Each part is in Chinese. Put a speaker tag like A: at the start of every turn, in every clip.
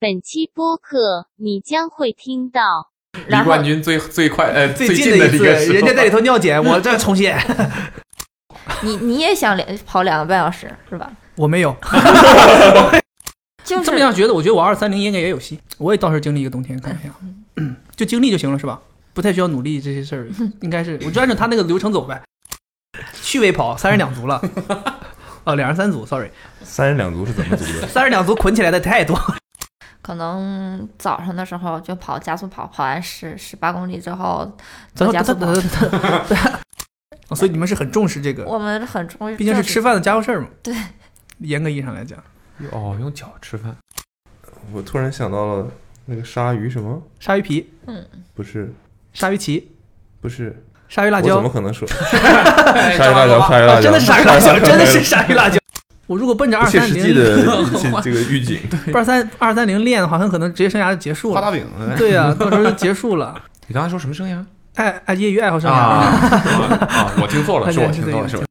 A: 本期播客你将会听到。
B: 离
C: 然后
B: 冠军最最快呃
C: 最
B: 近
C: 的
B: 一
C: 次，
B: 个时候
C: 人 家在里头尿检，我这 重现，
D: 你你也想连跑两个半小时是吧？
C: 我没 有。
D: 就是
E: 这么样觉得，我觉得我二三零应该也有戏。我也到时候经历一个冬天，看一下，
C: 嗯
E: 就经历就行了，是吧？不太需要努力这些事儿，应该是我就按照他那个流程走呗。
C: 趣味跑三人两足了， 哦，两人三组，sorry，
F: 三人两足是怎么足 的？
C: 三人两足捆起来的太 多。
D: 可能早上的时候就跑加速跑，跑完十十八公里之后
C: 等
D: 做加
C: 等
D: 速
C: 等
D: 跑。
C: 等等，哦所以你们是很重视这个，
D: 我们很重，
C: 毕竟是吃饭的家伙事儿嘛。
D: 对，
C: 严格意义上来讲，
B: 哦，用脚吃饭，
F: 我突然想到了那个鲨鱼什么？
C: 鲨鱼皮、
F: 不是，
C: 鲨鱼鳍、
F: 不是，
C: 鲨鱼辣
F: 我怎
C: 椒
F: 么，可能说
E: 哎
F: 鲨鱼辣椒？鲨鱼辣椒，
C: 啊真的是鲨鱼辣椒，真的是鲨鱼 辣椒。
E: 我如果奔着
F: 不
E: 二
F: 切
E: 三
F: 实
E: 零
F: 际的 一些这个预警。
C: 二三二三零练的话，很可能职业生涯就结束
B: 画
C: 了。
B: 大饼。
C: 对呀、到时候就结束了。
B: 你刚才说什么啊生涯
C: 爱爱业余爱好生涯，
B: 啊？我听错了，
C: 哎
B: 是我
C: 对
B: 听
C: 对
B: 错了，
C: 对
B: 是吧？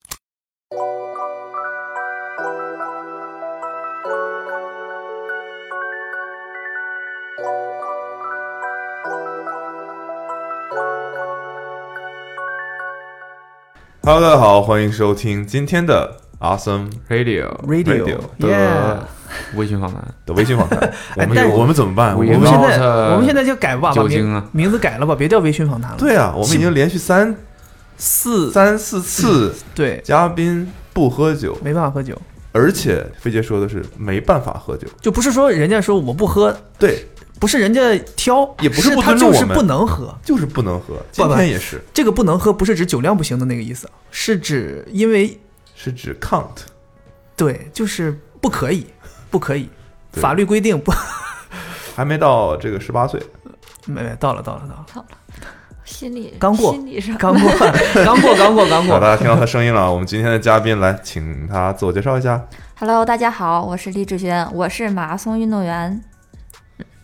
F: Hello，大家好，欢迎收听今天的 Awesome
B: Radio
F: Radio 的
C: yeah
B: 微醺访谈，
F: 的微信访 谈。我们
C: 哎但
F: 有
C: 是
F: 我们怎么办？我
B: 我
C: 我
F: 们
C: 们现在
B: Without，
C: 我们现在就改吧，把
B: 酒精
C: 名
B: 啊
C: 名字改了吧，别叫微醺访谈了。
F: 对啊，我们已经连续三
C: 四
F: 三四次
C: 对，
F: 嘉宾不喝酒，
C: 没办法喝酒，
F: 而且飞姐说的是没办法喝酒，
C: 就不是说人家说我不喝，
F: 对，
C: 不是人家挑，
F: 也不是不
C: 他
F: 尊重
C: 就
F: 我
C: 是
F: 们
C: 不能喝。
F: 就是不能喝。今天也是，
C: 这个不能喝不是指酒量不行的那个意思，是指因为
F: 是指 count。
C: 对，就是不可以，不可以，
F: 对
C: 法律规定不。
F: 还没到这个十八岁，
C: 没没到了到了到了，
D: 心理
C: 刚过
D: 心理上
C: 刚过刚过刚过刚
F: 好，
C: 过，
F: 大家听到他声音了啊。我们今天的嘉宾来，请他自我介绍一下，
D: Hello，大家好，我是李志轩，我是马拉松运动员。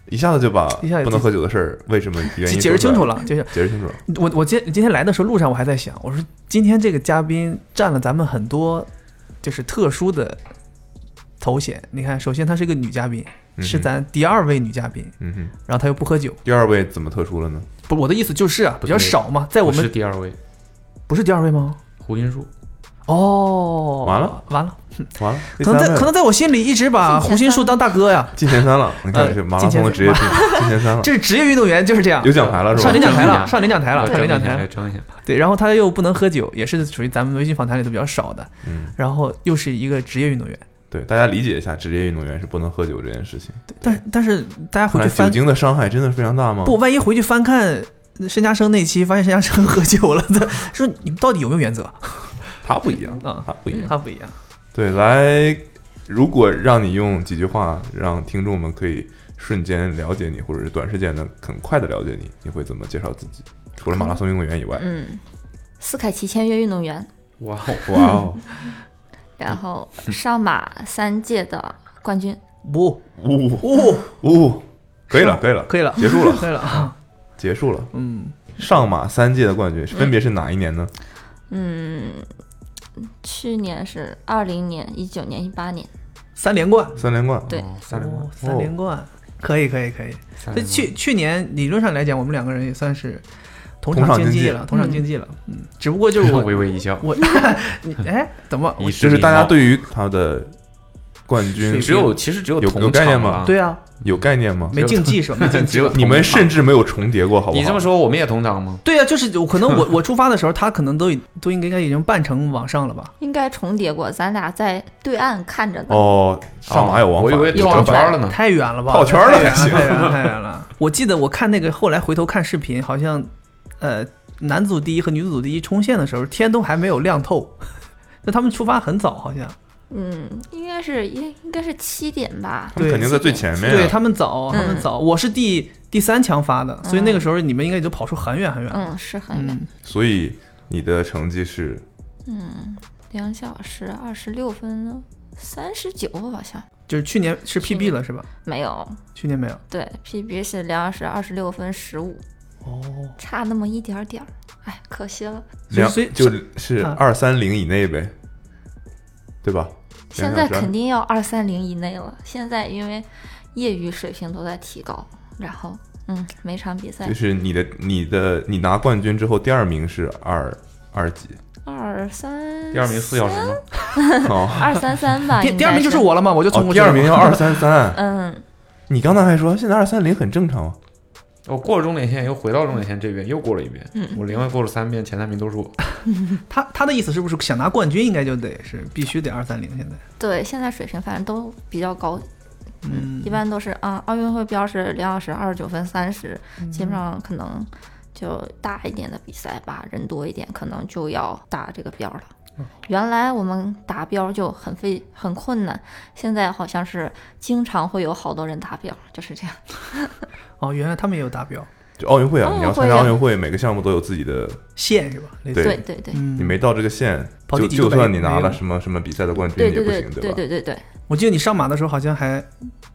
F: 一下子就把
C: 一下就
F: 不能喝酒的事儿为什么原
C: 解
F: 因
C: 解释清楚
F: 了，
C: 了，就是
F: 解释清楚了。
C: 我我今今天来的时候路上我还在想，我说今天这个嘉宾占了咱们很多就是特殊的头衔。你看，首先她是一个女嘉宾，
F: 嗯哼
C: 是咱第二位女嘉宾，
F: 嗯哼，
C: 然后她又不喝酒，
F: 第二位怎么特殊了呢？
C: 不，我的意思就是啊，比
B: 不是
C: 较少嘛，在我
B: 是
C: 们
B: 第二位，
C: 不是第二位吗？
B: 胡金树，
C: 哦，
F: 完了
C: 完了，
F: 完了，第
C: 可
F: 三
C: 能
F: 位
C: 在可
F: 了
C: 能在我心里一直把胡心树当大哥呀，
F: 进前三了。你看
C: 呃
F: 这马拉松的职业病， 进前三了，
C: 这是职业运动员就是这样
F: 嗯有，奖牌了是
C: 上
F: 吧
C: 领？奖台 了，
B: 对
C: 上领奖台了，上领奖台了
B: 来。争一下，
C: 对，然后他又不能喝酒，也是属于咱们微信访谈里头比较少的，
F: 嗯，
C: 然后又是一个职业运动员。
F: 对，大家理解一下，职业运动员是不能喝酒这件事情。
C: 但是但是大家
F: 看
C: 回
F: 来
C: 去
F: 酒
C: 翻
F: 精的伤害真的是非常大吗？
C: 不，，万一回去翻看申嘉生那期，发现申嘉生喝酒了， 他说你们到底有没有原则？
F: 他不一样
C: 啊
F: 他不一样。
C: 他不一样，
F: 对，来，如果让你用几句话让听众们可以瞬间了解你，或者是短时间的很快的了解你，你会怎么介绍自己？除了马拉松运动员以外，
D: 嗯，斯凯奇签约运动员，
B: 哇，
F: 哇 哦，
D: 然后
C: 嗯
D: 上马三届的冠军。
C: 不、
F: 呜
C: 哦，
F: 呜，可以了，可以了，
C: 可以了，
F: 结束了，
C: 可以了，
F: 结束了。
C: 嗯，
F: 上马三届的冠军分别是哪一年呢？
D: 嗯，去年是二零年、一九年、一八年，
C: 三连冠，
F: 三连冠。
D: 对
B: 哦三连冠
C: 哦，三连冠，可以可以可以。
B: 三
C: 这
B: 连冠
C: 去去年理论上来讲，我们两个人也算是同
F: 同
C: 场
F: 场
C: 竞
F: 竞
C: 技
F: 技
C: 了，同场竞技了，嗯，只不过就是我
B: 微微一笑，
C: 我，你哎，怎么？
B: 以
F: 就
B: 示
F: 是大家
B: 礼貌
F: 对于他的冠军
B: 只有其实只有
F: 有
B: 同
F: 有概念
B: 场
F: 吗
B: 啊
C: 对啊，
F: 有概念吗？
C: 没竞技是吧？没竞 技
B: 只有
F: 你们
B: 是
F: 甚至没有重叠过，好不好？
B: 你这么说，我们也同场吗？
C: 对呀、啊就是我可能我我出发的时候，他可能都已都应该应该已经半程往上了吧？
D: 应该重叠过。咱俩在对岸看着呢。
F: 哦，上马有往
B: 我以
F: 返，
B: 为
F: 有
B: 绕
F: 折
B: 圈
F: 返
B: 儿了呢。
C: 太远了吧？
F: 跑嗯圈儿了
C: 太远
F: 还行
C: 太远了太远了。我记得我看那个后来回头看视频，好像呃男组第一和女组第一冲线的时候，天都还没有亮透。那他们出发很早，好像
D: 嗯，应该是应应该是七点吧。
F: 他们肯定在最前面、啊。
C: 对他们早，
D: 嗯
C: 他们早。我是第第三强发的，所以那个时候你们应该已经跑出很远很远了。
D: 嗯，是很远，
C: 嗯，
F: 所以你的成绩是
D: 两小时二十六分三十九好像
C: 就是去年是 PB 了是吧？
D: 没有，
C: 去年没有。
D: 对，PB 是两小时二十六分十五，
C: 哦，
D: 差那么一点儿点儿，哎，可惜了。
C: 所以
F: 两，
C: 所以
F: 就是
C: 啊
F: 二三零以内呗，对吧？
D: 现在
F: 两小时
D: 肯定要二三零以内了。现在因为业余水平都在提高。然后，嗯，每场比赛
F: 就是你的你的你拿冠军之后，第二名是二 二级，
D: 二三，
B: 第二名四小时吗？
F: 哦，
D: 二三三吧。
C: 第
D: 应
C: 第二
D: 该
C: 名就是，我了嘛，我就冲
F: 哦，
C: 过
F: 第
C: 去了。
F: 二 名要二三三。
D: 嗯，
F: 你刚才还说现在二三零很正常啊，
B: 我过了终点线，又回到终点线这边，又过了一遍。
D: 嗯
B: 我另外过了三遍，前三名都是我。
C: 他他的意思是不是想拿冠军，应该就得是必须得二三零？现在
D: 对，现在水平反正都比较高，
C: 嗯
D: 一般都是啊，奥运会标是两小时二十九分三十，基本上可能就大一点的比赛吧，人多一点，可能就要打这个标了。原来我们达标就很费很困难，现在好像是经常会有好多人达标，就是这样。
C: 哦，原来他们也有达标
F: 就奥运会啊，
D: 奥运会啊
F: 你要参加奥运会，每个项目都有自己的，
C: 线是吧？类似
F: 对
D: 对对对
C: 嗯，
F: 你没到这个线，
C: 跑
F: 就
C: 第几
F: 就
C: 都没
F: 算你拿
C: 没
F: 了
C: 有
F: 什么什么比赛的冠军
D: 对
F: 也
D: 对
F: 不
D: 对
F: 行，
D: 对
F: 吧？
D: 对对对，
C: 我记得你上马的时候好像还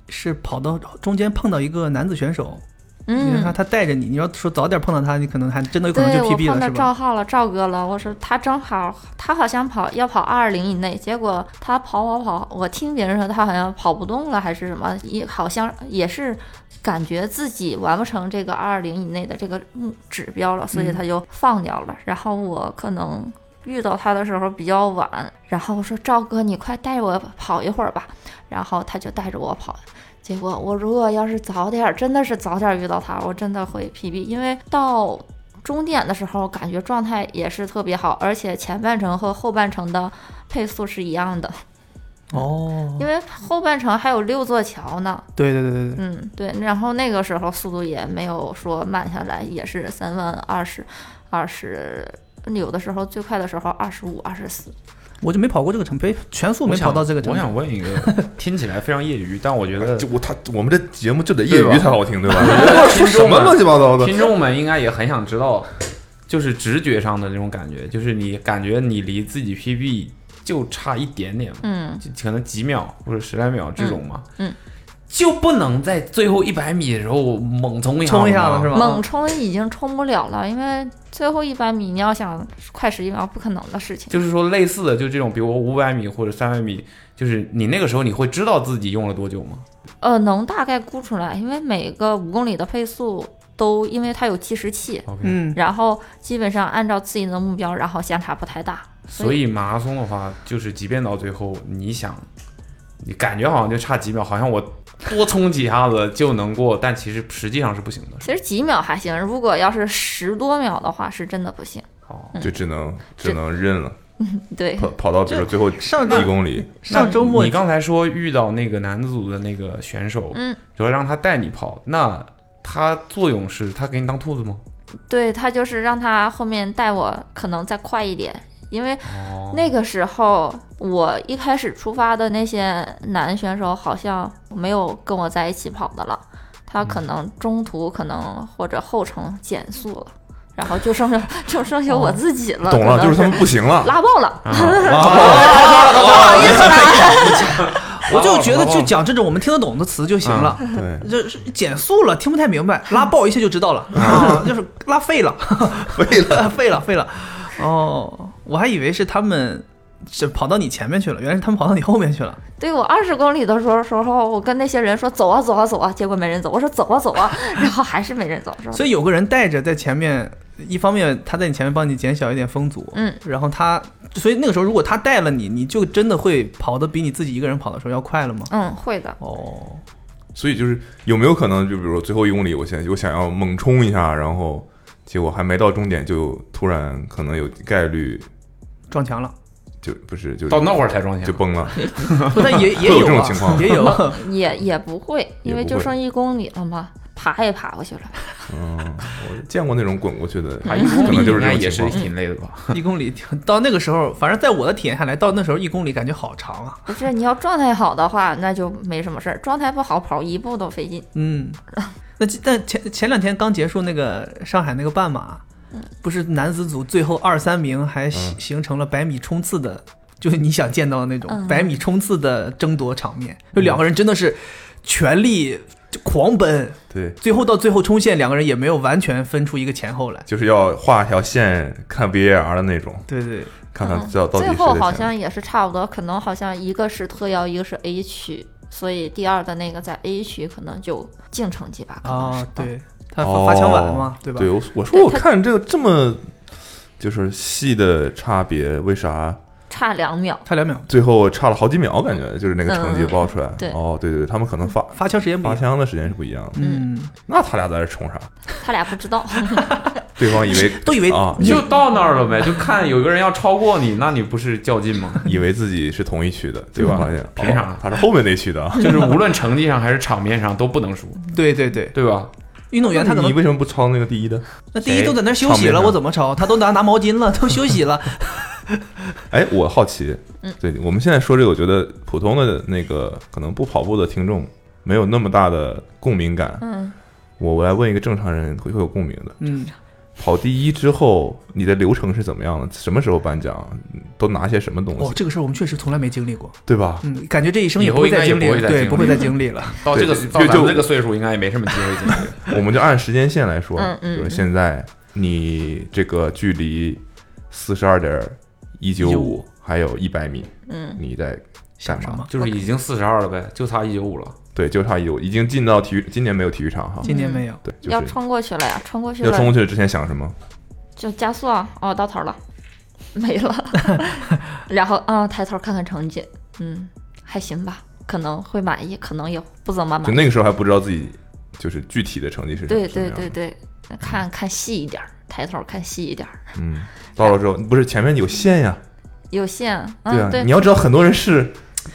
C: 是跑到中间碰到一个男子选手，你看他
D: 嗯。
C: 他带着你，你要说早点碰到他，你可能还真的有可能
D: 对
C: 就
D: 我
C: PB
D: 碰
C: 了
D: 到
C: 是吧？
D: 赵浩了，赵哥了。我说他正好，他好像跑要跑二零以内，结果他跑跑跑，我听别人说他好像跑不动了还是什么，也好像也是感觉自己完不成这个二零以内的这个目指标了，
C: 嗯
D: 所以他就放掉了。然后我可能遇到他的时候比较晚，然后我说赵哥，你快带我跑一会儿吧，然后他就带着我跑。结果我如果要是早点儿，真的是早点儿遇到他，我真的会 PB，因为到终点的时候感觉状态也是特别好，而且前半程和后半程的配速是一样的，
C: 哦，
D: 因为后半程还有六座桥呢。
C: 对对对对对，
D: 嗯，对，然后那个时候速度也没有说慢下来，也是三万二十，二十。有的时候最快的时候二十五、二十四，
C: 我就没跑过这个程度，全速没跑到这个程
B: 我
C: 度。
B: 想问一 个，听起来非常业余，但我觉得
F: 就我他我们这节目就得业
B: 对吧
F: 余才好听，对吧？说 什么乱七八糟的？
B: 听众们应该也很想知道，就是直觉上的那种感觉，就是你感觉你离自己 PB 就差一点点嘛，
D: 嗯，
B: 就可能几秒或者十来秒这种嘛，
D: 嗯嗯
B: 就不能在最后一百米的时候猛冲一下，
C: 冲一下子是？吧？
D: 猛冲已经冲不了了，因为最后一百米你要想快十一秒，不可能的事情。
B: 就是说类似的，就这种，比如五百米或者三百米，就是你那个时候你会知道自己用了多久吗？
D: 呃，能大概估出来，因为每个五公里的配速都，因为它有计时器，
B: OK，
C: 嗯，
D: 然后基本上按照自己的目标，然后相差不太大。
B: 所以马拉松的话，就是即便到最后，你想，你感觉好像就差几秒，好像我多冲几下子就能过，但其实实际上是不行的。
D: 其实几秒还行，如果要是十多秒的话，是真的不行。
B: 哦，
F: 就只能只
D: 这
F: 能认了，
D: 对，
F: 跑跑到比如说 最后
C: 上
F: 一公里，
C: 上周末
B: 你刚才说遇到那个男子组的那个选手，
D: 嗯，
B: 主要让他带你跑，那他作用是他给你当兔子吗？
D: 对他就是让他后面带我，可能再快一点，因为
B: 哦，
D: 那个时候我一开始出发的那些男选手好像没有跟我在一起跑的了，他可能中途可能或者后程减速了，然后就剩下 就剩下我自己了，
F: 哦懂
D: 可
F: 了，
D: 能
F: 就是他们不行了。
D: 拉爆了，
B: 啊 哦
C: 啊我就觉得就讲这种我们听得懂的词就行
B: 嗯
C: 了，
F: 对，
C: 就是减速了听不太明白，拉爆一下就知道了啊， 就是拉废 了，废了， 废了，废了。哦，我还以为是他们是跑到你前面去了，原来是他们跑到你后面去了。
D: 对我二十公里的时候时候，我跟那些人说走啊走啊走啊，结果没人走，我说走啊走啊，然后还是没人走，是吧？
C: 所以有个人带着在前面，一方面他在你前面帮你减小一点风阻，
D: 嗯，
C: 然后他，所以那个时候如果他带了你，你就真的会跑得比你自己一个人跑的时候要快了吗？
D: 嗯，会的，
C: 哦，
F: 所以就是有没有可能，就比如说最后一公里，我现在我想要猛冲一下，然后结果还没到终点，就突然可能有概率
C: 撞墙 了，
F: 就不是就
B: 到那会儿才装
F: 就
B: 箱，
F: 崩 了，
C: 不但也也
F: 有
C: 啊
F: 这种情况吗
C: 也有。啊
D: 也也不会，因为
F: 也不
D: 就
F: 会
D: 剩一公里了嘛，爬也爬过去了。
F: 嗯，我见过那种滚过去的，
B: 啊，一公
F: 可
B: 里
F: 能就
B: 应
F: 是
B: 该
F: 这
B: 也
F: 种
B: 是
F: 情况。
B: 挺累的吧？
C: 一公里到那个时候，反正在我的体验下来，到那时候一公里感觉好长啊。
D: 不是，你要状态好的话，那就没什么事儿；状态不好，跑一步都费劲。
C: 嗯，那这但前前两天刚结束那个上海那个半马，不是男子组最后二三名还形
F: 嗯
C: 形成了百米冲刺的，就是你想见到的那种
D: 嗯
C: 百米冲刺的争夺场面，
F: 嗯
C: 就两个人真的是全力狂奔，
F: 对，
C: 最后到最后冲线，两个人也没有完全分出一个前后来。
F: 就是要画一条线看 VAR 的那种，
C: 对对，
F: 看看
D: 嗯
F: 知道到底
D: 最
F: 谁
D: 后
F: 的
D: 好
F: 前。
D: 像也是差不多，可能好像一个是特邀，一个是 A 区，所以第二的那个在 A 区可能就进城几把，可能是
C: 啊，
D: 吧，
C: 对，他发发枪晚嘛，对吧？
F: 哦对，我我说
D: 对
F: 我
D: 哎他
F: 看这个这么就是细的差别，为啥
D: 差两秒。
C: 差两秒，
F: 最后差了好几秒？感觉就是那个成绩报出来。
D: 对
F: 哦，对对，对他们可能发
C: 发枪时间不一
F: 发
C: 样。
F: 枪的时间是不一样的。
C: 嗯，
F: 那他俩在这冲啥？
D: 他俩不知 道，
F: 对方以为
C: 都以为
F: 啊，
B: 你就到那儿了 呗，就看有个人要超过你，那你不是较劲吗？
F: 以为自己是同一区的，对吧？
B: 嗯
F: 发现
B: 凭啥
F: 哦他是后面那 区的啊？
B: 就是无论成绩上还是场面上都不能输，
C: 对对对，
B: 对吧？
C: 运动员他可
F: 你
C: 能
F: 为什么不抄那个第一的？
C: 那
B: 哎
C: 第一都在那儿休息
F: 场面
C: 了，
F: 上
C: 我怎么抄？他都拿拿毛巾了，都休 息了。
F: 哎，我好奇
D: 嗯，
F: 对我们现在说这个，我觉得普通的那个可能不跑步的听众没有那么大的共鸣感。
D: 嗯，
F: 我我来问一个正常人会会有共鸣的，
C: 嗯，
F: 跑第一之后，你的流程是怎么样的？什么时候颁奖？都拿些什么东
C: 哦，
F: 西？
C: 这个事儿我们确实从来没经历过，
F: 对吧？
C: 嗯，感觉这一生
B: 以
C: 也
B: 后
C: 不会
B: 应该
C: 再
B: 也
C: 经历
B: 不会再
C: 了，对，
B: 经
C: 不会
B: 历
C: 再
B: 了
C: 经历 了。
B: 到这个
F: 对
B: 到咱
F: 就
B: 们这个岁数，应该也没什么机会进 去。
F: 我们就按时间线来说
D: 嗯，
F: 比
D: 嗯
F: 如现在你这个距离四十二点一九五还有一百米，
D: 嗯，
F: 你在干
C: 想什
F: 嘛
C: 么？？哦
B: 就是已经四十二了呗，就差一九五了。
F: 对，就差一九，已经进到体育，今年没有体育场哈。
C: 今年没有，
B: 啊
F: 对，就
D: 要
F: 是
D: 冲过去了呀，冲过去
F: 要
D: 了
F: 冲过去之前想什么？
D: 就加速啊，哦，到 头了，没了，然后啊、抬头看看成绩，嗯，还行吧，可能会满意，可能也不怎么
F: 就
D: 满意，
F: 那个时候还不知道自己就是具体的成绩是什么
D: 嗯对
F: 什么
D: 对
F: 样的
D: 对对，看看细一点儿，抬头看细一点儿，
F: 嗯，到了之后不是前面有线呀，
D: 有线，嗯，
F: 对啊，
D: 对
F: 你要知道很多人是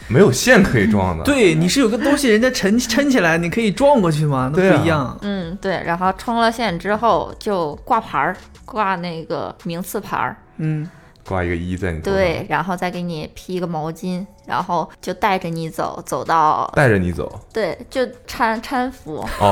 F: 没有线可以装 的，
C: 对，你是有个东西，人家抻抻起来，你可以撞过去嘛，
F: 对
C: 那
F: 啊
C: 不一样。
D: 嗯，对，然后冲了线之后就挂牌儿，挂那个名次牌儿，
C: 嗯，
F: 挂一个一在你头上，
D: 对，然后再给你披一个毛巾，然后就带着你走，走到
F: 带着你走，
D: 对，就搀搀 扶，
F: 哦哦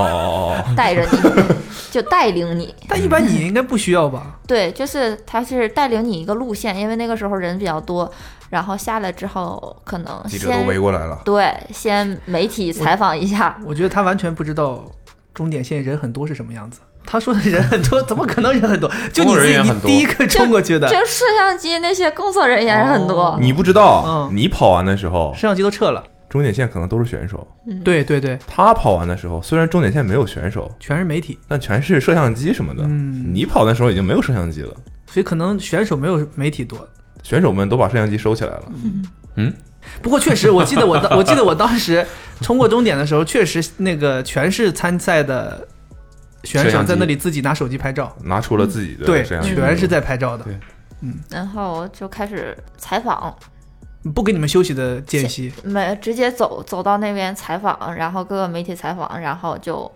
F: 哦哦，
D: 带着你，就带领你，
C: 但一般你应该不需要吧？
D: 对，就是他是带领你一个路线，因为那个时候人比较多，然后下来之后可能
F: 记者都
D: 先哦
F: 围过来了，
D: 对先媒体采访一下，
C: 我觉得他完全不知道终点线人很多是什么样子。他说的人很多， 怎么可能人很多？就你
B: 工作
C: 自
B: 人
C: 己
B: 员很
C: 你
B: 多
C: 第一个冲过去的，
D: 就摄像机那些工作人员很多，
F: 你不知道，
C: 嗯
F: 你跑完的时候
C: 摄，像机都撤了。
F: 终点线可能都是选手，
C: 对对对，
F: 他跑完的时候，虽然终点线没有选手，
C: 全是媒体，
F: 但全是摄像机什么的，
C: 嗯
F: 你跑的时候已经没有摄像机了，
C: 所以可能选手没有媒体多。
F: 选手们都把摄像机收起来了，
C: 不过确实，我记得我当 我记得我当时冲过终点的时候，确实那个全是参赛的选
B: 摄
C: 手
B: 像机
C: 在那里自己拿手机拍照，
F: 拿出了自己的
C: 对，
F: 摄像机，
C: 全是在拍照的，
D: 然后就开始采访，
C: 不给你们休息的间隙。
D: 没直接走走到那边采访，然后各个媒体采访，然后就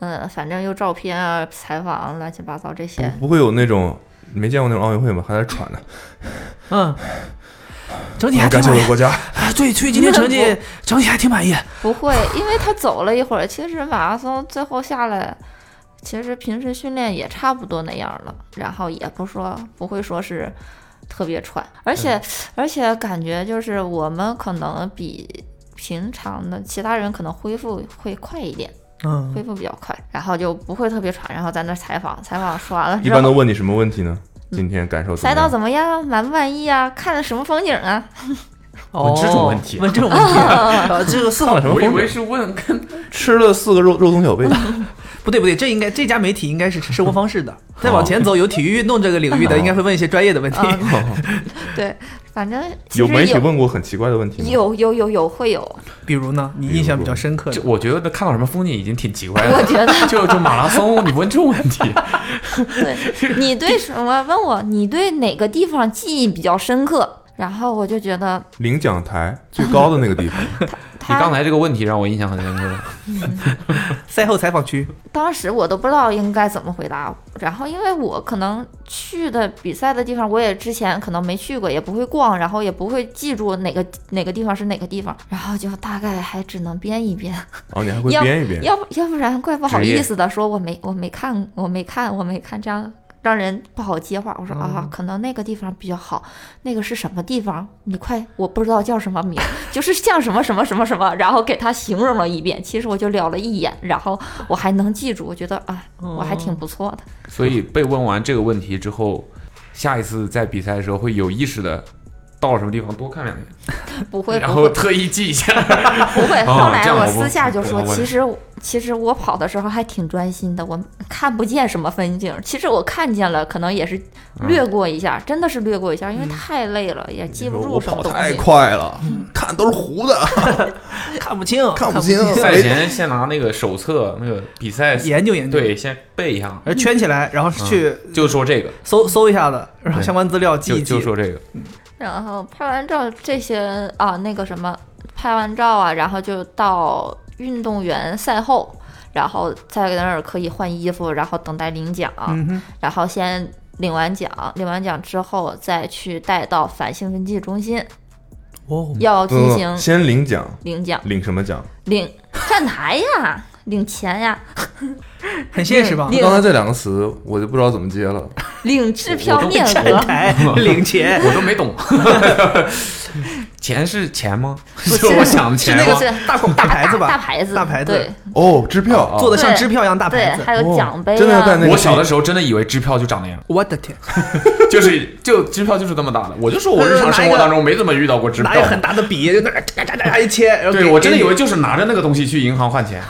D: 嗯，反正又照片啊、采访乱七八糟这些，
F: 不会有那种没见过那种奥运会吗？还在喘呢，
C: 嗯，整体还挺
F: 感谢
C: 满
F: 我
C: 意
F: 的。国家。
C: 哎对，崔今天成绩整体还挺满意。
D: 不会，因为他走了一会儿，其实马拉松最后下来，其实平时训练也差不多那样了，然后也不说不会说是特别喘，而且、
F: 嗯
D: 而且感觉就是我们可能比平常的其他人可能恢复会快一点，
C: 嗯，
D: 恢复比较快，然后就不会特别喘，然后在那儿采访，采访说完了
F: 一
D: 之
F: 般都
D: 后。
F: 问你什么问题呢？今天感受怎
D: 赛
F: 么
D: 道
F: 样？
D: 怎么样？满不满意啊？看了什么风景啊？
C: 哦，
B: 这种问题
C: 问这种问 题啊，啊这个四
F: 看了什么
B: 我以
F: 风
B: 为
F: 景？
B: 是问跟
F: 吃了四个肉肉松 小贝，
C: 不对不对，这应该这家媒体应该是生活方式
F: 哦
C: 的。再往前走，有体育运动这个领域的，应该会问一些专业的问题。
F: 啊
D: 对，反正其
F: 有
D: 实
F: 媒体问过很奇怪的问题吗？
D: 有有有有会有，
C: 比如呢，你印象比较深刻
B: 这，
C: 的，
B: 我觉得看到什么风景已经挺奇怪
D: 我
B: 的。
D: 觉得
B: 就就马拉松，你问这种问题，
D: 对你对什么？问我你对哪个地方记忆比较深刻？然后我就觉得
F: 领奖台最高的那个 地方，
B: 你刚
D: 他
B: 才这个问题让我印象很深刻。
C: 赛后采访区，
D: 当时我都不知道应该怎么回答。然后因为我可能去的比赛的地方，我也之前可能没去过，也不会逛，然后也不会记住哪个哪个地方是哪个地方，然后就大概还只能编一编，
F: 然后你还会
D: 要
F: 编一编，
D: 要不要不然怪不好
B: 职业
D: 意思的，说我没我没看我没看我没看这样。让人不好接话，我说啊，可能那个地方比较好，那个是什么地方？你快，我不知道叫什么名，就是像什么什么什么什么，然后给他形容了一遍。其实我就聊了一眼，然后我还能记住，我觉得啊，我还挺不错的。
B: 所以被问完这个问题之后，下一次在比赛的时候会有意识的到什么地方多看两眼，
D: 不会，
B: 然
D: 不
B: 后
D: 会，
B: 特意记一下。
D: 不会。
B: 哦
D: 后
B: 这
D: 来
B: 样
D: 我
B: 我不
D: 私下就
B: 我
D: 说，
B: 我
D: 其实其实我跑的时候还挺专心的，我看不见什么风景。其实我看见了，可能也是略过一下，真的是略过一下，因为太累了，也记不
F: 我
D: 住嗯什
F: 跑
D: 么东
F: 太
D: 西。
F: 快了，看都是糊的，
D: 嗯
G: 看不清，
F: 看不清。嗯
B: 赛前先拿那个手册，那个比赛
G: 研究研究，
B: 对，先背一下，
G: 对，圈起来，然后去
B: 就说这个，
G: 搜搜一下子，然后相关资料记
B: 就
G: 一记
B: 就。说这个，
D: 然后拍完照这些啊，那个什么，拍完照啊，然后就到运动员赛后，然后在那儿可以换衣服，然后等待领奖，
G: 嗯哼，
D: 然后先领完奖，领完奖之后再去带到反兴奋剂中心，
G: 哦，
D: 要进
F: 嗯，
D: 行
F: 先领奖，
D: 领奖、
F: 领什么奖？
D: 领站台呀、领钱呀、
G: 很现实吧？
D: 领
F: 刚才这两个词我就不知道怎么接了。
D: 领支票面
G: 站
D: 额，
G: 台领钱，
B: 我都没懂。钱是钱吗？
D: 不
B: 是我想的
D: 是
B: 钱
D: 那个
B: 吗？
D: 是
G: 大广大
D: 大
G: 牌子吧？
D: 大牌子，
G: 大牌子
D: 对
F: 哦，支票啊，
G: 做的像
D: 对
G: 支票一样大
D: 对
G: 牌，子。
D: 还有
F: 哦
D: 奖杯
F: 真的要带
D: 啊
F: 那。个
B: 我小的时候真的以为支票就长那样，
G: 我的天，
B: 就是就支票就是这么大的。我就说我日常生活当中没怎么遇到过支票
G: 拿一。个很大的笔，就在那儿喳喳喳喳一切，然后
B: 对
G: 给
B: 我真的以。为
G: 给
B: 就是拿着那个东西去银行换钱，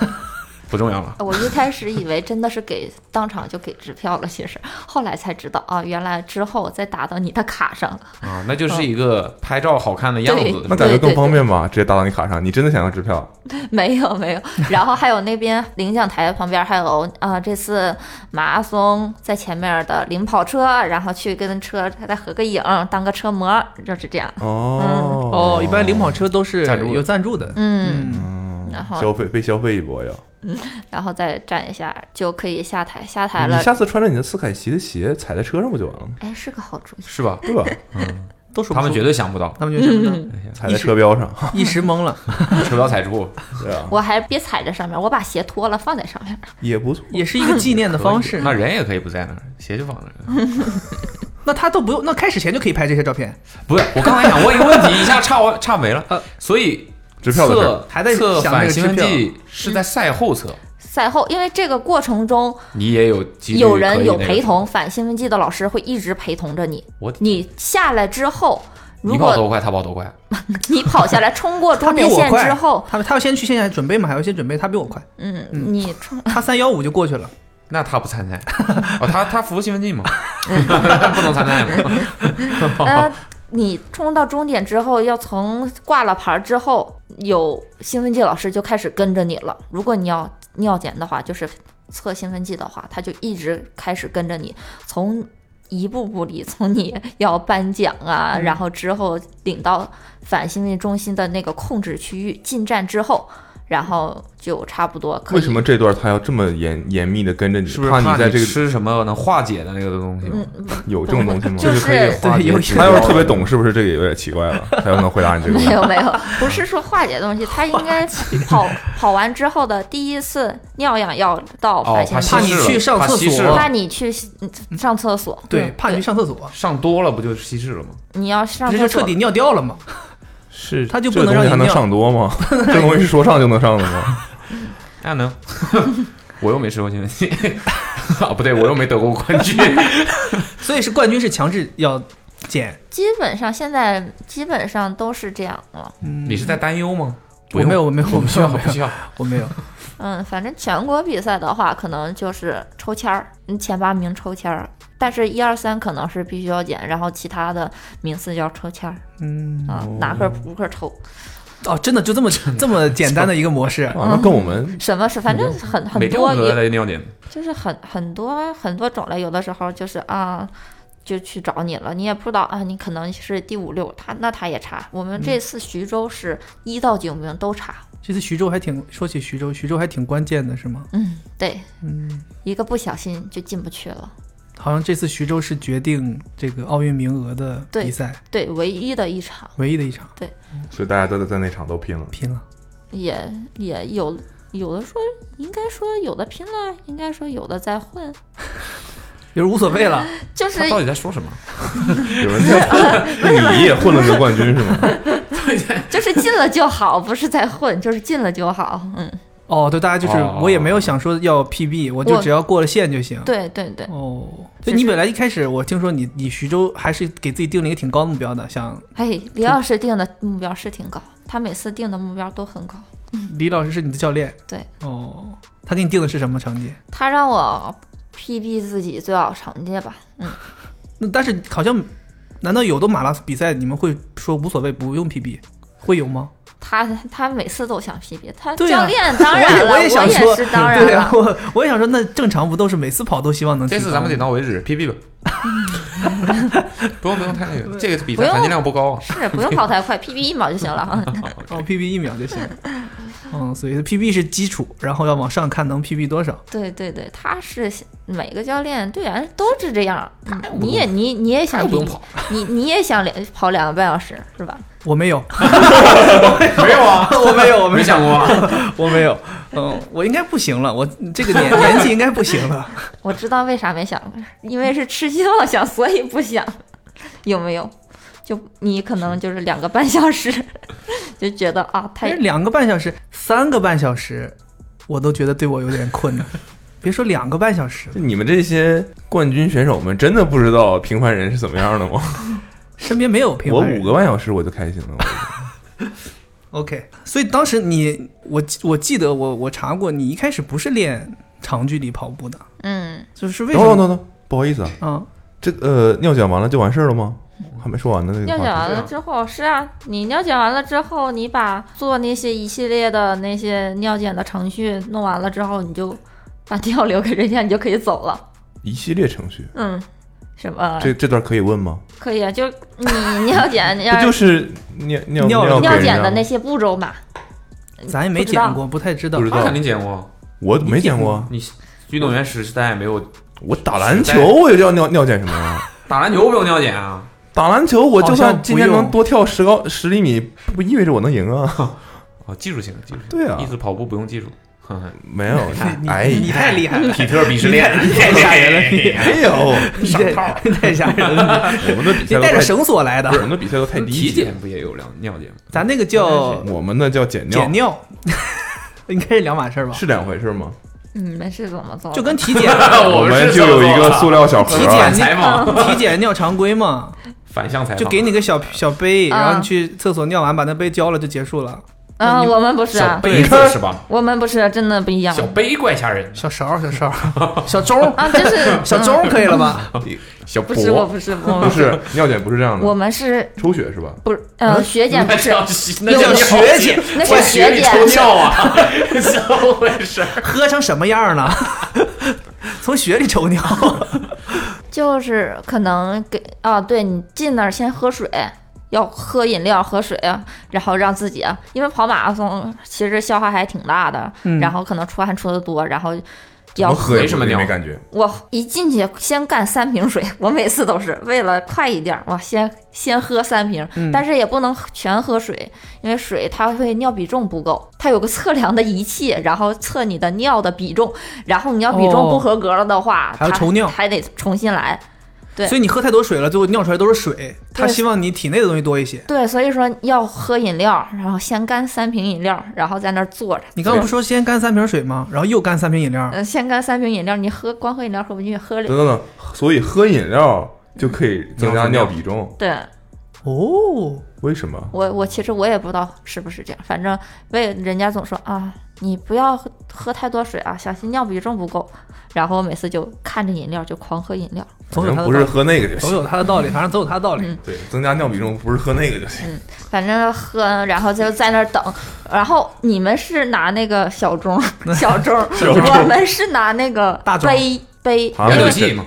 B: 不重要 了。
D: 我一开始以为真的是给当场就给支票了，其实后来才知道啊，原来之后再打到你的卡上了。
B: 啊，那就是一个拍照好看的样子。
F: 那感觉更方便吧？直接打到你卡上，你真的想要支票？
D: 没有没有， 然后还有那边领奖台旁边还有啊、呃这次马拉松在前面的领跑车，然后去跟车再合个影，当个车模，就是这样。
F: 哦
C: 哦，一般领跑车都是
B: 赞助的
C: 有赞助的，
D: 嗯，然后
F: 消费被消费一波要。
D: 然后再站一下就可以下台，下
G: 嗯
D: 台
F: 你
D: 了，
F: 下次穿着你的斯凯奇的鞋踩在车上不就完了吗？
D: 哎，是个好主意。
B: 是吧？
F: 对吧？
C: 都说
B: 他们绝对想不 到，
C: 他们觉得真的
F: 踩在车标 上，
C: 一时懵了，
B: 车标彩处
F: 对啊，
D: 我还别踩在上面，我把鞋脱了放在上面。
F: 也不错。
C: 也是一个纪念的方式。
B: 那人也可以不在那儿，鞋就放那儿。
C: 那他都不用，那开始前就可以拍这些照片，
B: 不是，我刚才想问一个问题，一下岔完岔没了
C: 呃。
B: 所以
F: 支票的事儿
B: 测
C: 还在
B: 测
C: 想那
B: 反
C: 个
B: 兴
C: 支
B: 奋
C: 票
B: 剂是在赛后测，
D: 赛后，因为这个过程中
B: 你也有几率
D: 有人
B: 可以
D: 有
B: 那个
D: 陪同，反兴奋剂的老师会一直陪同着你。
B: 我的
D: 你下来之后，如
B: 你跑
D: 果
B: 多快，他跑多快，
D: 你跑下来冲过
C: 他
D: 终
C: 比
D: 点
C: 我
D: 线
C: 快。
D: 之后，
C: 他他要先去线下准备嘛，还要先准备，他比我快，
D: 嗯，你冲
C: 他三幺五就过去了。
B: 那他不参赛 哦，他他服务兴奋 剂吗？不能参赛吗？
F: 哦
D: 呃，你冲到终点之后，要从挂了牌儿之后，有兴奋剂老师就开始跟着你了。如果你要尿检的话，就是测兴奋剂的话，他就一直开始跟着你，从一步步里，从你要颁奖啊，
F: 嗯
D: 然后之后领到反兴奋剂中心的那个控制区域进站之后。然后就差不多可以。
F: 为什么这段他要这么严严密的跟着 你？
B: 是不是
F: 怕你在这个
B: 吃什么能化解的那个东西
D: 嗯
B: 吗？
F: 有这种东西吗？
D: 就是
B: 可以化解
C: 对有
B: 指
F: 他
B: 标
F: 要
B: 的
F: 是特别懂，是不是这个也有点奇怪 了？他要能回答你这个问
D: 没
F: 题，
D: 有没 有，不是说化解东西，他应该跑跑完之后的第一次尿氧要到
B: 哦
D: 白，
B: 怕
D: 先
B: 稀
C: 怕
D: 生，
B: 释了
C: 你去上
B: 怕
C: 厕
B: 稀释
C: 所
B: 了
D: 怕你去嗯上厕所，
C: 对，
D: 嗯
C: 怕你去上厕所，
B: 上多了不就是稀释了吗？
D: 你要上
C: 这
D: 厕
C: 就彻
D: 所
C: 底，尿掉了嘛。
B: 是
C: 他就
F: 这
C: 不
F: 个
C: 能
F: 东西还
C: 让你
F: 能
C: 尿。
F: 上多 吗？这东西是说上就能上的 吗？
B: 那 能，我又没吃过兴奋剂 啊，不对，我又没得过冠军。
C: 所以是冠军是强制要减。
D: 基本上现在基本上都是这样了。
B: 你是在担忧吗？不
C: 嗯我没有，
B: 用，
C: 我没有，
B: 不
C: 我没
B: 需
C: 有，
B: 要，
C: 我
B: 不需
C: 没有，
B: 要。
C: 我没有。
D: 嗯，反正全国比赛的话，可能就是抽签儿，你前八名抽签儿，但是一二三可能是必须要减，然后其他的名次就要抽签儿
C: 嗯，
D: 啊，哪个扑克抽，
C: 哦，真的就这 么这么简单的一个模式。
F: 啊，那跟我们
D: 什么是反正很
B: 每
D: 很
B: 天我
D: 多
B: 都
D: 也
B: 在尿检，
D: 就是很很多很多种类，有的时候就是啊，就去找你了，你也不知道啊，你可能是第五六，他那他也查。我们
B: 嗯
D: 这次徐州是一到九名都查，
C: 这次徐州还挺，说起徐州，徐州还挺关键的，是吗？
D: 嗯，对，嗯，一个不小心就进不去了。
C: 好像这次徐州是决定这个奥运名额的
D: 对
C: 比赛，
D: 对，唯一的一场
C: 唯一的一场，
F: 所以大家都在那场都拼了。
C: 拼了。
D: 也也有有的说，应该说有的拼了，应该说有的在混，
C: 就是无所 谓了，
D: 就是
B: 他到底在说什么？
F: 有人在混， 那你也混了个 冠军是吗？
D: 就是进了就好，不是在混，就是进了就好，嗯。
C: 哦，对，大家就是
B: 哦
C: 我也没有想说要 PB，我就
D: 我
C: 只要过了线就行。
D: 对对对，
C: 哦，就
D: 就
C: 你
D: 是
C: 本来一开始我听说你你徐州还是给自己定了一个挺高的目标的，想
D: 哎，李老师定的目标是挺高，他每次定的目标都很高。
C: 李老师是你的教练。
D: 嗯对，
C: 哦，他给你定的是什么成绩？
D: 他让我 PB 自己最好成绩吧，嗯，
C: 那但是好像，难道有的马拉松比赛你们会说无所谓不用 PB，会有吗？
D: 他他每次都想 PB，他
C: 对啊
D: 教练当
C: 我也
D: 然了，
C: 我
D: 我
C: 也想说
D: 是当 然
C: 对啊，
D: 了，
C: 我我也想说，那正常不都是每次跑都希望能提
B: 这
C: 高吗？
B: 次咱们点到为止，PB 吧。不用不用太那个，这个比赛
D: 不用
B: 含金量不高啊。
D: 是不用跑太快，PB 一秒就行 了。
C: 哦，PB 一秒就行。嗯，所以 PB 是基础，然后要往上看能 PB 多少。
D: 对对对，他是每个教练队员都是这样，你也你你也想
B: 不用
D: PB
B: 跑，
D: 你你也想两跑两个半小时是吧？
C: 我没有，
B: 没有啊，
C: 我没有，我
B: 没
C: 没有，
B: 想过 啊。
C: 我没有。嗯，我应该不行了，我这个年 年纪应该不行了。
D: 我知道为啥没想，因为是痴心妄想，所以不想，有没有？就你可能就是两个半小时， 就觉得啊，
C: 但
D: 太
C: 是两个半小时、三个半小时，我都觉得对我有点困 难。别说两个半小时了，
F: 就你们这些冠军选手们，真的不知道平凡人是怎么样的吗？
C: 身边没有平
F: 我
C: 凡人
F: 五个半小时我就开心了。
C: OK，所以当时你，我记我记得我我查过，你一开始不是练长距离跑步的，
D: 嗯，
C: 就是为
F: 等
C: 什
F: 等等
C: 么
F: 等等，不好意思啊，
C: 啊？
F: 这呃尿检完了就完事儿了吗？还没说完呢，这个
D: 尿检
F: 话
D: 完
F: 题
D: 了之后是啊，你尿检完了之后，你把做那些一系列的那些尿检的程序弄完了之后，你就把尿留给人家，你就可以走了。
F: 一系列程序，
D: 嗯，什么
F: 这这段可以问吗？
D: 可以啊？就你尿检，你
F: 不
D: 要
F: 就是尿尿
C: 尿
F: 尿
D: 尿
F: 给人
D: 检
F: 家
D: 的
F: 吗
D: 那些步骤嘛？
C: 咱也没
D: 不知道
C: 减过，不太知道
F: 不。知
B: 他
F: 道
B: 肯，定捡过，
F: 我没见过。啊
B: 你运动员时代没有
F: 我打篮球我也要尿尿检什么呀？
B: 打篮球不用尿检啊，
F: 打篮球我就
C: 好
F: 算
C: 像
F: 今
C: 不用
F: 天能多跳十高十厘米，不意味着我能赢啊？
B: 哦，技术性技术性，
F: 对啊
B: 意思跑步不用技术，呵 呵
F: 没有
C: 你，
F: 哎
C: 你
F: 呀，
C: 太厉害了，
B: 比特鄙视 链，太
C: 吓人了
F: 没有，
C: 你太太吓人 了，
F: 哎我们的比
C: 你
F: 赛都
C: 带着
F: 太，
C: 绳索来的
F: 不。是我们的比 赛都太低
B: 体
F: 级了，
B: 检不也有尿尿检吗？
C: 咱那个叫
F: 我们的叫减尿
C: 哦减，尿， 应该是两码事儿吧？
F: 是两回事吗？
D: 你们是嗯怎么做的？
C: 就跟体检、
B: 哦我们
F: 们
B: 是
F: 就有一
B: 这么做
F: 个
B: 的
F: 塑料小盒
C: 体
F: 啊，
C: 检
B: 呃采
C: 那
B: 访
C: 体检尿常规嘛，
B: 反向采访，啊
C: 就给你个小小杯，
D: 啊
C: 然后你去厕所尿完，把那杯交了就结束了。
D: 啊，
C: 你
D: 我们不是啊
B: 小，杯子是吧？
D: 我们不是真的不一样
B: 小杯怪吓人，
C: 小勺儿，小勺 儿，小盅儿，
D: 啊，这是
C: 小盅儿可以了吧？
B: 小
D: 不是我
B: 脖，
D: 不是我
F: 不是尿检不是这样
D: 我
F: 的，
D: 们是
F: 抽血是吧？
D: 不是呃
F: 啊
D: 学姐不是
B: 那叫那
D: 有
B: 叫
D: 的
B: 学
C: 姐，
D: 那
B: 我
D: 是
B: 学
D: 学
B: 你
D: 姐，
B: 抽尿啊， 怎么回事？
C: 喝成什么样儿了？ 从血里抽尿，
D: 就是可能给啊，对你进那儿先喝水。要喝饮料、喝水，然后让自己，因为跑马拉松其实消耗还挺大的，
C: 嗯
D: 然后可能出汗出的多，然后要
F: 我喝
B: 没什么
F: 也
B: 尿
F: 没感觉，
D: 我一进去先干三瓶水，我每次都是为了快一点儿，我先先喝三瓶，
C: 嗯
D: 但是也不能全喝水，因为水它会尿比重不够，它有个测量的仪器，然后测你的尿的比重，然后你尿比重
C: 哦
D: 不合格了的话，
C: 还要
D: 它
C: 抽尿
D: 还得重新来。对
C: 所以你喝太多水了，最后尿出来都是水。他
D: 对
C: 希望你体内的东西多一些。
D: 对，所以说要喝饮料，然后先干三瓶饮料，然后在那儿坐着。
C: 你刚刚不说先干三瓶水吗？然后又干三瓶饮料，
D: 嗯，先干三瓶饮料，你喝光喝饮料喝不进去，喝了
F: 等等等，所以喝饮料就可以增加尿比重，
D: 对。
C: 哦，
F: 为什么？
D: 我我其实我也不知道是不是这样，反正为人家总说啊，你不要喝喝太多水啊，小心尿比重不够。然后我每次就看着饮料就狂喝饮料，
C: 总有
F: 人
C: 他的
F: 不是
C: 道理，
F: 喝那个就
C: 总
F: 行，
C: 有他的道理，反正总有他的道理。
D: 嗯
F: 对，增加尿比重不是喝那个就 行。
D: 反正喝，然后就在那儿等。然后你们是拿那个小盅，小盅，
F: 盅
D: 我们是拿那个
C: 大盅
D: 杯杯，
F: 啊
B: 分酒器嘛，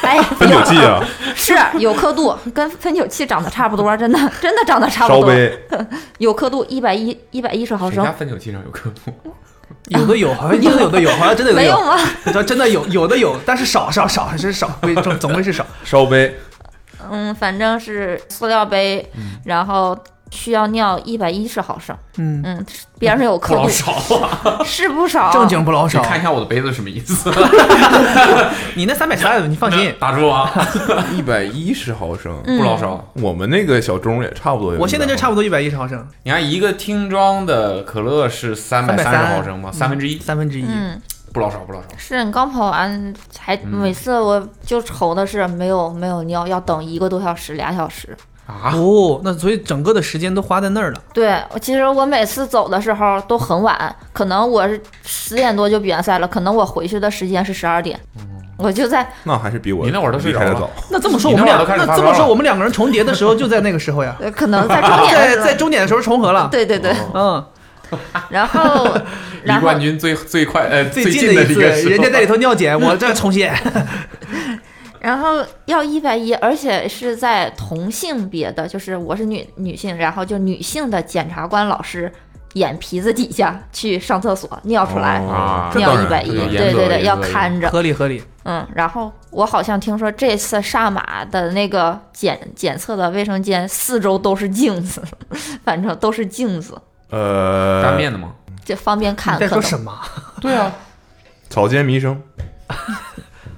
D: 哎，
F: 分酒器 啊，
D: 是有刻度，跟分酒器长得差不多，真的真的长得差不
F: 烧
D: 多，
F: 杯，
D: 有刻度，一百一一百一十毫
B: 谁家
D: 升，
B: 分酒器上有刻度？
C: 有的有，好像真的有的有，好像真的有的
D: 没有
C: 有，
D: 吗？
C: 你知道 真的有有的有，但是少少少还是少，归 总总归是少。
F: 烧杯，
D: 嗯，反正是塑料杯，然后需要尿一百一十毫升。
C: 嗯
D: 嗯，边上有
B: 不
D: 刻
B: 老
D: 度，
B: 少啊！
D: 是不少。
C: 正经不老
B: 你
C: 少。
B: 看一下我的杯子什么意思？
C: 你那三百三，你放心。
B: 打住啊！
F: 一百一十毫升，
D: 嗯
B: 不老少。
F: 我们那个小钟也差不多有100毫升。
C: 我现在就差不多一百一十毫升，
B: 你看一个听装的可乐是三百三十毫
C: 嗯
B: 升嘛，三分之一，
C: 三分之一。
D: 嗯，
B: 不老少，不老少。
D: 是你刚跑完，还
B: 嗯
D: 每次我就愁的是没有没有尿，要等一个多小时、俩小时。
B: 啊，
C: 哦，那所以整个的时间都花在那儿了。
D: 对，我其实我每次走的时候都很晚，可能我是十点多就比完赛了，可能我回去的时间是十二点，
B: 嗯
D: 我就在
F: 那还是比我
B: 你那会儿都睡着
F: 离开的
B: 了
F: 早。
C: 那这么说，
B: 你
C: 我
B: 那
C: 们
B: 会儿
C: 俩
B: 都开始
C: 那
B: 发
C: 这
B: 烧
C: 么说，
B: 了
C: 我们两个人重叠的时候就在那个时候 呀，
D: 呃可能在终点的
C: 在
D: 时候
C: 在终点的时候重合了。
D: 对对对，
C: 嗯，
D: 然后
B: 哦离
D: 然后
B: 冠军最最快呃
C: 最
B: 近
C: 的
B: 的
C: 一次，
B: 个时候
C: 人家在里头尿检，我这重 写。
D: 然后要一百一，而且是在同性别的，就是我是女女性，然后就女性的检察官老师眼皮子底下去上厕所尿出来。
F: 哦
B: 啊，
F: 这
D: 尿
F: 当
D: 一
F: 然
D: 百
F: 这
D: 一，
F: 个
B: 严
D: 对
B: 格严
D: 对对，
B: 格
D: 要
B: 严格
D: 看着，
C: 合理合理，
D: 嗯。然后我好像听说这次上马的那个检检测的卫生间四周都是镜子， 反正都是镜子，
F: 呃，
B: 干面的吗？
D: 就方便看。
C: 你在
D: 可
C: 说
D: 能
C: 什么？
B: 对啊，
F: 草间弥生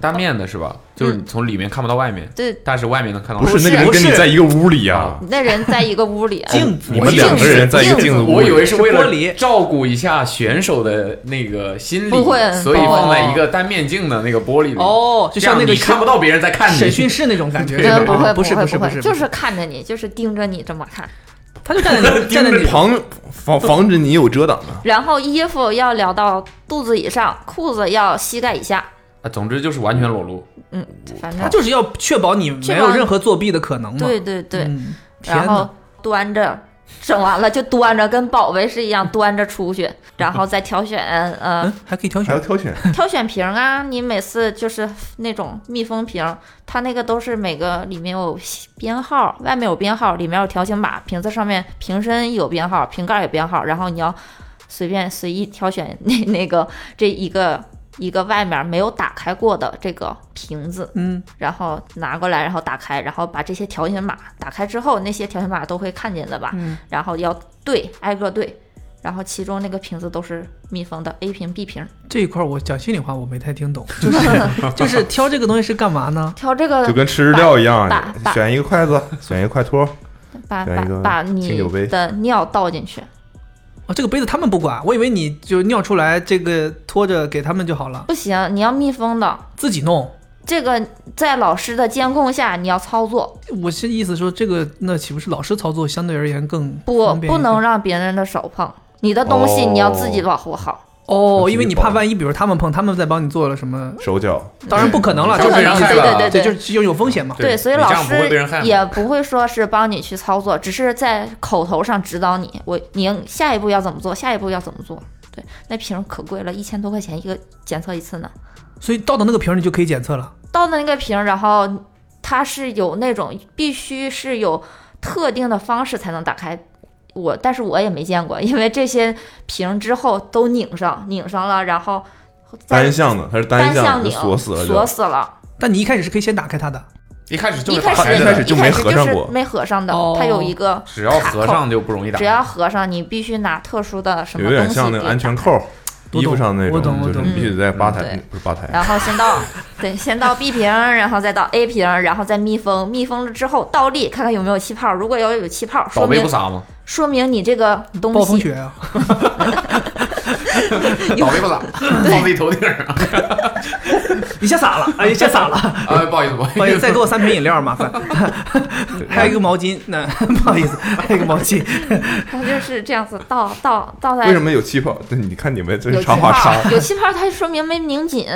B: 单面的是吧？就是你从里面看不到外面，
D: 对，
B: 但是外面能看到。
F: 不是那个人
C: 不
F: 跟
C: 是
F: 你在一个屋里啊，
D: 那人在一个屋里，
C: 镜子，
F: 你们两个人在一个镜子屋
B: 我以
F: 里，
B: 为是为
C: 是玻
B: 了
C: 璃
B: 照顾一下选手的那个心理
D: 不会，
B: 所以放在一个单面镜的那个玻璃里。，
C: 哦，就像那个
B: 你看不到别人在看你。
C: 审讯室那种感觉，
D: 对，不会
C: 不是
D: 会
C: 不是
D: 会
C: 不，是，
D: 就是看着你，就是盯着你这么看。
C: 他
F: 啊
C: 就站在你站在你
F: 旁防防止你有遮挡啊。
D: 然后衣服要撩到肚子以上，裤子要膝盖以下，
B: 啊，总之就是完全裸露。
D: 嗯，反
C: 他
D: 正
C: 就是要确保你没有任何作弊的可能嘛。
D: 对对对，
C: 嗯， 天
D: 然后
C: 哪，
D: 端着。整完了就端着，跟宝贝是一样端着出去，然后再挑选，呃
C: 嗯，，还可以挑
F: 还
C: 选
F: 要挑选，
D: 挑选瓶啊，你每次就是那种密封瓶，它那个都是每个里面有编号，外面有编号，里面有条形码，瓶子上面瓶身有编号，瓶盖有编号，然后你要随便随意挑选那 那个这一个一个外面没有打开过的这个瓶子，
C: 嗯，
D: 然后拿过来，然后打开，然后把这些条形码打开之后，那些条形码都会看见的吧？
C: 嗯
D: 然后要对挨个对。然后其中那个瓶子都是密封的，A 瓶、B 瓶，
C: 这一块儿我讲心里话我没太听懂，就是 就是挑这个东西是干嘛呢？
D: 挑这个
F: 就跟吃日料一样
D: 把把，
F: 选一个筷子，选一个筷托，
D: 把
F: 选
D: 把
F: 一个
D: 把
F: 清
D: 你
F: 酒杯
D: 的尿倒进去，
C: 哦，这个杯子他们不管，我以为你就尿出来，这个拖着给他们就好了，
D: 不行，你要密封的。
C: 自己弄。
D: 这个在老师的监控下，你要操作，
C: 我是意思说，这个那岂不是老师操作相对而言更
D: 不
C: 方便一
D: 不
C: 些
D: 能让别人的手碰你的东西，你要自己保护好。
C: 哦，
F: 自己
C: 因为你
F: 保
C: 怕万一，比如他们碰，他们再帮你做了什么，
F: 手脚
C: 当然不可能了，
B: 嗯
C: 就是
B: 不可能
C: 让你
B: 害
C: 自
D: 对
C: 己
B: 了
D: 对
C: 对，
D: 对
C: 就是就有风险嘛。
B: 对
D: 哦所以
B: 你
D: 老
B: 这样不会被人害
D: 师
B: 吗
D: 也不会说是帮你去操作，只是在口头上指导你，我你下一步要怎么做，下一步要怎么做。对，那瓶可贵了，一千多块钱一个检测一次呢。
C: 所以倒到那个瓶儿里就可以检测了。
D: 倒的那个瓶，然后它是有那种必须是有特定的方式才能打开。我，但是我也没见过，因为这些瓶之后都拧上，拧上了，然后再
F: 单向的，它是
D: 单
F: 向的，
D: 拧，
F: 就锁死了就
D: 锁。死了。
C: 但你一开始是可以先打开它的，
B: 一开始就
D: 一
B: 是
D: 开
B: 打
D: 始
B: 开
F: 一
B: 的，
F: 开始就没合上
D: 一开始
F: 过
D: 就是没合上的，
C: 哦
D: 它有一个
B: 只要合上就不容易打。
D: 只要合上，你必须拿特殊的什么
F: 有
D: 东西
F: 点像那个安全扣，
C: 我懂
F: 衣服上那
C: 我懂我
F: 种，就
C: 懂
F: 是你必须得在吧台
D: 嗯，
F: 不是吧台，
D: 然后先 到对，先到 B 瓶，然后再到 A 瓶，然后再密封，密封了之后倒立，看看有没有气泡。如果要有气泡，
B: 倒
D: 说
B: 杯
D: 明
B: 不洒 吗？
D: 说明你这个东
C: 暴风
D: 西
C: 雪啊，
B: 倒杯不 洒，放自己头顶上。
C: 一下洒 了，哎，一下洒 了。
B: 啊，不好意思，不好意
C: 不
B: 思。
C: 好意思，哎再给我三瓶饮料，麻烦。还有一个毛巾，那 不好意思，还有一个毛巾。
D: 它 就是这样子倒倒倒在
F: 为什么有气泡？对， 你看你们这
D: 有
F: 是
D: 气
F: 插话
D: 泡
F: 插，，
D: 有气泡它说明没拧紧，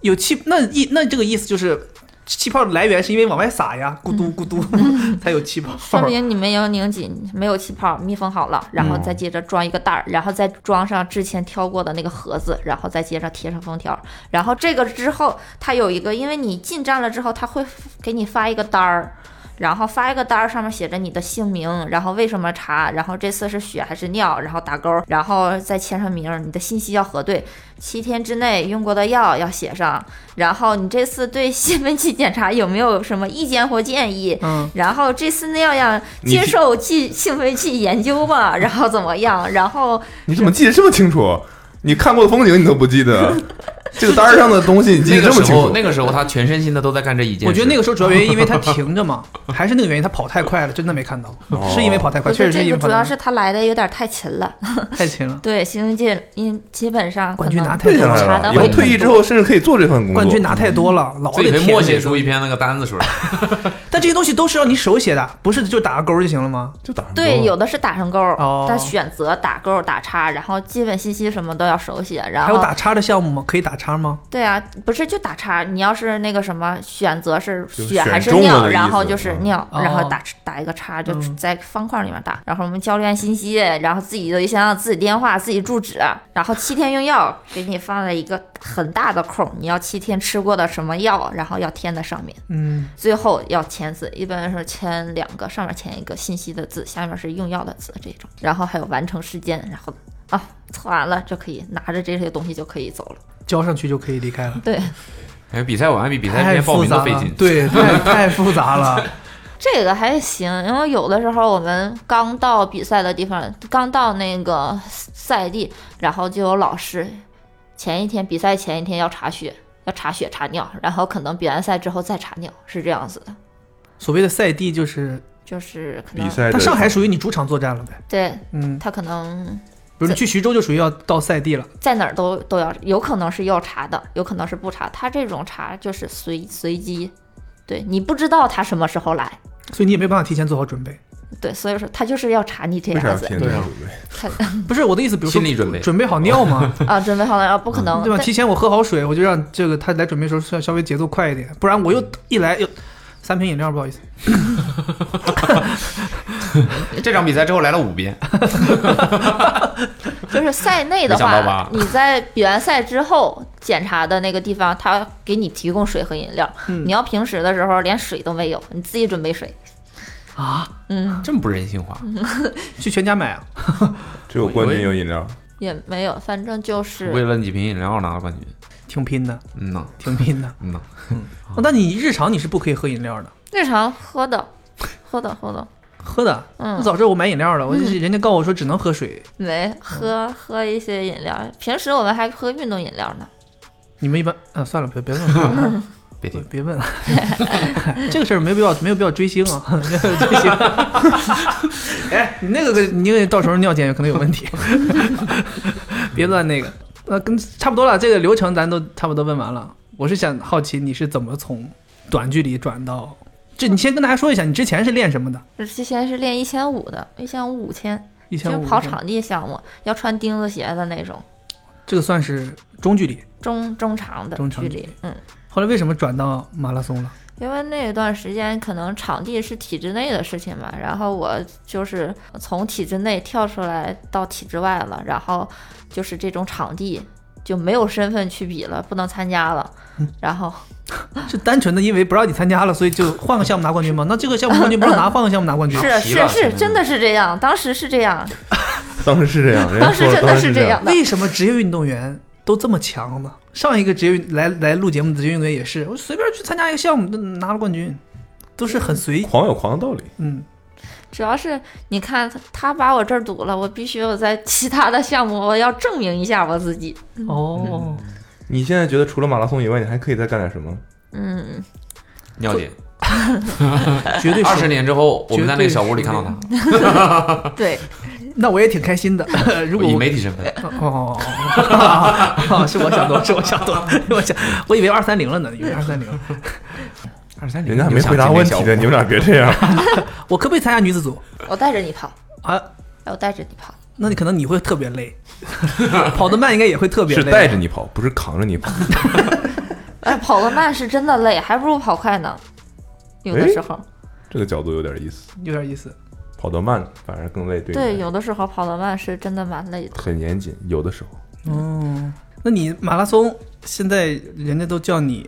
C: 有气，那意那这个意思就是，气泡的来源是因为往外洒呀，咕嘟咕嘟 才有气泡。
D: 说明你没有拧紧，没有气泡，密封好了，然后再接着装一个袋儿，然后再装上之前挑过的那个盒子，然后再接着贴上封条，然后这个之后它有一个，因为你进站了之后，它会给你发一个单儿。然后发一个单儿，上面写着你的姓名，然后为什么查，然后这次是血还是尿，然后打勾，然后再签上名，你的信息要核对，七天之内用过的药要写上，然后你这次对兴 奋剂检查有没有什么意见或建议？
C: 嗯，
D: 然后这次那样样
F: 你
D: 接受剂兴奋剂研究 吧，然后怎么样？然后
F: 你怎么记得这么清楚？你看过的风景你都不记得，这个单儿上的东西你记
B: 那
F: 得这
B: 个
F: 么
B: 时
F: 清
B: 候，
F: 楚？
B: 那个时候他全身心的都在干这一件事。
C: 我觉得那个时候主要原因，因为他停着嘛， 还是那个原因，他跑太快了，真的没看到，
F: 哦
C: 是因为跑太快，
D: 我
C: 确
D: 觉得
C: 实是因
D: 这个
C: 为跑
D: 主
C: 太
D: 要
C: 快，
D: 是他来的有点太勤了，
C: 太勤了，
D: 对兴奋剂因基本上可
C: 冠军拿
D: 能
C: 太
F: 背
C: 多
F: 下
C: 了，
F: 来
D: 查
F: 了，
D: 的
F: 以后
D: 会
F: 退役之后甚至可以做这份工作。
C: 冠军拿太多了，老
B: 自己
C: 得啊
B: 可以
C: 填
B: 默
C: 这
B: 写
C: 些
B: 出
C: 东
B: 一
C: 西。
B: 篇那个单子出 来。
C: 但这些东西都是要你手写的，不是就打个勾就行了吗？
F: 就打上
D: 对，啊
F: 勾
D: 有的是打上勾儿，
C: 哦
D: 他选择打勾儿打叉，然后基本信息什么都要手写，然
C: 还有
D: 后
C: 打叉的项目吗？可以打叉吗？
D: 对啊，不是就打叉，你要是那个什么选择是
F: 就是
D: 血还
F: 选
D: 是
F: 中了
D: 尿，
F: 的意
D: 然后
F: 思
D: 就是
F: 嗯
D: 尿，然后
C: 哦
D: 打打一个叉，就
C: 嗯
D: 在方框里面打。然后我们教练信息，然后自己的邮箱、自己电话、自己住址，然后七天用药，给你放了一个很大的空儿，你要七天吃过的什么药，然后要填在上面。
C: 嗯，
D: 最后要签字，一般是签两个，上面签一个信息的字，下面是用药的字这种，然后还有完成时间，然后啊测完了就可以拿着这些东西就可以走了。
C: 交上去就可以离开了，
D: 对，
B: 哎，比赛晚还比比赛之
C: 太
B: 前报
C: 复
B: 名
C: 杂
B: 都费
C: 了
B: 劲。，
C: 对，太太复杂了。
D: 这个还行，因为有的时候我们刚到比赛的地方，刚到那个赛地，然后就有老师前一天比赛前一天要查血，要查血查尿，然后可能比完赛之后再查尿，是这样子的，
C: 所谓的赛地就是，
D: 就是可能
F: 比赛的
C: 它上海属于你主场作战了呗。
D: 对
C: 嗯，
D: 他可能
C: 比如你去徐州就属于要到赛地了，
D: 在哪儿都都要，有可能是要查的，有可能是不查。他这种查就是随随机，对你不知道他什么时候来，
C: 所以你也没办法提前做好准备。
D: 对，所以说他就是要查你这
F: 为啥
D: 样
F: 要
D: 子
F: 填这个
B: 对啊
F: 准备？
C: 不是我的意思，比如说
B: 心理准备
C: 准备好尿 嘛，
D: 啊，准备好了啊，不可能，
F: 嗯
C: 对吧？
D: 但
C: 提前我喝好水，我就让这个他来准备的时候稍稍微节奏快一点，不然我又一来又三瓶饮料，不好意思，
B: 这场比赛之后来了五遍，
D: 就是赛内的
B: 没想到
D: 话
B: 吧，
D: 你在比完赛之后检查的那个地方，他给你提供水和饮料。
C: 嗯
D: 你要平时的时候连水都没有，你自己准备水
C: 啊？
D: 嗯，
B: 这么不人性化。
C: 去全家买啊。
F: 只有冠军有饮料，
D: 也没有，反正就是
B: 为了几瓶饮料拿了冠军，
C: 挺拼的，
B: 嗯呐，
C: 挺拼的。
B: 嗯呐，
C: 哦那你日常你是不可以喝饮料的，
D: 日常喝的，喝的喝的，
C: 喝的。
D: 嗯
C: 那，早知道我买饮料了，我就是人家告我说只能喝水。
D: 没喝喝一些饮料，平时我们还喝运动饮料呢。
C: 你们一般，嗯、算了，别别问
D: 嗯
C: 了，
B: 别
C: 别
B: 听，
C: 别问了，这个事儿没必要，没有必要追星啊， 没有追星。哎，你那个，你那个到时候尿检有可能有问题， 别乱那个。那跟差不多了，这个流程咱都差不多问完了。我是想好奇你是怎么从短距离转到这？你先跟大家说一下，你之前是练什么的？
D: 我之前是练一千五的，一千五五千，
C: 一
D: 就
C: 千
D: 是
C: 五
D: 跑，场地项目，要穿钉子鞋的那种，
C: 这个算是中距离。
D: 中中长的
C: 中长
D: 距
C: 距
D: 离
C: 离。
D: 嗯，
C: 后来为什么转到马拉松了？
D: 因为那段时间可能场地是体制内的事情嘛，然后我就是从体制内跳出来到体制外了，然后就是这种场地就没有身份去比了，不能参加了，然后
C: 是单纯的因为不让你参加了，所以就换个项目拿冠军吗？ 那这个项目冠军不让拿，换个项目拿冠军。
D: 是啊
B: 皮
D: 是
B: 了
D: 是，
B: 嗯
D: 真的是这样，当时是这样，
F: 当时是这样，人家
D: 当时
F: 说了
D: 真
F: 当
D: 的
F: 时
D: 是
F: 这
D: 这。样的。
C: 为什么职业运动员都这么强呢？上一个职业运来来录节目的职业运动员也是，我随便去参加一个项目，都拿了冠军，都是很随意。
F: 狂有狂的道理，
C: 嗯，
D: 主要是你看他他把我这儿堵了，我必须我在其他的项目我要证明一下我自己。
C: 哦，
F: 你现在觉得除了马拉松以外，你还可以再干点什么？
D: 嗯，
B: 尿检。
C: 绝对
B: 二
C: 是
B: 十。年之后，我们在那个小屋里
C: 绝
B: 看
C: 对
B: 到
C: 是
B: 他，
D: 对，
C: 那我也挺开心的。 如果
B: 以
C: 我
B: 媒体身份，
C: 哦，是我想多，了，是我想多，了， 我想我以为二三零了呢，以为二三零。
B: 二三
F: 人家还没回答问题呢，你们俩别这样。
C: 我可不可以参加女子组
D: 我带着你跑，
C: 啊？
D: 我带着你跑。
C: 那你可能你会特别累， 跑得慢应该也会特别
F: 是
C: 累。啊
F: 带着你跑，不是扛着你跑。
D: 哎，跑个慢是真的累，还不如跑快呢。有的
F: 哎
D: 时候，
F: 这个角度有点意思，
C: 有点意思。
F: 跑得慢反而更累，对你来
D: 对，
F: 说
D: 有的时候跑得慢是真的蛮累的。
F: 很严谨，有的时候。
C: 哦，那你马拉松现在人家都叫你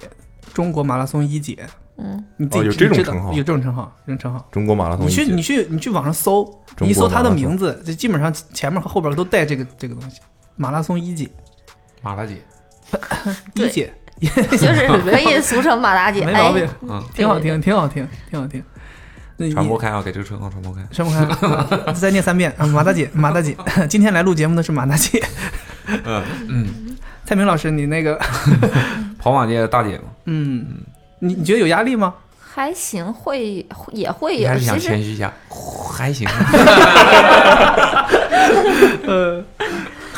C: 中国马拉松一姐，
D: 嗯，
C: 你自己、
F: 哦有
C: 你
F: 这种
C: 知道
F: 称号
C: 有这种称号，有这种称号。
F: 中国马拉松
C: 你
F: 一姐，
C: 去你去你去网上搜，
F: 中
C: 你一
F: 国
C: 搜她
F: 马
C: 的
F: 拉松
C: 名字，这基本上前面和后边都带这个这个东西。马拉松一姐，
B: 马大姐，
C: 一
D: 对
C: 姐
D: 就是 可以俗称马大姐，
C: 没毛病
D: 哎，
B: 嗯，
C: 挺好听，挺好听，挺好听。那你
B: 传播开啊，给这个称号传播开。
C: 全部看， 再念三遍啊！马大 姐，马大姐，今天来录节目的是马大姐。
B: 嗯嗯，
C: 蔡明老师，你那个，
B: 跑马界的大姐嘛，
C: 嗯，你你觉得有压力吗？
D: 还行，会也会
B: 你
D: 有
B: 还，是想
D: 其实
B: 谦虚一下，还行。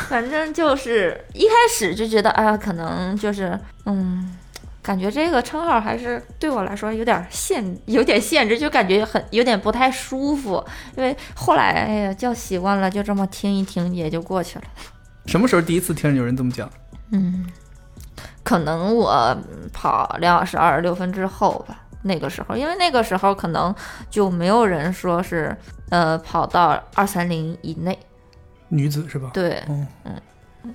D: 反正就是一开始就觉得，哎呀，可能就是，嗯，感觉这个称号还是对我来说有点限，有点限制，就感觉很有点不太舒服。因为后来，哎呀，叫习惯了，就这么听一听也就过去了。
C: 什么时候第一次听有人这么讲？
D: 嗯，可能我跑两小时二十六分之后吧，那个时候，因为那个时候可能就没有人说是，呃，跑到二三零以内。
C: 女子是吧？
D: 对，
C: 嗯
D: 嗯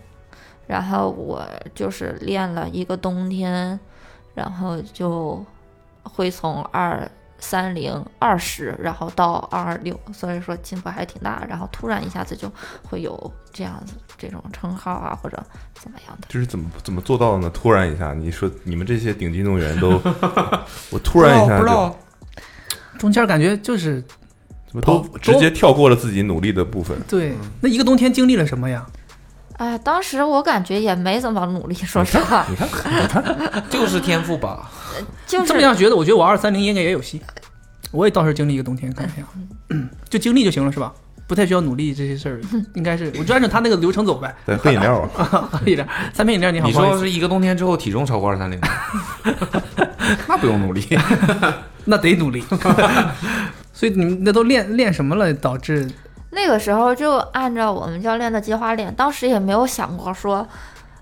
D: 然后我就是练了一个冬天，然后就会从二三零二十，然后到二二六，所以说进步还挺大。然后突然一下子就会有这样子这种称号啊，或者怎么样的。
F: 这是怎么怎么做到的呢？突然一下，你说你们这些顶级运动员 都，我突然一下
C: 不知
F: 就
C: 道，中间感觉就是
F: 怎么都
C: 跑
F: 直接跳过了自己努力的部 分，
C: 对，那一个冬天经历了什么呀？
D: 哎呀，当时我感觉也没怎么努力，说实话，
B: 就是天赋 吧。
D: 就
C: 这么
D: 是
C: 样觉得，我觉得我二三零应该也有戏。我也到时候经历一个冬天，看看呀，就经历就行了，是吧？不太需要努力这些事 儿，应该是我就按照他那个流程走呗。
F: 对，喝饮料啊，
C: 喝一点三瓶饮料，你好，
B: 你
C: 不好意
B: 说
C: 思
B: 是一个冬天之后体重超过二三零， 那不用努 力。
C: 那得努力。 所以你们那都练练什么了，导致
D: 那个时候就按照我们教练的计划练，当时也没有想过说。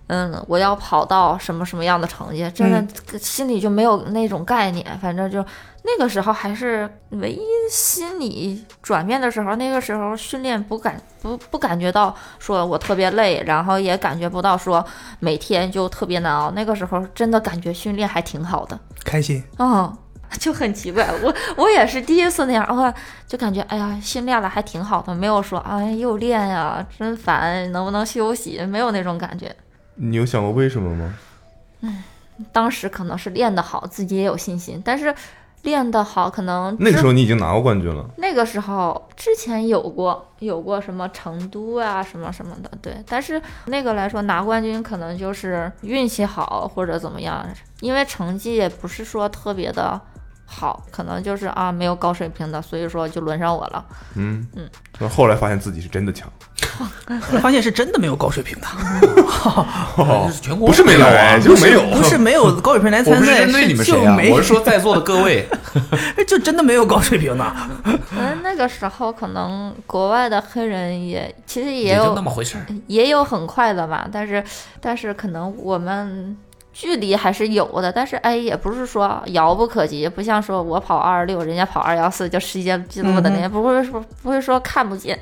D: 嗯，我要跑到什么什么样的成绩，真
C: 嗯
D: 的心里就没有那种概念。反正就那个时候还是唯一心理转变的时候，那个时候训练不感不不感觉到说我特别累，然后也感觉不到说每天就特别难熬。那个时候真的感觉训练还挺好的。
C: 开心？
D: 嗯，就很奇怪，我我也是第一次那样，啊，就感觉哎呀，训练了还挺好的，没有说哎又练呀、真烦，能不能休息？没有那种感觉。
F: 你有想过为什么吗？
D: 当时可能是练得好，自己也有信心，但是练得好可能
F: 那个
D: 之
F: 时候你已经拿过冠军了，
D: 那个时候之前有过有过什么成都啊什么什么的，对，但是那个来说拿冠军可能就是运气好或者怎么样，因为成绩也不是说特别的好，可能就是啊没有高水平的，所以说就轮上我了。
F: 嗯
D: 嗯，
F: 那后来发现自己是真的强，
C: 后来发现是真的没有高水平的，
B: 哦就是全国
F: 不是没来，就是没有，
C: 不是没有高水平来
B: 我
C: 参
B: 不是
C: 赛，
B: 针对你们
C: 就
B: 谁啊
C: 没？
B: 我是说在座的各位，
C: 就真的没有高水平的。
D: 嗯，那个时候可能国外的黑人也其实也
B: 也就那
D: 有
B: 么回事儿。
D: 也有很快的嘛，但是但是可能我们。距离还是有的，但是哎，也不是说遥不可及，不像说我跑二十六，人家跑二幺四就世界纪录
C: 嗯
D: 的
C: 哼
D: 那些，不会说不会说看不见，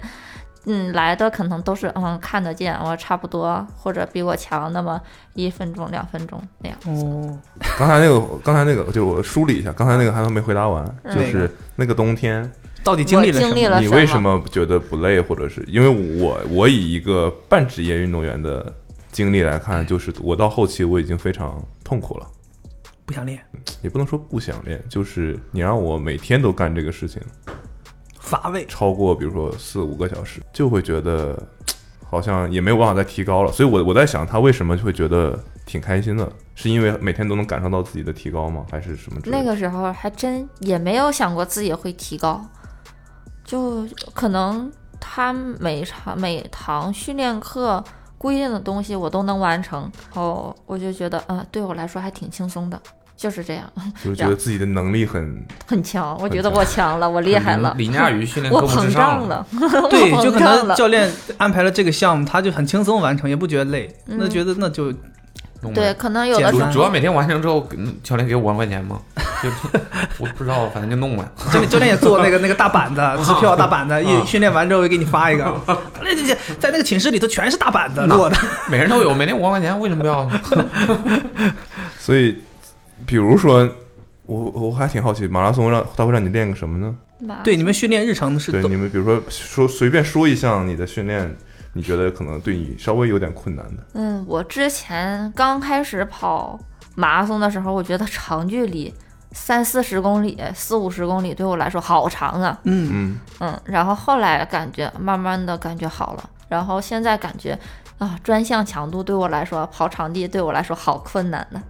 D: 嗯，来的可能都是嗯看得见，我差不多或者比我强那么一分钟两分钟那样。
C: 哦，
F: 刚才那个，刚才那个，就我梳理一下，刚才那个还没回答完，
D: 嗯
F: 就是那个冬天，
C: 到底经历了什
D: 我经历
C: 么？
D: 了
F: 你
D: 什么
F: 为什么觉得不累，或者是因为我我以一个半职业运动员的经历来看，就是我到后期我已经非常痛苦了，
C: 不想练，
F: 也不能说不想练，就是你让我每天都干这个事情，
C: 乏味。
F: 超过比如说四五个小时，就会觉得好像也没有办法再提高了。所以我我在想，他为什么会觉得挺开心的？是因为每天都能感受到自己的提高吗？还是什么之类
D: 那
F: 的？
D: 个时候还真也没有想过自己会提高，就可能他每场每堂训练课规定的东西我都能完成，然后我就觉得啊、呃对我来说还挺轻松的，就是这样，
F: 就是觉得自己的能力很
D: 很强，我
F: 很
D: 觉得
F: 强
D: 我强了，我厉害了，
B: 李佳宇训练
D: 我
B: 跟不
D: 膨胀
B: 上，
D: 了，
C: 对， 就可
D: 膨胀
C: 能
D: 了
C: 教练安排了这个项目，他就很轻松完成，也不觉得累，
D: 嗯
C: 那觉得那就
B: 弄
D: 对，
B: 呗。
D: 可能有的
C: 简
D: 时
C: 单
D: 候
B: 主主要每天完成之后，嗯教练给我万块钱吗？就 我不知道，反正就弄呗。
C: 教练教练也做那个那个大 板子支票大
B: 啊
C: 板子，一训练完之后给你发一个，那这这在那个寝室里头全是大板子摞的，
B: 每人都有，每天五万块钱，为什么不要？
F: 所以，比如说我我还挺好奇，马拉松让它会让你练个什么呢？
C: 对，你们训练日常是
F: 对，
C: 都
F: 你们比如说说随便说一项你的训练，你觉得可能对你稍微有点困难的，
D: 嗯，我之前刚开始跑马拉松的时候，我觉得长距离三四十公里、四五十公里对我来说好长啊。
C: 嗯，
F: 嗯，
D: 嗯，然后后来感觉慢慢的感觉好了，然后现在感觉啊，专项强度对我来说，跑场地对我来说好困难呢、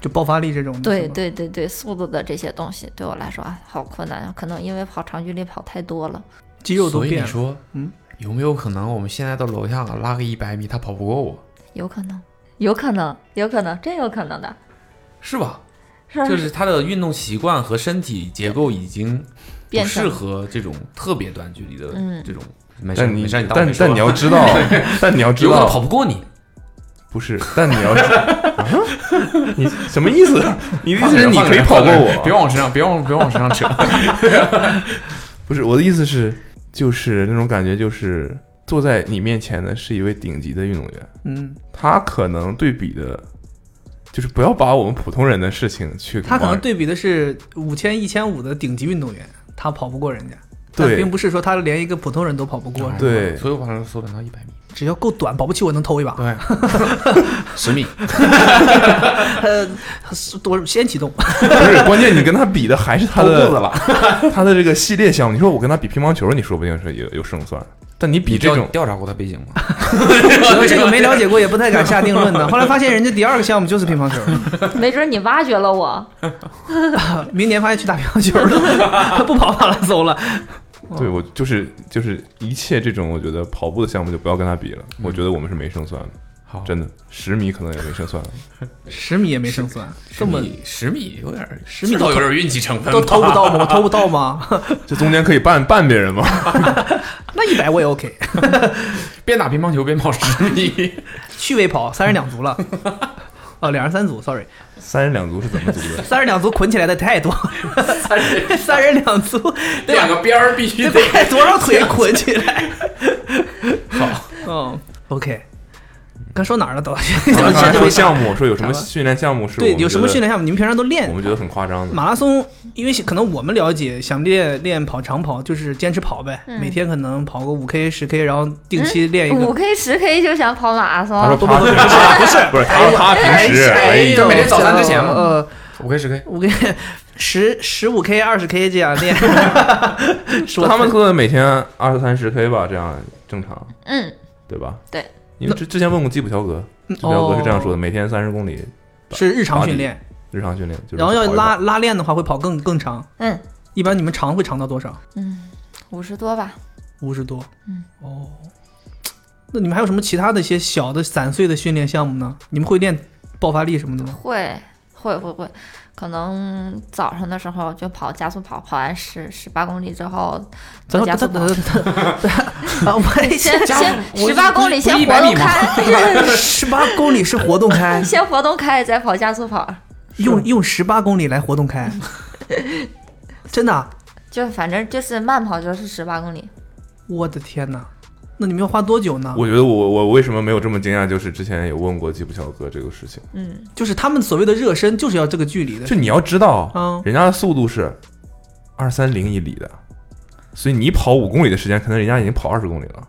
C: 就爆发力这种的。
D: 对
C: 嗯是吗，
D: 对对对，速度的这些东西对我来说啊，好困难啊，可能因为跑长距离跑太多了。
C: 肌肉都
B: 所以
C: 变
B: 你
C: 了。
B: 说，
C: 嗯，
B: 有没有可能我们现在到楼下拉个一百米，他跑不过我，
D: 有可能，有可能，有可能，真有可能的，
B: 是吧？
D: 是吧
B: 就是他的运动习惯和身体结构已经不
D: 变
B: 适
D: 成
B: 合这种特别短距离的
D: 嗯
B: 这种。没事，
F: 但你
B: 没事，你当我
F: 但
B: 没说
F: 但你要知道， 但你要知
B: 有可能
F: 道，
B: 跑不过你，
F: 不是，但你要是、啊、 你什么意思？你的意思是你可以跑过
B: 别
F: 我？
B: 往我身上，别往别往我身上扯。
F: 不是，我的意思是，就是那种感觉，就是坐在你面前的是一位顶级的运动员，
C: 嗯，
F: 他可能对比的，就是不要把我们普通人的事情去
C: 他可
F: 往
C: 能对比的是五千、一千五的顶级运动员，他跑不过人家。但
F: 对
C: 并不是说他连一个普通人都跑不过，
F: 对
B: 所以我把它缩短到一百米。
C: 只要够短，保不齐我能偷一把。
B: 对， 十米。
C: 呃，我先 启动，
F: 不是关键，你跟他比的还是他的 他的这个系列项目。你说我跟他比乒乓球，你说不定是有有胜算，但你比这种
B: 调查过他背景吗？
C: 这个没了解过，也不太敢下定 论呢。后来发现人家第二个项目就是乒乓球，
D: 没准你挖掘了我。
C: 明年发现去打乒乓 球了，不跑马拉松了。
F: 对我就是就是一切这种，我觉得跑步的项目就不要跟他比了。我觉得我们是没胜算的，
B: 好，
F: 真的，十米可能也没胜算了。
C: 十米也没胜算，这么
B: 十米有点，
C: 十米
B: 都
C: 都
B: 有点运气成分吧，
C: 都偷不到 吗？我偷不到吗？
F: 这中间可以绊绊别人吗？
C: 那一百我也 OK，
B: 边打乒乓球边跑十米。
C: 趣味跑三人 两足了。哦，两人三组，sorry，
F: 三人两足是怎么足 的？
C: 三人两足捆起来的太多， 三人 两足对吧
B: 两个边儿必须
C: 得
B: 得
C: 把多少腿捆起来。 好，嗯，OK，刚说哪儿了 都？
F: 刚才说项 目，说有什么
C: 好吧
F: 训练项目是我
C: 对，
F: 们
C: 有什么
F: 觉得
C: 训练项目你们平常都练
F: 我？们觉得很夸张的？
C: 马拉松，因为可能我们了解，想练练跑长跑就是坚持跑呗，
D: 嗯
C: 每天可能跑个五 K、十 K，然后定期练一个。
D: 五 K、十 K 就想跑马拉松，啊
F: 他说他平时不是不是他说他平时哎
B: 就每天早餐之前嘛
C: 呃，
B: 五 K 十 K，
C: 五 K 十十五 K、二十 K 这 样练，说
F: 他们做的每天二三十 K 吧，这样正常
D: 嗯，
F: 对吧？
D: 对，
F: 因为之之前问过基普乔格，基普乔格是这样说的：每天三十公里
C: 哦是日常训练，
F: 日常训练，就是
C: 然后要
F: 跑一
C: 拉
F: 跑
C: 拉练的话会跑更更长。
D: 嗯，
C: 一般你们长会长到多少？
D: 五十多吧。
C: 五十多。
D: 嗯，
C: 哦，那你们还有什么其他的一些小的散碎的训练项目呢？你们会练爆发力什么的吗？
D: 会会会会，可能早上的时候就跑加速跑，跑完十十八公里之 后，
C: 咱
D: 加
C: 咱
D: 速
C: 咱
D: 跑
C: 咱。啊，我还
D: 先
C: 先
D: 先
B: 我
D: 十八公里
B: 不是
D: 先
B: 不是
D: 活
B: 100
D: 动
B: 米吗
D: 开，，
C: 十八公里是活动开
D: 先活动开 再跑加速跑，
C: 用用十八公里来活动开，真的啊、
D: 就反正就是慢跑就是十八公里。
C: 我的天哪！那你们要花多久呢？
F: 我觉得我我为什么没有这么惊讶？就是之前有问过基普乔格这个事情，
D: 嗯，
C: 就是他们所谓的热身，就是要这个距离的
F: 就。你要知道，
C: 嗯
F: 人家的速度是二三零一里的，所以你跑五公里的时间，可能人家已经跑二十公里了，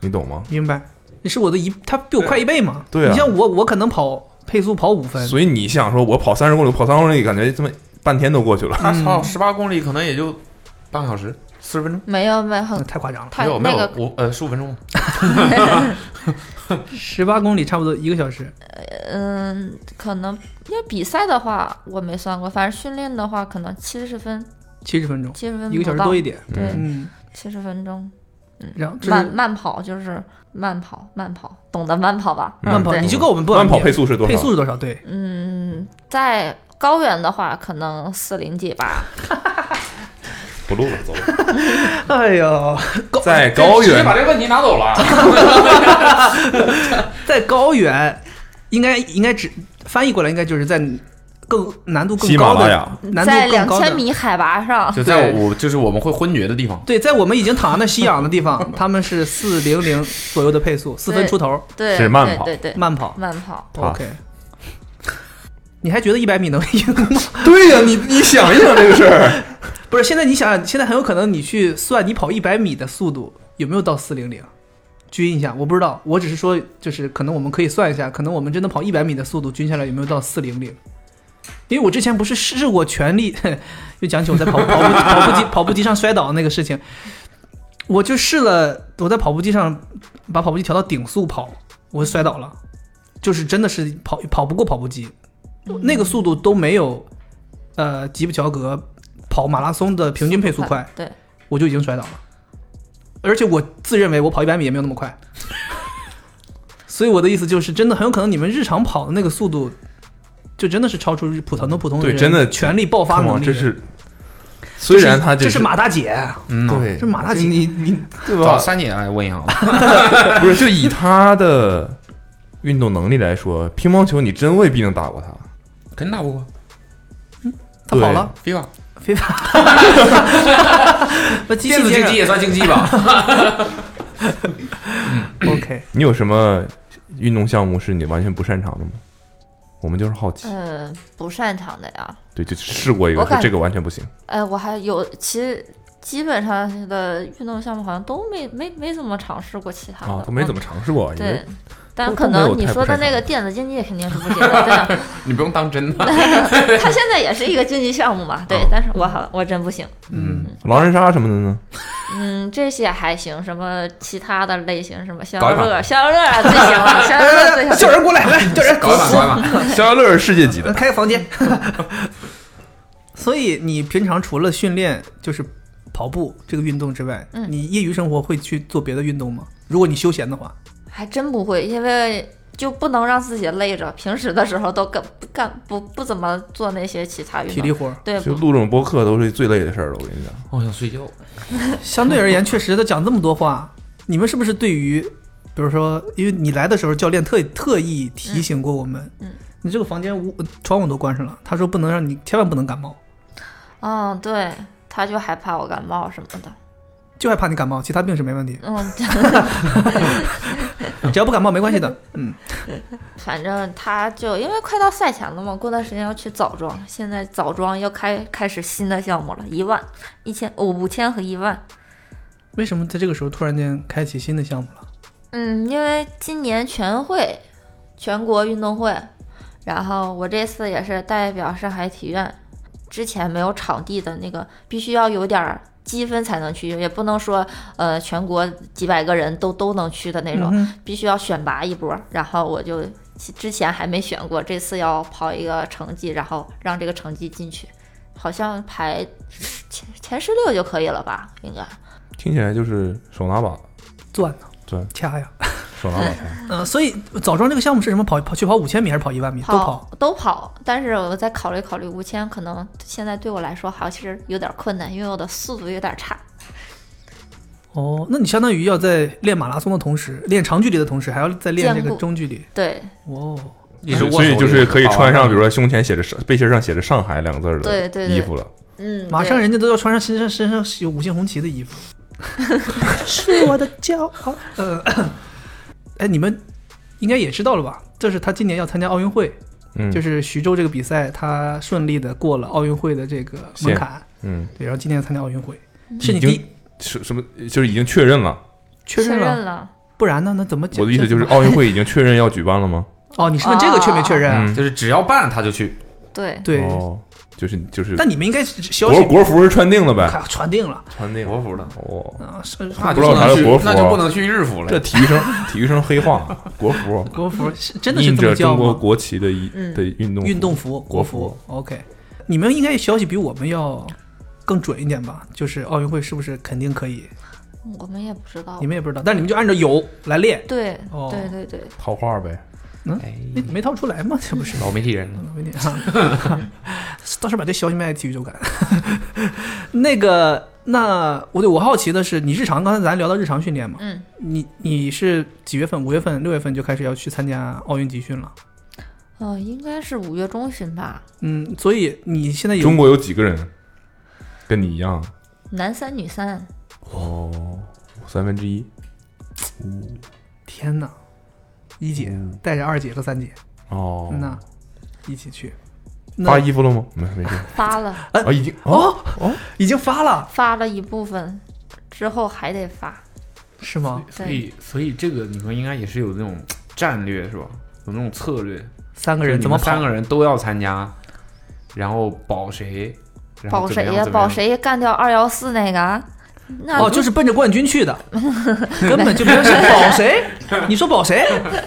F: 你懂吗？
C: 明白？你是我的一，他比我快一倍嘛？
F: 对啊
C: 你像我，我可能跑配速跑五分，
F: 所以你想说，我跑三十公里，跑三公里，感觉这么半天都过去了。
B: 他跑十八公里可能也就半个小时，四十分钟。
D: 没有没有很
C: 那太夸张了。
D: 太
B: 没有没
D: 那
B: 有
D: 个，
B: 我呃十五分钟吧。
C: 十八公里差不多一个小时，
D: 嗯，可能因为比赛的话我没算过，反正训练的话可能七十分，
C: 七十分钟，
D: 七十分
C: 一个小时
D: 不到
C: 多一点。
D: 对，
C: 嗯，
D: 七十分钟。
C: 然后这
D: 嗯慢
C: 是
D: 慢跑就是慢跑，慢跑，懂得慢跑吧？嗯
C: 慢跑，
D: 对
C: 你就跟我们不
F: 嗯慢跑配速是多少？
C: 配速是多少？ 对，
D: 嗯，在高原的话，可能四零几吧。
F: 不录了，走了。
C: 哎呦，高哎
F: 在 高
B: 直接
F: 原
B: 把这个问题拿走了。
C: 在高原，应该应该只翻译过来，应该就是在更难度更
F: 喜马
C: 高
F: 拉雅
C: 的难
D: 在
C: 度更
D: 两
C: 高
D: 千
C: 的。
D: 米海拔 上，
B: 就在我就是我们会昏厥的地方，
C: 对，在我们已经躺在那吸氧的地方，他们是四零零左右的配速，四分
D: 对
C: 出头
D: 对，
F: 是慢跑
D: 对对对，
C: 慢跑。
D: 慢跑。
F: 好
C: OK， 你还觉得一百米能赢吗？
F: 对呀、你你想一想这个事儿，
C: 不是，现在你想想，现在很有可能你去算你跑一百米的速度有没有到四零零，均一下，我不知道，我只是说就是可能我们可以算一下，可能我们真的跑一百米的速度均下来有没有到四零零。因为我之前不是试过全力， 又讲起我在跑跑步跑步机跑步机上摔倒那个事情，我就试了，我在跑步机上把跑步机调到顶速跑，我摔倒了，就是真的是跑跑不过跑步机，那个速度都没有，呃，吉普乔格跑马拉松的平均配速快，
D: 对，
C: 我就已经摔倒了，而且我自认为我跑一百米也没有那么快，所以我的意思就是，真的很有可能你们日常跑的那个速度，就真的是超出日普通的普通人
F: 对真的
C: 全力爆发能力的，
F: 这是虽然他
C: 这
F: 是
C: 是马大姐，
B: 嗯呐，
F: 对，
C: 这是马大姐，
F: 你你对
B: 找
F: 吧？
B: 三姐来问一下吧。
F: 不是，就以他的运动能力来说，乒乓球你真未必能打过他。
B: 肯定打不过，
C: 她跑了，
B: 非吧？
C: 非 法，不机
B: 电
C: 器
B: 子
C: 接
B: 竞技
C: 着
B: 也算竞技吧？
C: ，OK，
F: 你有什么运动项目是你完全不擅长的吗？我们就是好奇，
D: 嗯，不擅长的呀。
F: 对，就试过一个，
D: 我
F: 说
D: 感
F: 这个完全不行。
D: 哎，我还有，其实基本上的运动项目好像都没没没怎么尝试过其他的，
F: 啊，都没怎么尝试过，
D: 嗯。
F: 因为
D: 对，但
F: 都
D: 可
F: 都没有
D: 能你
F: 太不
D: 说的
F: 擅
D: 那个
F: 长
D: 电子竞技肯定是不行的，对。
B: 你不用当真的。
D: 它现在也是一个竞技项目嘛，
F: 哦
D: 对，但是我好我真不行，
B: 嗯，
F: 狼人杀什么 的呢？
D: 嗯，这些还行，什么其他的类型，什么消
B: 搞一
D: 消
B: 把
D: 乐，消消乐最行了，消消乐 最
C: 叫
D: 行了，
C: 人过来，来叫人，
B: 搞一把，搞一 把。
F: 消消乐是世界级
C: 呃
F: 的，
C: 开个房间。 所以你平常除了训练就是跑步这个运动之外，
D: 嗯
C: 你业余生活会去做别的运动吗？如果你休闲的话，
D: 还真不会，因为就不能让自己累着，平时的时候都干不干不不怎么做那些其他
C: 体
D: 运
C: 力
D: 动，
C: 活儿
D: 对，
F: 就
D: 不
F: 录这种播客都是最累的事儿了。我跟你讲，
B: 我想睡觉。
C: 相对而言，确实他讲这么多话，你们是不是对于，比如说，因为你来的时候教练特特意提醒过我们，
D: 嗯嗯
C: 你这个房间屋窗户都关上了，他说不能让你千万不能感冒，
D: 嗯，对，他就害怕我感冒什么的，，
C: 就害怕你感冒，其他病是没问题
D: 嗯，
C: 只要不感冒没关系的。嗯，
D: 反正他就因为快到赛前了嘛，过段时间要去枣庄，现在枣庄要开开始新的项目了，一万、一千、哦五千和一万。
C: 为什么在这个时候突然间开启新的项目了？
D: 嗯，因为今年全会，全国运动会，然后我这次也是代表上海体院，之前没有场地的那个，必须要有点儿积分才能去，也不能说呃全国几百个人都都能去的那种，
C: 嗯哼
D: 必须要选拔一波。然后我就其之前还没选过，这次要跑一个成绩，然后让这个成绩进去，好像排前前十六就可以了吧？应该。
F: 听起来就是手拿把，
C: 钻呢？
F: 钻
C: 掐呀。
F: 手拿把菜。
C: 嗯、所以枣庄这个项目是什么？跑跑去跑五千米还是跑一万米？都跑。
D: 都跑，但是我再考虑考虑，五千可能现在对我来说好像其实有点困难，因为我的速度有点差。
C: 哦，那你相当于要在练马拉松的同时，练长距离的同时，还要再练这
D: 兼
C: 个
D: 顾
C: 中距离。
D: 对
C: 哦，
B: 一直
F: 所
B: 握
F: 以所以
B: 手
F: 就是可以穿上，比如
B: 说
F: 说胸前写着上背心上写着“上海”两个字儿
D: 对
F: 的
D: 对对
F: 衣服了。
D: 嗯，
C: 马上
D: 对
C: 人家都要穿上身上身上有五星红旗的衣 服，是我的骄傲。呃，哎，你们应该也知道了吧？这是他今年要参加奥运会，
F: 嗯，
C: 就是徐州这个比赛，他顺利的过了奥运会的这个门槛，
F: 嗯，
C: 对，然后今年参加奥运会，是你
F: 已经
C: 第一
F: 是什么？就是已经确认了。
C: 确认了，
D: 了，
C: 不然呢？那怎么解？
F: 我的意思就是，奥运会已经确认要举办了吗？
C: 哦，你是问这个确没确认啊？
F: 嗯
B: 就是只要办他就去。
D: 对，
C: 对，
F: 哦，就是就是
C: 但你们应该是消
F: 国
C: 息
F: 国服是穿定了呗，
C: 卡传定了
F: 穿定
B: 国服的
F: 哦，
C: 啊，是
B: 那
F: 不
B: 就
F: 知道啥
B: 能
F: 是
B: 去
F: 国服啊
B: 那就不能去日服
F: 这
B: 了。
F: 体育生体育生黑化国服，
C: 国服是 真的是
F: 印
C: 这么
F: 着
C: 叫
F: 中国
C: 吗？
F: 国旗的一
D: 嗯
F: 的运动
C: 运动服，
F: 国
C: 国
F: 服
C: 服。OK，你们应该消息比我们要更准一点吧？就是奥运会是不是肯定可以？
D: 我们也不知道
C: 你。们也不知道，但你们就按照有来练，
D: 对，
C: 哦
D: 对对对，
F: 套话呗，
B: 哎，
C: 没没掏出来吗？这不是。
B: 老媒体人了，
C: 有点 啊，到时候把这消息卖给体育周刊。 那个，那我对我好奇的是，你日常刚才咱聊到日常训练嘛，
D: 嗯，
C: 你你是几月份？五月份、六月份就开始要去参加奥运集训了。
D: 呃，应该是五月中旬吧，
C: 嗯，所以你现在有
F: 中国有几个人跟你一样？
D: 男三女三，
F: 哦，三分之一。
C: 天呐，一姐带着二姐和三姐，
F: 哦，
C: 那一起去。那
F: 发衣服了吗？没没事
D: 发了
F: 啊，已经哦，
C: 哦哦，已经发了
D: 发了一部分，之后还得发。
C: 是吗？
B: 所以所以这个你们应该也是有那种战略是吧？有那种策略，
C: 三个人怎么
B: 就你们
C: 跑
B: 三？个人都要参加，然后保谁？然后
D: 保
B: 怎么
D: 谁
B: 样
D: 呀？
B: 怎么
D: 保
B: 样？
D: 谁干掉二幺四那个啊？那
C: 哦，就是奔着冠军去的，根本就没有想 保谁。你说保谁？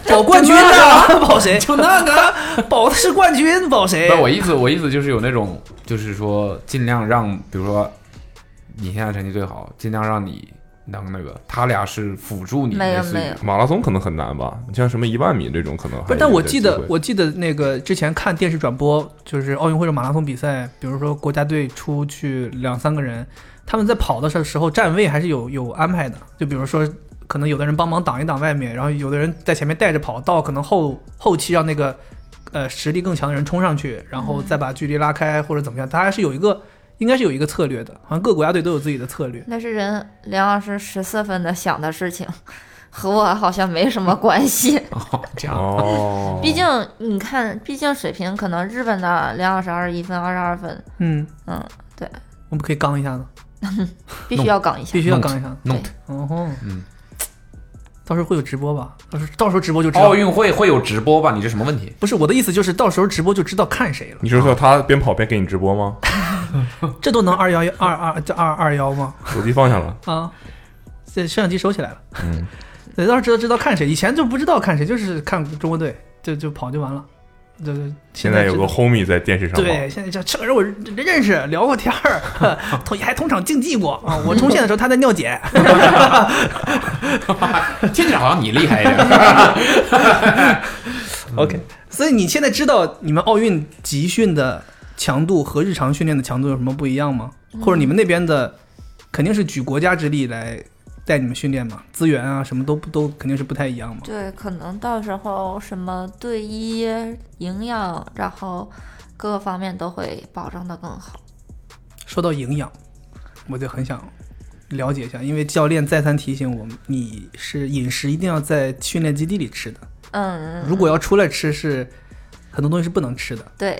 C: 保冠军的， 保谁？就那个，保的是冠军，保谁
B: 不，？我意思，我意思就是有那种，就是说尽量让，比如说你现在成绩最好，尽量让你能那个，他俩是辅助你，
D: 没有
B: 类似于
D: 没有，
F: 马拉松可能很难吧？像什么一万米这种可能还
C: 不是，
F: 有
C: 但我
F: 点
C: 记
F: 机
C: 得
F: 会，
C: 我记得那个之前看电视转播，就是奥运会的马拉松比赛，比如说国家队出去两三个人，他们在跑的时时候站位还是有有安排的，就比如说。可能有的人帮忙挡一挡外面，然后有的人在前面带着跑，到可能后后期让那个，呃，实力更强的人冲上去，然后再把距离拉开或者怎么样，他还是有一个，应该是有一个策略的，好像各国家队都有自己的策略。
D: 那是人梁老师十四分的想的事情，和我好像没什么关系。
B: 哦 这样。
F: 哦，
D: 毕竟你看，毕竟水平可能日本的梁老师二十一分、二十二分，
C: 嗯
D: 嗯，对，
C: 我们可以刚一下子，
D: 必须要杠一下
C: 必。须要刚一下子。
B: 弄
C: 哦吼，
B: 嗯，
C: 到时候会有直播吧？到时候到时候直播就知道
B: 奥。运会会有直播吧？你这什么问题？
C: 不是我的意思，就是到时候直播就知道看谁了。
F: 你是说他边跑边给你直播吗？嗯
C: 这都能二幺幺二二这二二幺吗？
F: 手机放 下了，
C: 啊，这摄像机收起来了。
F: 嗯，
C: 对，到时候知道知道看谁，以前就不知道看谁，就是看中国队就就跑就完了。对对，
F: 现在有个
C: 知
F: homie 在电视上跑，
C: 对，现在这这个人我认识，聊过天儿， 同还同场竞技过啊。我冲线的时候他在尿检，
B: 听起来好像你厉害一 点。
C: OK，所嗯以你现在知道你们奥运集训的强度和日常训练的强度有什么不一样吗？或者你们那边的肯定是举国家之力来带你们训练嘛，资源啊什么都不都肯定是不太一样嘛。
D: 对，可能到时候什么队医、营养，然后各个方面都会保障的更好。
C: 说到营养，我就很想了解一下，因为教练再三提醒我们，你是饮食一定要在训练基地里吃的，
D: 嗯，
C: 如果要出来吃是很多东西是不能吃的，
D: 对，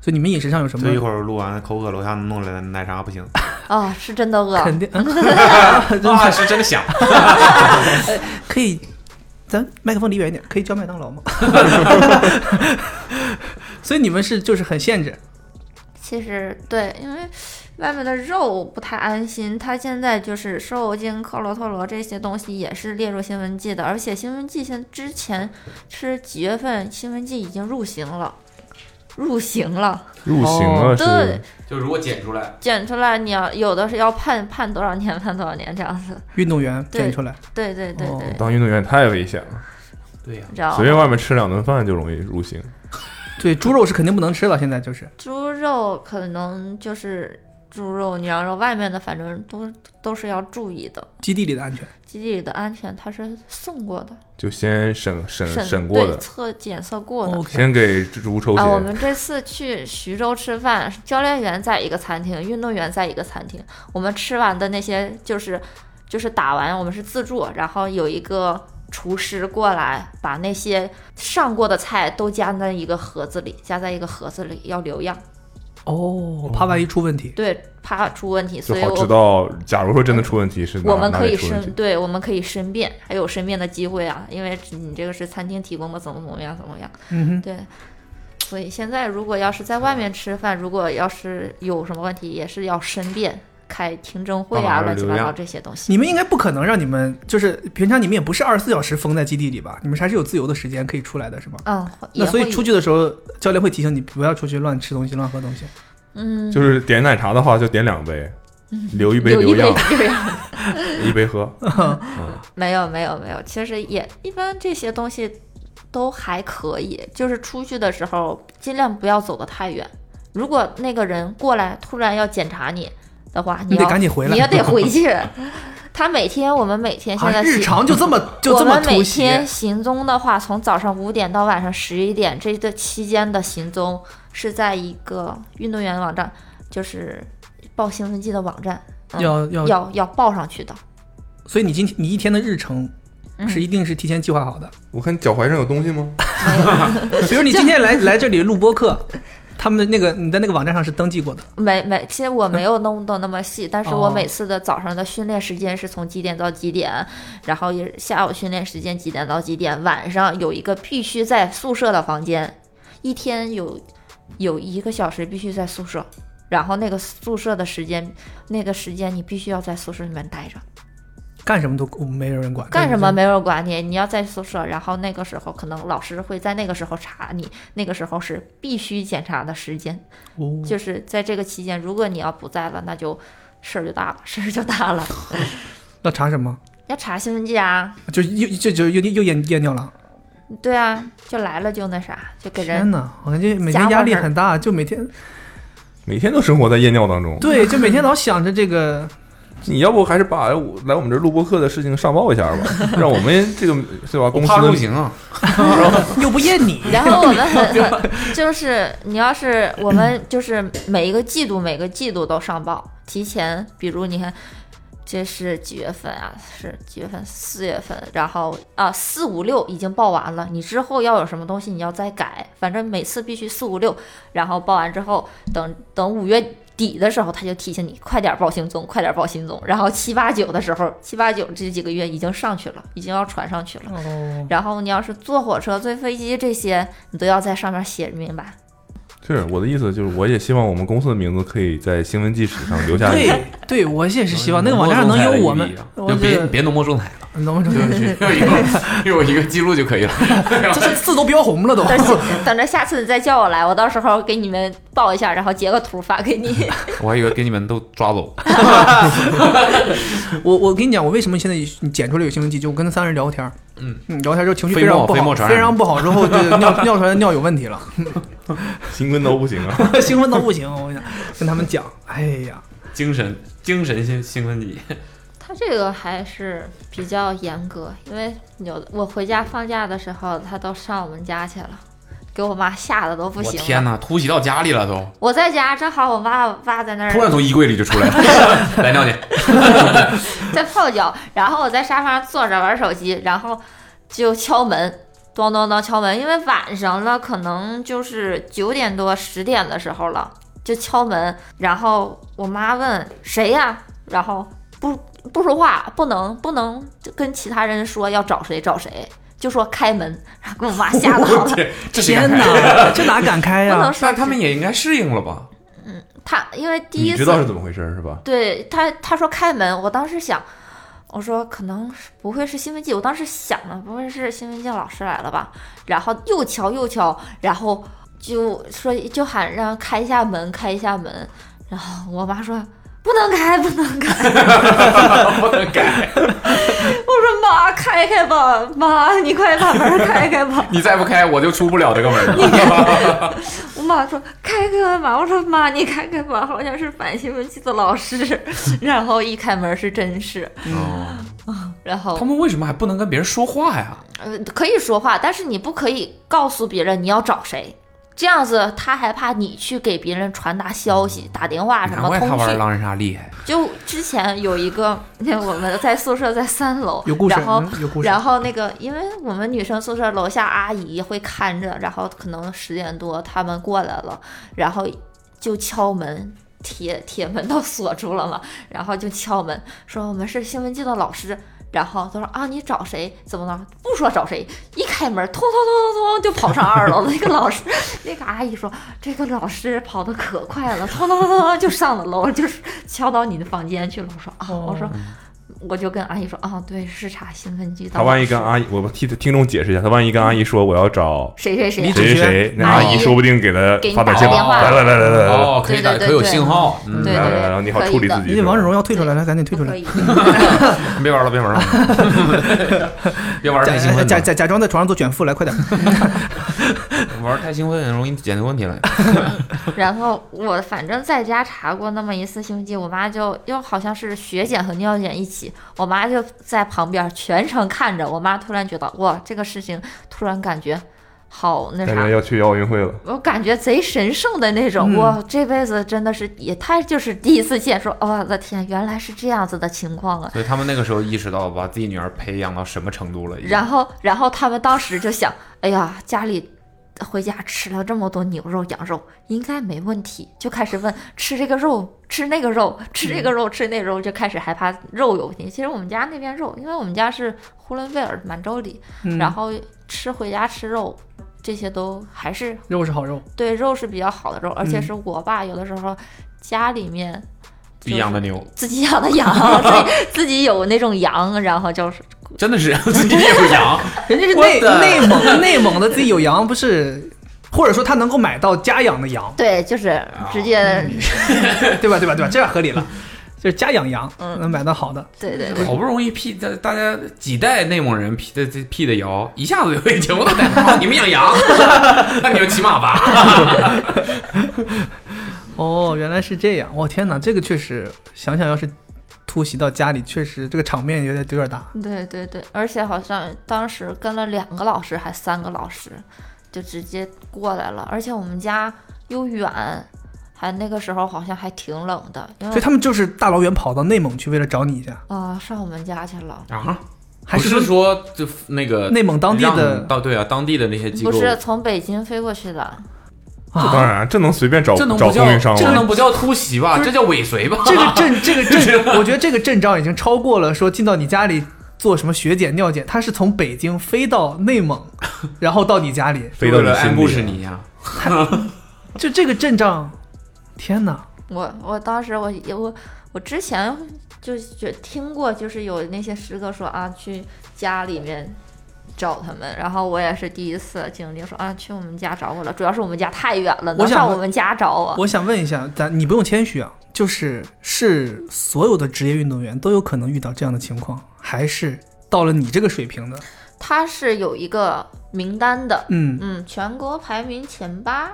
C: 所以你们饮食上有什么
B: 这？会儿录完口渴，楼下弄来奶茶不行
D: 啊、是真的饿，
C: 肯定、嗯、
B: 啊，是真的想。
C: 可以，咱麦克风离远一点，可以叫麦当劳吗？ 所以你们是就是很限制，
D: 其实对，因为外面的肉不太安心，它现在就是瘦肉精、克罗特罗这些东西也是列入兴奋剂的，而且兴奋剂现之前是几月份兴奋剂已经入刑了，入刑了，
F: 入刑了是
D: 哦对，
B: 就如果剪出来，
D: 检出来你要有的是要判判多少年， 判多少年这样子，
C: 运动员
D: 对
C: 检出来，
D: 对对对
C: 哦
D: 对，
F: 当运动员太危险了，
B: 对呀、
D: 你知道
F: 随便外面吃两顿饭就容易入刑。
C: 对，猪肉是肯定不能吃了，现在就是
D: 猪肉可能就是猪肉、牛肉，外面的反正都都是要注意的，
C: 基地里的安全。
D: 基地里的安全它是送过的。
F: 就先审审
D: 审
F: 审过
D: 对
F: 的，
D: 测检测过的。
C: OK，
F: 先给猪抽
D: 啊，我
F: 血，
D: 们这次去徐州吃饭，教练员在一个餐厅，运动员在一个餐厅。我们吃完的那些就是就是打完，我们是自助，然后有一个厨师过来把那些上过的菜都加在一个盒子里，加在一个盒子里要留样，
C: 哦，怕万一出问题，
D: 对，怕出问题，
F: 就
D: 所以
F: 好
D: 我
F: 知道，假如说真的出问题是哪
D: 我们
F: 哪
D: 可
F: 里
D: 以
F: 出问题
D: 申，对，我们可以申辩，还有申辩的机会啊，因为你这个是餐厅提供的，怎么怎么样，怎么样，
C: 嗯哼，
D: 对。所以现在如果要是在外面吃饭，如果要是有什么问题，也是要申辩、开听证会
B: 干嘛
D: 啊，
B: 要
D: 乱七八
B: 流
D: 糟
B: 量
D: 这些东西。
C: 你们应该不可能让你们就是平常你们也不是二十四小时封在基地里吧？你们还是有自由的时间可以出来的是吗？
D: 嗯，也
C: 那所以
D: 会
C: 出去的时候，教练会提醒你不要出去乱吃东西、乱喝东西。
D: 嗯，
F: 就是点奶茶的话就点两杯，留一杯
D: 有嗯一
F: 留
D: 杯
F: 样，
D: 流量。
F: 一杯喝。
D: 没有没有没有，其实也一般这些东西都还可以，就是出去的时候尽量不要走得太远。如果那个人过来突然要检查你的话，
C: 你
D: 你
C: 得
D: 要
C: 赶紧回来
D: 你也得 回去。他每天我们每天哎现
C: 啊，
D: 在
C: 日
D: 行、
C: 常就这么就
D: 我
C: 这么
D: 们每
C: 突袭，
D: 天行踪的话，从早上五点到晚上十一点这个期间的行踪是在一个运动员网站，就是报兴奋剂的网站，嗯
C: 要要
D: 要要报上去的。
C: 所以你今天你一天的日程
D: 嗯
C: 是一定是提前计划好的。
F: 我看脚踝上有东西吗？
C: 比如你今天来来这里录播课，他们那个你在那个网站上是登记过的，
D: 每每其实我没有弄到那么细，但是我
C: 哦
D: 每次的早上的训练时间是从几点到几点，然后也下午训练时间几点到几点，晚上有一个必须在宿舍的房间，一天有有一个小时必须在宿舍，然后那个宿舍的时间，那个时间你必须要在宿舍里面待着，
C: 干什么都没有人管。
D: 干什么没人管你，你要在宿舍，然后那个时候可能老师会在那个时候查你，那个时候是必须检查的时间。
C: 哦
D: 就是在这个期间，如果你要不在了，那就事儿就大了，事儿就大了，
C: 要查什么？
D: 要查新闻记啊，
C: 就又就就又又验验尿了。
D: 对啊，就来了就那啥，就给
C: 天
D: 人
C: 哪，我感觉每
D: 家
C: 天
D: 伙
C: 压力
D: 事儿
C: 很大，就每天
F: 每天都生活在夜尿当中。
C: 对，就每天老想着这个。
F: 你要不还是把我来我们这儿录播课的事情上报一下吧，让我们这个对吧？
B: 我
F: 公司
B: 怕入刑啊！
C: 又不验你，
D: 然后我们很很就是你要是我们就是每一个季度每个季度都上报，提前，比如你看。这是几月份啊？是几月份？四月份，然后啊，四五六已经报完了。你之后要有什么东西，你要再改。反正每次必须四五六，然后报完之后，等等五月底的时候，他就提醒你快点报行踪，快点报行踪。然后七八九的时候，七八九这几个月已经上去了，已经要传上去了。
C: 哦，
D: 然后你要是坐火车、坐飞机这些，你都要在上面写明白。
F: 是我的意思，就是我也希望我们公司的名字可以在新闻记史上留下一个
C: 对对，我也是希望那个网站上能有我们，我
B: 就
C: 觉
B: 别
C: 得
B: 别浓墨重彩了，
C: 能不 能
B: 就是有有一个记录就可以了。
C: 这这字都标红了都。
D: 等 下等着下次你再叫我来，我到时候给你们报一下，然后截个图发 给你。
B: 我还以为给你们都抓走，
C: 我我跟你讲，我为什么现在你剪出来有新闻记，就我跟三人聊天，
B: 嗯
C: 聊天之后情绪
B: 飞
C: 非常
B: 沫
C: 不
B: 飞
C: 好，
B: 沫传
C: 非
B: 染
C: 常不好之 后就尿尿出来尿有问题了，
F: 新闻都不行啊。
C: 兴奋到不行，我跟你讲跟他们讲，哎呀，
B: 精神精神兴兴奋剂。
D: 他这个还是比较严格，因为有的我回家放假的时候，他都上我们家去了，给我妈吓得都不
B: 我
D: 行了。嗯
B: 天哪，突袭到家里了都，
D: 我在家正好我妈我爸在那
B: 突然
D: 儿
B: 从衣柜里就出来了， 来尿去。，
D: 在泡脚，然后我在沙发上坐着玩手机，然后就敲门，咚咚咚敲门，因为晚上了，可能就是九点多十点的时候了，就敲门，然后我妈问谁呀，然后不不说话，不能不能就跟其他人说要找谁找谁，就说开门，然后给我妈吓到了
B: 这这谁
C: 天
B: 敢开？
C: 哪，这哪敢开
D: 不能
C: 哎呀？
D: 说
B: 但他们也应该适应了 吧？
D: 他，因为 第
F: 你
D: 一
F: 知
D: 次哦
F: 道是怎么回事儿是吧？
D: 对他，他说开门，我当时想，我说可能是不会是新闻记，我当时想的不会是新闻记老师来了吧？然后又敲又敲，然后就说就喊让开一下门，开一下门，然后我妈说。不能开，不能开！
B: 不能改，
D: 我说妈，开开吧，妈，你快把门开开吧。
B: 你再不开我就出不了这个门了。
D: 我妈说开开吧，我说妈，你开开吧，好像是反新闻记的老师。 然后一开门是真是，
B: 哦
D: 然后
B: 他们为什么还不能跟别人说话呀？
D: 呃，可以说话，但是你不可以告诉别人你要找谁，这样子他还怕你去给别人传达消
C: 嗯
D: 息、打电话啊什
B: 难
D: 么
B: 怪
D: 通
B: 他玩
D: 讯。
B: 狼人杀厉害。
D: 就之前有一个， 那我们在宿舍在三楼，
C: 有故事，
D: 然后
C: 嗯有故事。
D: 然后那个，因为我们女生宿舍楼下阿姨会看着，然后可能十点多他们过来了，然后就敲门，铁铁门都锁住了嘛， 然后就敲门说我们是新闻系的老师。然后他说啊，你找谁？怎么了？不说找谁，一开门，通通通通通就跑上二楼了。那个老师， 那个阿姨说，这个老师跑得可快了，通通通通就上了楼，就是敲到你的房间去了。我说啊，我说我就跟阿姨说啊，对，是查新闻局的。
F: 他万一跟阿姨，我替听众解释一下，他万一跟阿姨说我要找
D: 谁谁谁
C: 你
F: 谁谁谁，那
D: 阿
F: 阿
D: 姨
F: 姨说不定给他
D: 给你
F: 发短
D: 打
F: 信
D: 个电话
F: 来来来来来来，
B: 嗯哦，可以打，
D: 对对
B: 可以有
D: 对
B: 信号。嗯，
D: 对
F: 来
D: 对
F: 来来来，
D: 对，
F: 你好
D: 可以
F: 处理
D: 的
F: 自己
C: 你
F: 是
C: 得
F: 吧。
C: 王者荣耀退出来了，赶紧退出来
D: 可
C: 了。
D: 以，
B: 嗯别玩了，别玩了， 别玩儿
C: 假
B: 太兴奋
C: 假
B: 了，
C: 假假装在床上做卷腹来，快 点！
B: 玩儿太兴奋容易解决问题了。
D: 然后我反正在家查过那么一次新闻记，我妈就又好像是血检和尿检一起，我妈就在旁边全程看着。我妈突然觉得哇，这个事情突然感觉好那
F: 感
D: 啥
F: 觉，要去奥运会了，
D: 我感觉贼神圣的那种。
C: 嗯
D: 哇，这辈子真的是也太就是第一次见，说哦我的天，原来是这样子的情况啊。
B: 所以他们那个时候意识到把自己女儿培养到什么程度了。已经
D: 然后，然后他们当时就想，哎呀，家里回家吃了这么多牛肉、羊肉，应该没问题。就开始问吃这个肉、吃那个肉、吃这个肉、吃那个肉，就开始害怕肉有问题。其实我们家那边肉，因为我们家是呼伦贝尔满洲里，
C: 嗯
D: 然后吃回家吃肉，这些都还是
C: 肉是好肉，
D: 对肉是比较好的肉，而且
C: 嗯
D: 是我爸有的时候家里面
B: 自己养的牛，
D: 自己养的羊，自 己自己有那种羊，然后就是
B: 真的是自己也有羊，
C: 人家是内 内蒙内蒙的自己有羊，不是， 或者说他能够买到家养的羊，
D: 对，就是直接、
C: 对吧？对吧？对吧？这样合理了，就是家养羊，
D: 嗯
C: 能买到好的。
D: 对对对。
B: 好不容易辟大大家几代内蒙人辟的这辟的谣，一下子就被全部都带跑。啊你们养羊， 那你们骑马吧。
C: 哦，原来是这样！我、天哪，这个确实想想，要是突袭到家里，确实这个场面有点有点大。
D: 对对对，而且好像当时跟了两个老师，还三个老师，就直接过来了。而且我们家又远，还那个时候好像还挺冷的，因
C: 所以
D: 为
C: 他们就是大老远跑到内蒙去，为了找你一下，
D: 啊、上我们家去了，
B: 啊，
C: 还
B: 不
C: 说
B: 是说就那个
C: 内蒙当地的
B: 让到对啊，当地的那些机构，
D: 不是从北京飞过去的。
F: 这
C: 啊
F: 当然，啊这能随便找
B: 这能
F: 找
B: 不
F: 供应
B: 叫
F: 商
B: 这
F: 吗
B: 能？不叫突袭吧？这叫尾随吧？
C: 这个 阵这个阵，我觉得这个阵仗已经超过了说进到你家里做什么血检尿检，他是从北京飞到内蒙，然后到你家里，
F: 飞到
B: 为了
F: 你心
B: 安布什
F: 里，
B: 你呀、
C: 就这个阵仗，天哪！
D: 我我当时我我我之前就觉听过，就是有那些师哥说啊，去家里面找他们，然后我也是第一次经历说啊，去我们家找我了，主要是我们家太远了，
C: 我
D: 能
C: 想
D: 上
C: 问
D: 我们家找我。
C: 我想问一下，咱你不用谦虚啊，就是是所有的职业运动员都有可能遇到这样的情况，还是到了你这个水平的？
D: 他是有一个名单的，
C: 嗯，
D: 嗯，全国排名前八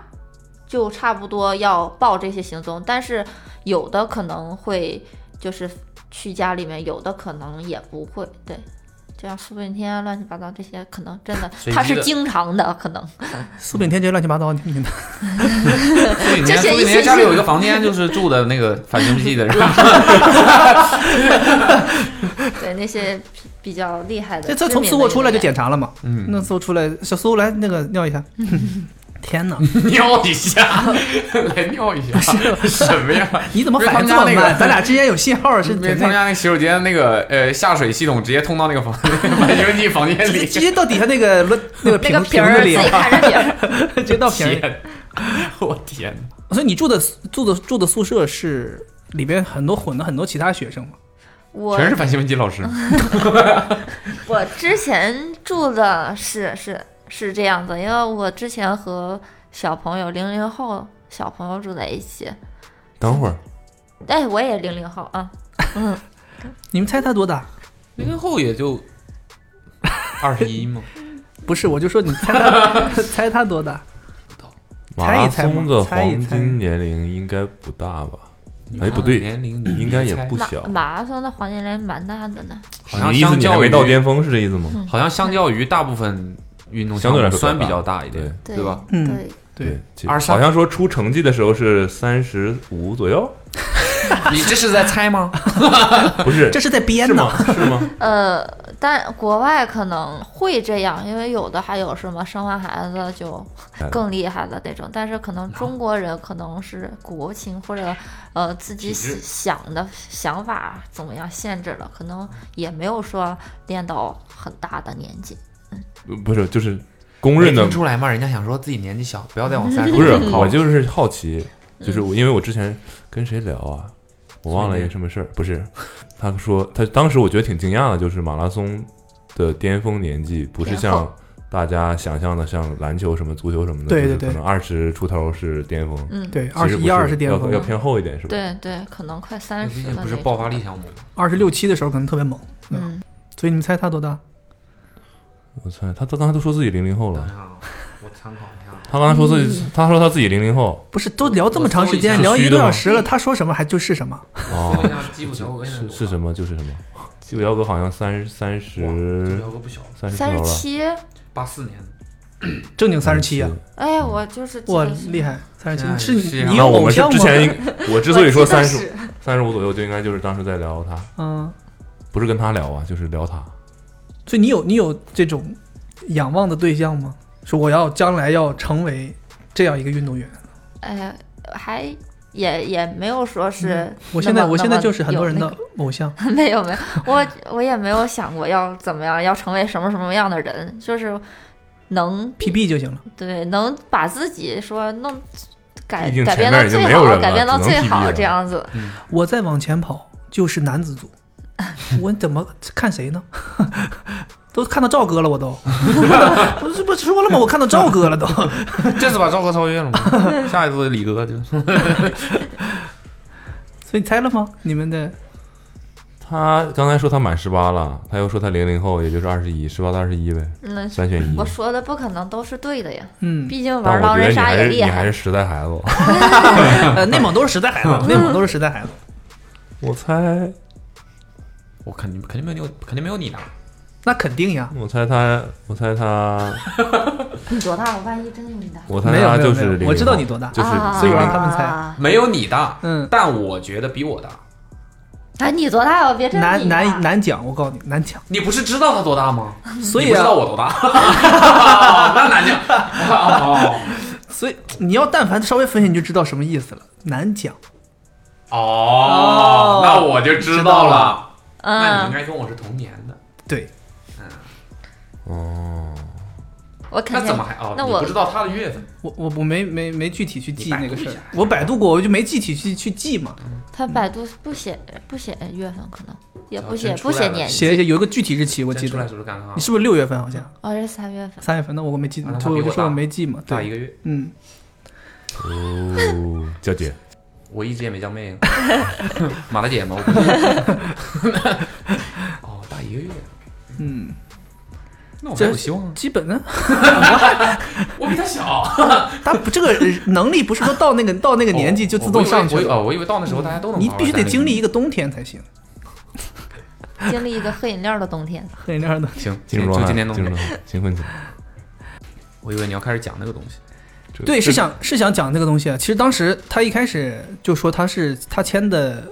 D: 就差不多要报这些行踪，但是有的可能会就是去家里面，有的可能也不会，对。这样苏炳添啊乱七八糟这些，可能真 的
B: 随机
D: 他是
B: 的
D: 经常的，可能
C: 苏炳添这些乱七八糟，你 你
B: 所以人家
D: 这些
B: 所以人
D: 一些
B: 家家里有一个房间，就是住的那个反兴奋剂的， 然后
D: 对那些比比较厉害的。
C: 这这
D: 知
C: 从
D: 名
C: 苏
D: 的
C: 沃出来就
D: 演员
C: 检查了嘛？
B: 嗯
C: 那苏沃出来，小苏来那个尿一下。天哪，
B: 尿一下， 来尿一下，什么呀？
C: 你怎么反应这
B: 不是他
C: 么
B: 们家那
C: 慢？
B: 个
C: 咱俩之间有信号是
B: 因为
C: 怎
B: 他们
C: 样？
B: 家那洗手间那个呃下水系统直接通到那个房 反兴奋剂房间
C: 直
B: 里。
C: 接到底下那个轮那个
D: 那
C: 瓶
D: 个
C: 瓶
D: 儿
C: 子
D: 自
C: 里，啊
D: 己看着瓶儿，
C: 直接到瓶儿里。
B: 天， 我天哪！
C: 所以你住的住的住的宿舍是里边很多混了很多其他学生嘛？
D: 我
B: 全是反兴奋剂老师，
D: 我之前住的是是是这样子，因为我之前和小朋友零零后小朋友住在一起，
F: 等会儿
D: 哎，我也零零后啊，
C: 你们猜他多大？
B: 零零后也就二十一嘛。
C: 不是，我就说你猜 他猜他多大？
F: 马
C: 猜一
F: 拉
C: 猜嘛
F: 松的
C: 猜一
F: 黄
C: 猜
F: 金年龄应该不大吧？哎，不对，
B: 啊年龄
F: 应该也不
D: 马
F: 小，啊
D: 马拉松的黄金年龄蛮大的呢，
B: 好像
F: 你意思
B: 相
F: 你还
B: 较
F: 没
B: 于
F: 到巅峰是这意思吗？
B: 好像相较于大部分运动
F: 相对来说
B: 算
F: 比
B: 比
F: 较
B: 较大一点，
D: 对
F: 对
B: 对吧？
C: 嗯
D: 对，
C: 对，
F: 其
B: 二十三
F: 好像说出成绩的时候是三十五 左右，
B: 你这是在猜吗？
F: 不是？
C: 这是在编
F: 是
C: 呢
F: 吗？。是 吗？
D: 呃，但国外可能会这样，因为有的还有什么生完孩子就更厉害的那种，但是可能中国人可能是国情或者呃自己
B: 体制
D: 想的想法怎么样限制了，可能也没有说练到很大的年纪。
F: 不是，就是公认的
B: 听出来吗？人家想说自己年纪小，不要再往三十
F: 不是，
C: 嗯
F: 我就是好奇，就是我因为我之前跟谁聊啊，我忘了一个什么事儿，不是，他说他当时我觉得挺惊讶的，就是马拉松的巅峰年纪不是
D: 然
F: 像
D: 后
F: 大家想象的像篮球什么、足球什么的，
C: 对
F: 就是
C: 对对
F: 可能二十出头是巅峰，
D: 嗯，
C: 对，
F: 其
C: 二
F: 实
C: 十
F: 不
C: 一二是巅峰
F: 要要，偏后一点是吧？
D: 对对，可能快三
B: 毕
D: 十
B: 竟
D: 了。
B: 不是爆发力。项目，
C: 二十六七的时候可能特别猛。
D: 嗯，
C: 所以你们猜他多大？
F: 我猜他他刚才都说自己零零后
B: 等一
F: 了，
B: 下啊，我参考一下啊。
F: 他刚才说自
D: 嗯
F: 己，他说他自己零零后，
C: 不是都聊这么长时
B: 我
C: 间，
B: 搜一下
C: 聊一个
F: 虚的
C: 多
F: 吗
C: 小时了，他说什么还就是什么。
B: 我
F: 哦，
B: 看一下基普乔格现在
F: 是
B: 多
F: 是
B: 大
F: 什么就是什么，基普乔格好像三三
B: 哇基
F: 十
B: 普乔格不小了，
F: 三十出
D: 三十
F: 头了，
D: 七，
B: 八四年的。
C: 正经三十七啊，
D: 哎，我就是记
C: 哇
D: 得是，
C: 厉害！三十
B: 哎
C: 七是
B: 是啊
C: 你
F: 那
C: 有
F: 我
C: 偶
F: 们是
C: 像
F: 之
C: 吗？
F: 前应，我之所以说
D: 我记得
F: 三十
D: 是
F: 三十五左右，就应该就是当时在聊他，
C: 嗯，
F: 不是跟他聊啊，就是聊他。
C: 所以你有你有这种仰望的对象吗？说我要将来要成为这样一个运动员？
D: 哎，还也也没有说是
C: 我
D: 那
C: 现在
D: 么
C: 我现在
D: 那么
C: 就是很多
D: 有
C: 人
D: 那
C: 的偶像。
D: 没有没有，我我也没有想过要怎么样，要成为什么什么样的人，就是能
C: PB 就行了，
D: 对能把自己说弄改
F: 毕竟
D: 改变
F: 前
D: 到
F: 面已经
D: 最
F: 没有
D: 好，
F: 人了
D: 改变到
F: 只能
D: 最
F: PB
D: 好
F: 了
D: 这样子。
C: 我再往前跑就是男子组，我怎么看谁呢？ 都看到赵哥了，我都，不是不是说了吗？我看到赵哥了都。
B: 这次把赵哥超越了吗？下一次李哥就
C: 所以你猜了吗？你们的
F: 他刚才说他满十八了，他又说他零零后，也就是二十一，十八到二十一呗，
D: 那
F: 三选一。
D: 我说的不可能都是对的呀，
C: 嗯，
D: 毕竟
F: 但
D: 玩
F: 我
D: 狼
F: 觉得
D: 人
F: 你
D: 杀
F: 还
D: 也
F: 是
D: 厉
F: 你还
D: 害
F: 是。时代孩子。
C: 呃，内蒙都是时代孩子，内蒙都是时代孩子。
F: 我猜，
B: 我肯定肯定没有你，肯定没有你大。
C: 那肯定呀，
F: 我猜他，我猜他，
D: 你多大？我万一真有你大，
F: 我猜
C: 没有
F: 他
C: 没
F: 就
C: 有
F: 是
C: 没
F: 00
C: 有，
F: 后
C: 我知道你多大，
F: 就是
D: 啊
C: 所以我让他们猜
B: 没有你大，
C: 嗯，
B: 但我觉得比我大。
D: 哎，你多大呀？别这样。
C: 难
D: 你大
C: 难难讲，我告诉你难讲。
B: 你不是知道他多大吗？
C: 所
B: 你
C: 以
B: 不知
C: 啊
B: 道，我多大，那难讲。哦
C: 所以你要但凡稍微分析，你就知道什么意思了。难讲，
B: 哦，那我就知道了。那你应
D: 嗯，
B: 该跟我是同年的，
C: 对，
F: 哦，
D: 我肯
B: 那
D: 定。
B: 怎么还哦？
D: 那
B: 你
D: 我
B: 不知道他的月份，
C: 我我我没没没具体去记
B: 你百度
C: 那个事
B: 一
C: 儿
B: 下，
C: 我百度过，我就没具体去去记嘛，
D: 他百度不写不写月份，可能也
B: 哦
D: 不
B: 真
D: 写
B: 出
D: 不
B: 来
D: 写
B: 了
D: 年纪。
C: 写一写有一个具体日期，我
B: 真
C: 记
B: 出来
C: 得。
B: 是不是刚刚
C: 你是不是六月份好像？
D: 哦，这是三月份。
C: 三月份？那我没记
B: 啊那，他
C: 所以
B: 比
C: 我就
B: 我
C: 说我
B: 大
C: 没记嘛。
B: 大一
C: 对，
B: 个月？
C: 嗯，
F: 哦，娇姐，
B: 我一直也没叫 妹啊，马大姐吗？我不是 哦，大一个月，
C: 嗯，
B: 那我还
C: 这
B: 有希望啊，
C: 基本呢，
B: 我比他小。
C: 他不这个呃能力不是说到那个到那个年纪就自动上去
B: 我以为
C: 了，嗯
B: 哦，我以为到那时候大家都能
C: 你
B: 玩
C: 必须得经历一
B: 玩
C: 个冬天才 行。
D: 经历一个喝 饮料的冬天。
C: 喝饮料的，
B: 三年
F: 进入
B: 行，就
F: 状态，
B: 今天
F: 进入
B: 弄
F: 状
B: 的。
F: 态，兴奋起 来。
B: 我以为你要开始讲那个东西，
F: 这
C: 对，是
F: 这
C: 想是想讲这个东西啊。其实当时他一开始就说他是他签的，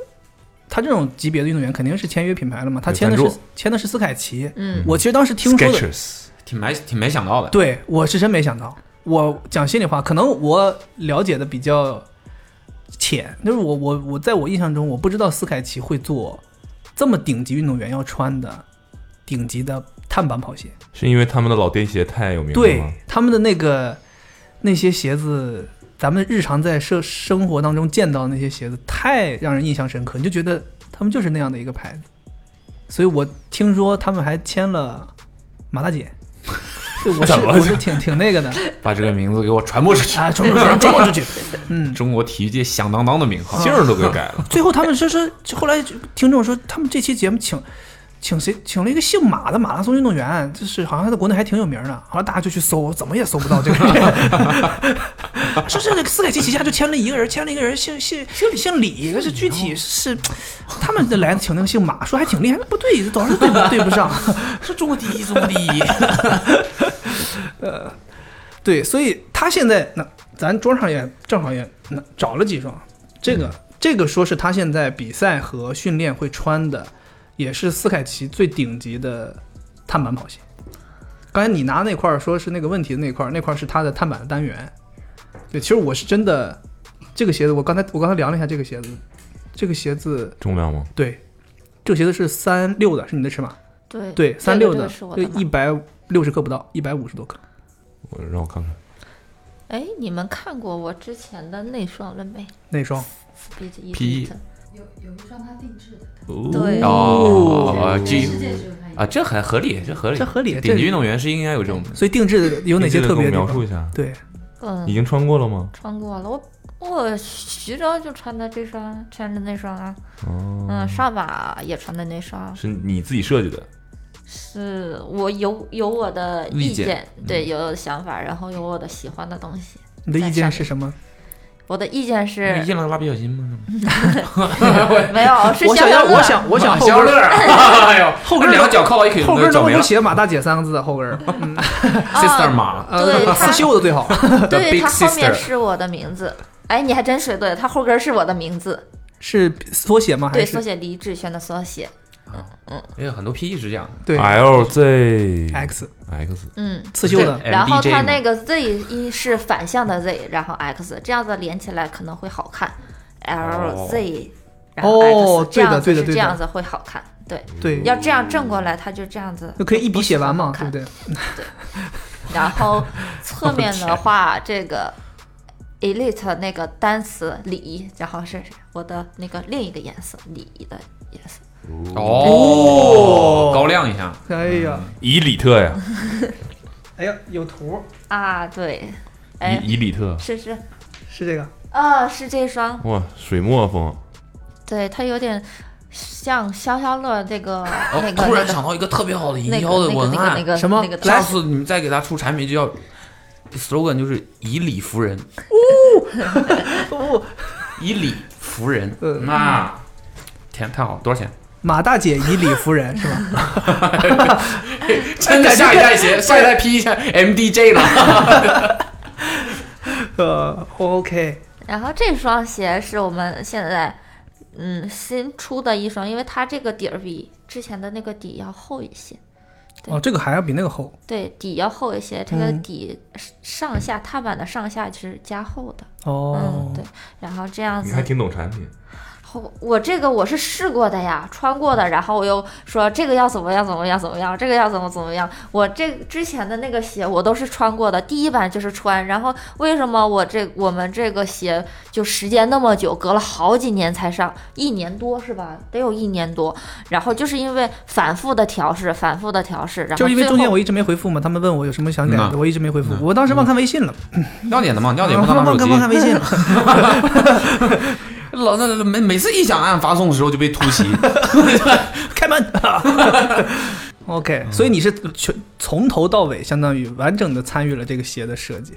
C: 他这种级别的运动员肯定是签约品牌了嘛。他签的
F: 有
C: 是
F: 赞助
C: 签的是斯凯奇。
D: 嗯，
C: 我其实当时听说的，
F: Sketchers，
B: 挺没挺没想到的。
C: 对我是真没想到。我讲心里话，可能我了解的比较浅，就是我我我在我印象中，我不知道斯凯奇会做这么顶级运动员要穿的顶级的碳板跑鞋。
F: 是因为他们的老爹鞋太有名了
C: 对
F: 吗？
C: 他们的那个那些鞋子，咱们日常在生生活当中见到的那些鞋子，太让人印象深刻，你就觉得他们就是那样的一个牌子。所以我听说他们还签了马大 姐，对，我是
F: 怎么
C: 我是挺挺那 个的
B: 把这个名字给我传播出去，
C: 啊，中国人中国出去。嗯，
B: 中国体育界响当当的名号。
F: 姓儿都给改了，
C: 最后他们说说，后来听众说他们这期节目请。请谁？请了一个姓马的马拉松运动员，就是好像他在国内还挺有名的。后来大家就去搜，怎么也搜不到这个人。 说这个斯凯奇旗下就签了一个人，签了一个人姓姓姓李，姓李，可是具体是他们这来请那个姓马，说还挺厉害，不对，总是对不对不上，是中国第一，中国第 一。呃，对，所以他现在那咱桌上也正好也那找了几双，这个、这个说是他现在比赛和训练会穿的，也是斯凯奇最顶级的碳板跑鞋。刚才你拿那块儿说是那个问题的那块儿，那块儿是它的碳板的单元。对，其实我是真的，这个鞋子我刚才我刚才量了一下这个鞋子，这个鞋子
F: 重量吗？
C: 对，这个鞋子是三六的，是你的尺码，
D: 对
C: 对，三
D: 这
C: 六
D: 个这
C: 的
D: 个是，我
C: 就
D: 的码
C: 一百六十克不到，一百五十多克。
F: 我让我看看，
D: 哎，你们看过我之前的那双了没
C: 那双
D: ？Speed
B: P
D: Elite，
F: 哦
D: 对，
B: 哦，G
H: 就看
B: 啊，这很合理，这合理，
C: 这合理这
B: 顶级运动员是应该有这种的。
C: 所以定制有哪些特别的
F: 你这个给
C: 地
F: 我描述
C: 方？
F: 一下？
C: 对，
F: 已
D: 嗯，
F: 经穿过了吗？
D: 穿过了。我我徐州就穿的这双，穿的那双啊，
F: 哦，
D: 嗯，上马也穿的那双，
F: 是你自己设计的，
D: 是我有有我的
B: 意
D: 意
B: 见
D: 见，
C: 嗯
D: 对，有我的想法，然后有我的喜欢的东西。
C: 你的意见是什么？
D: 我的意见
B: 那
D: 是
B: 印了个蜡笔小新吗？
D: 没有，是
C: 我想
D: 逍
C: 要，
D: 遥乐
C: 我想，我想后
B: 肖
C: 跟
B: 乐，
C: 儿，
B: 哎呦，
C: 后跟儿
B: 两个脚靠 到一起，
C: 后跟儿能
B: 脚
C: 不
B: 没
C: 能
B: 了。
C: 写马大姐三个字啊？后 跟儿，嗯
B: Sister 马，
C: 呃，
D: 对
C: 刺绣的最好。
B: The
D: 对
B: Big
D: 它后面
B: Sister
D: 是我的名字。哎，你还真说对了，它后跟儿是我的名字，
C: 是缩写吗？还
D: 对，
C: 是
D: 缩写李志轩的缩写。
B: 因为很多 PE 是这样的，
C: 对
F: L Z
C: X
F: X
D: 嗯，
C: 刺绣的
D: 对然后
B: MDJ
D: 它
B: 嘛
D: 那个 Z 一是反向的 Z，然后 X 这样子连起来可能会好看
B: 哦
D: ，L Z，然后 X，
C: 哦
D: 这
C: 对的
D: 样
C: 对
D: 子
C: 的
D: 是
C: 对的嗯
D: 这样子会好看，对，
C: 对，
D: 要这样正过来它就这样子，
C: 就可以一笔写完嘛，
D: 不是
C: 对
D: 很好看
C: 不对？
D: 然后 侧面的话，这个 elite 那个单词礼，然后是我的那个另一个颜色礼的颜色。
B: 哦，高亮一下，
C: 哎呀，
D: 嗯
F: 以里特呀，
C: 哎呀，有图
D: 啊，对，哎，
F: 以以里特，
D: 是是
C: 是这个，
D: 啊，是这双，
F: 哇，水墨风，啊
D: 对，它有点像消消乐这个、
B: 哦
D: 那，个
B: 突
D: 那
B: 然
D: 个
B: 想到一个特别好的营
D: 那
B: 销的
D: 个那个
B: 文
D: 那个那
B: 案，
D: 个
C: 什么
D: 那个
B: 下次你们再给他出产品就叫 slogan 就是以理服人，
C: 哦，
B: 以理服人，
C: 嗯
B: 那天太好了，多 少钱？
C: 马大姐以理服 人是吧？
B: 真的下一代鞋，下一代 P 一下 MDJ 了。
C: 呃，OK，
D: 然后这双鞋是我们现在嗯新出的一双，因为它这个底儿比之前的那个底要厚一些。
C: 哦，这个还要比那个厚
D: 对，底要厚一些，这个
C: 嗯
D: 底是上下踏板的上下是加厚的，
C: 哦
D: 嗯，，对，然后这样
F: 你
D: 子
F: 还，挺懂产品，
D: 后我这个我是试过的呀，穿过的，然后我又说这个要怎么样怎么样怎么样，这个要怎么怎么样，我这之前的那个鞋我都是穿过的，第一版就是穿，然后为什么我这我们这个鞋就时间那么久，隔了好几年才上，一年多是吧？得有一年多，然后就是因为反复的调试，反复的调试，然后
C: 就是因为
D: 最
C: 中间
D: 后
C: 我一直没回复嘛，他们问我有什么想改
B: 嗯
C: 的，
B: 呐
C: 我一直没回复，我当时忘看微信了，
B: 尿点的嘛，尿点不能拿手
C: 嗯啊忘
B: 机
C: 看。忘看微信了，
B: 老那那每每次一想按发送的时候就被突袭，
C: 开门。OK，所以嗯你是全从头到尾，相当于完整的参与了这个鞋的设计。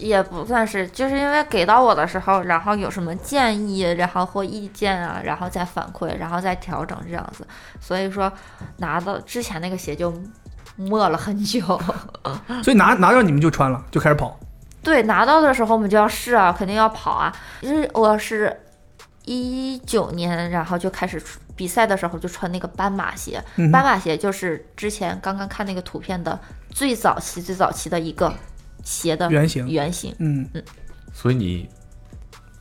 D: 也不算是，就是因为给到我的时候，然后有什么建议，然后或意见啊，然后再反馈，然后再调整这样子。所以说，拿到之前那个鞋就磨了很久。
C: 所以拿拿到你们就穿了，就开始跑。
D: 对，拿到的时候我们就要试啊，肯定要跑啊。就是我是一九年，然后就开始出比赛的时候就穿那个斑马鞋，
C: 嗯
D: 斑
C: 哼，
D: 马鞋就是之前刚刚看那个图片的最早期、最早期的一个鞋的
C: 原型
D: 原型。
C: 嗯，
B: 所以你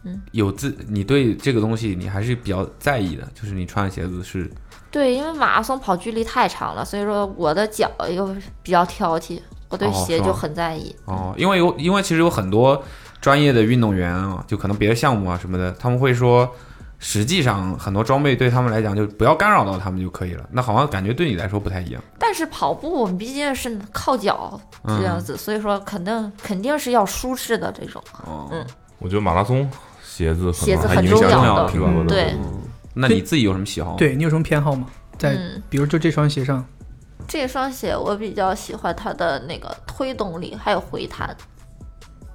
D: 嗯
B: 有自你对这个东西你还是比较在意的，就是你穿的鞋子是
D: 对，因为马拉松跑距离太长了，所以说我的脚又比较挑剔，我对
B: 哦
D: 鞋
B: 是
D: 就
B: 吗
D: 很在意。
B: 哦，因为有因为其实有很多专业的运动员啊，就可能别的项目啊什么的，他们会说，实际上很多装备对他们来讲就不要干扰到他们就可以了。那好像感觉对你来说不太一样。
D: 但是跑步我们毕竟是靠脚
B: 嗯
D: 这样子，所以说肯定肯定是要舒适的这种。
B: 哦，
D: 嗯
F: 我觉得马拉松鞋子可
D: 鞋
F: 能
D: 子
F: 还
D: 很
F: 影
D: 重嗯
F: 响
B: 要
F: 到
B: 的
F: 挺多的，
D: 对
B: 那你自己有什么喜好？，
C: 对你有什么偏好吗？在
D: 嗯，
C: 比如就这双鞋上，
D: 这双鞋我比较喜欢它的那个推动力还有回弹，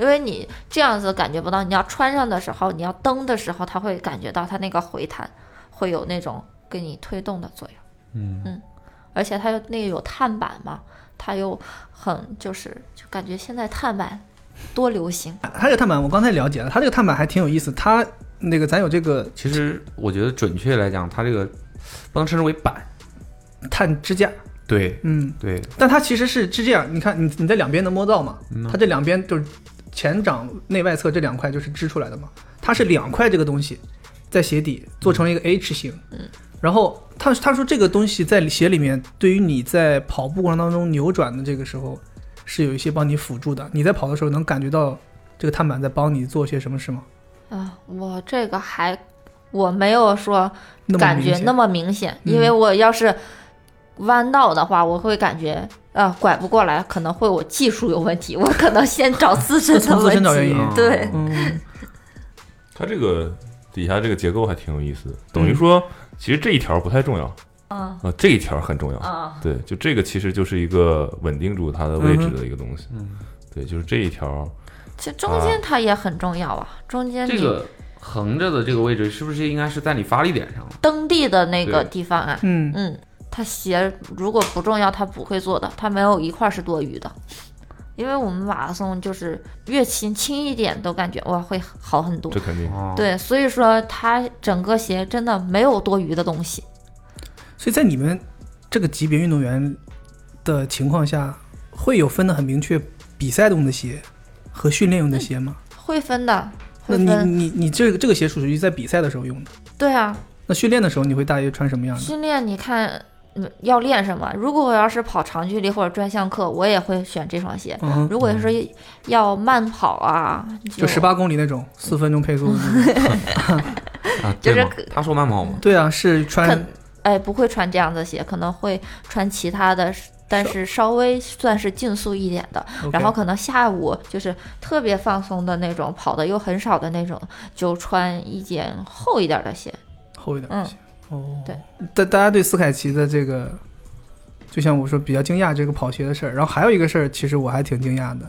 D: 因为你这样子感觉不到，你要穿上的时候，你要蹬的时候，它会感觉到它那个回弹会有那种给你推动的作用。
B: 嗯
D: 而且它又那个有碳板嘛，它又很就是就感觉现在碳板多流行。
C: 它这个碳板我刚才了解了，它这个碳板还挺有意思。它那个咱有这个
B: 其实我觉得准确来讲，它这个不能称之为板。
C: 碳支架，
B: 对
C: 嗯，
B: 对，
C: 但它其实是是这样，你看你你在两边能摸到吗？
B: 嗯呐
C: 它这两边就是前掌内外侧这两块就是支出来的嘛，它是两块这个东西在鞋底做成了一个 H 型，嗯，然后他他说这个东西在鞋里面对于你在跑步过程当中扭转的这个时候是有一些帮你辅助的，你在跑的时候能感觉到这个碳板在帮你做些什么事吗？
D: 啊，我这个还我没有说
C: 那么
D: 感
C: 明
D: 觉
C: 显
D: 那么明显，
C: 嗯
D: 因为我要是弯道的话，我会感觉。啊，拐不过来，可能会我技术有问题，我可能先 找自身的
C: 从自身
D: 问
C: 找原
D: 题
C: 因。
B: 嗯
D: 对，
C: 嗯，
F: 它这个底下这个结构还挺有意思的，等于说其实这一条不太重要，
D: 嗯
F: 啊，这一条很重要，
D: 啊，
F: 对，就这个其实就是一个稳定住它的位置的一个东西。
C: 嗯
F: 嗯对，就是这一条，
D: 其实中
C: 啊
D: 间它也很重要啊，中间
B: 这
D: 你
B: 个横着的这个位置是不是应该是在你发力点上？
D: 蹬地的那个
B: 对
D: 地方啊，
C: 嗯，
D: 嗯，他鞋如果不重要，他不会做的，他没有一块是多余的。因为我们马拉松就是越轻轻一点都感觉哇会好很多
F: 这，肯定
B: 哦，
D: 对，所以说它整个鞋真的没有多余的东西，
C: 所以在你们这个级别运动员的情况下，会有分得很明确比赛用的鞋和训练用的鞋吗？
D: 会分的，
C: 那
D: 嗯会
C: 你
D: 分。
C: 你你这个这个鞋属于在比赛的时候用的，
D: 对啊，
C: 那训练的时候你会大约穿什么样的？
D: 训练你看嗯要练什么。如果我要是跑长距离或者专项课，我也会选这双鞋。
C: 嗯哼，
D: 如果是要慢跑啊，
C: 就十八公里那种四分钟配 速的那种。
B: 啊，
D: 就是
B: 对吗
D: 可
B: 他说慢跑吗？
C: 对啊，是穿
D: 肯哎，不会穿这样的鞋，可能会穿其他的，但是稍微算是竞速一点的。
C: OK
D: 然后可能下午就是特别放松的那种，跑的又很少的那种，就穿一件厚一点的鞋。
C: 厚一点
D: 嗯
C: 的鞋。哦，
D: 对，
C: 大大家对斯凯奇的这个，就像我说比较惊讶这个跑鞋的事儿。然后还有一个事儿，其实我还挺惊讶的，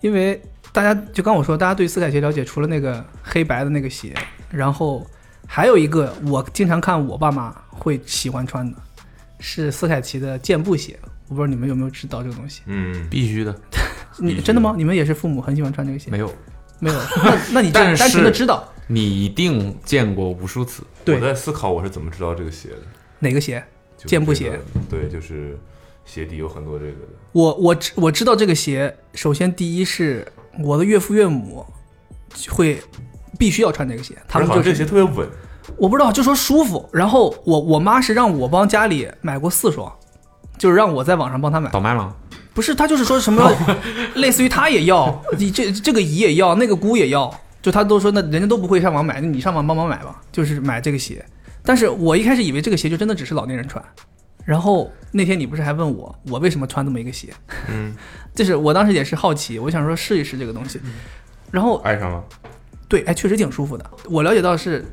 C: 因为大家就刚我说，大家对斯凯奇了解除了那个黑白的那个鞋，然后还有一个我经常看我爸妈会喜欢穿的，是斯凯奇的健步鞋。我不知道你们有没有知道这个东西？
F: 嗯，
B: 必须的，
C: 你
F: 必须
C: 真的吗？你们也是父母很喜欢穿这个鞋？
B: 没有，
C: 没有，那那你就
B: 但是
C: 单纯的知道
B: 你一定见过无数次。
C: 对
F: 我在思考我是怎么知道这个鞋的，
C: 哪个鞋？
F: 就
C: 健步
F: 觉
C: 鞋
F: 得，对，就是鞋底有很多这个的，
C: 我我知我知道这个鞋，首先第一是我的岳父岳母会必须要穿这个鞋，他
F: 而
C: 们
F: 且好
C: 就
F: 像这
C: 是
F: 鞋特别稳，
C: 我不知道就说舒服。然后我我妈是让我帮家里买过四双，就是让我在网上帮她买，
B: 倒卖了，
C: 不是她就是说什么 类似于她也要，你这这个姨也要，那个姑也要，就她都说那人家都不会上网买，那你上网帮忙买吧，就是买这个鞋。但是我一开始以为这个鞋就真的只是老年人穿，然后那天你不是还问我我为什么穿这么一个鞋？
F: 嗯，
C: 就是我当时也是好奇，我想说试一试这个东西。然后
B: 爱上了。
C: 对，哎，确实挺舒服的。我了解到是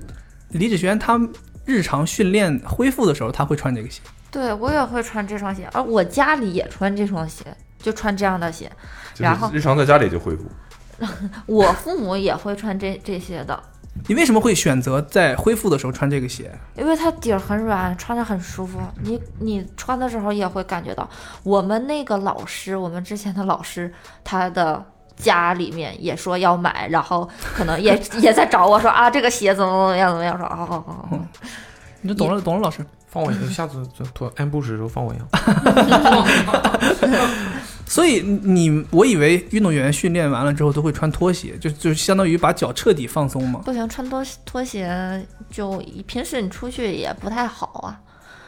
C: 李子轩他日常训练恢复的时候，他会穿这个鞋。
D: 对我也会穿这双鞋，而我家里也穿这双鞋，就穿这样的鞋。
F: 就
D: 然后
F: 是日常在家里就恢复，
D: 我父母也会穿这这些的，
C: 你为什么会选择在恢复的时候穿这个鞋？
D: 因为它底儿很软，穿着很舒服。你你穿的时候也会感觉到。我们那个老师，我们之前的老师，他的家里面也说要买，然后可能也也在找我说啊，这个鞋怎么怎么样怎么样，说哦哦哦
B: 嗯
D: 哦，
C: 你就懂了，懂了，老师。
B: 放我一个，下次做做按布时的时候放我一样。
C: 所以你，我以为运动员训练完了之后都会穿拖鞋，就就相当于把脚彻底放松嘛。
D: 不行，穿拖拖鞋就平时你出去也不太好啊，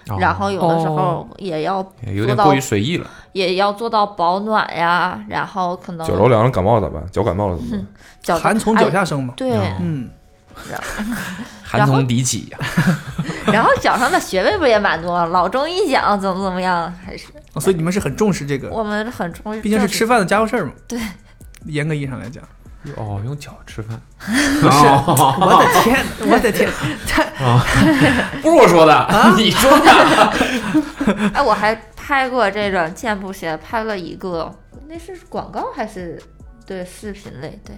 B: 哦
D: 然后有的时
C: 哦
D: 候也要
B: 有
D: 做
B: 点
D: 到
B: 过于随意了，
D: 也要做到保暖呀，然后可能
F: 脚着凉了感冒咋办？脚感冒了怎么
D: 嗯
F: 办？
D: 脚
C: 寒从脚下生嘛
D: 哎。对，
B: 嗯
C: 嗯，
B: 寒从底起呀、
D: 然后脚上的穴位不也蛮多？老中医讲怎么怎么样，还是
C: 哦所以你们是很重视这个，
D: 我们很重视。
C: 毕竟是吃饭的家伙事儿嘛。
D: 对，
C: 严格意义上来讲。
B: 哦，用脚吃 饭，不是，
C: 我的天，我的 天，
B: 不是我说的，
D: 啊
B: 你说的。
D: 哎，我还拍过这种健步鞋，拍了一个，那是广告还是对视频类？对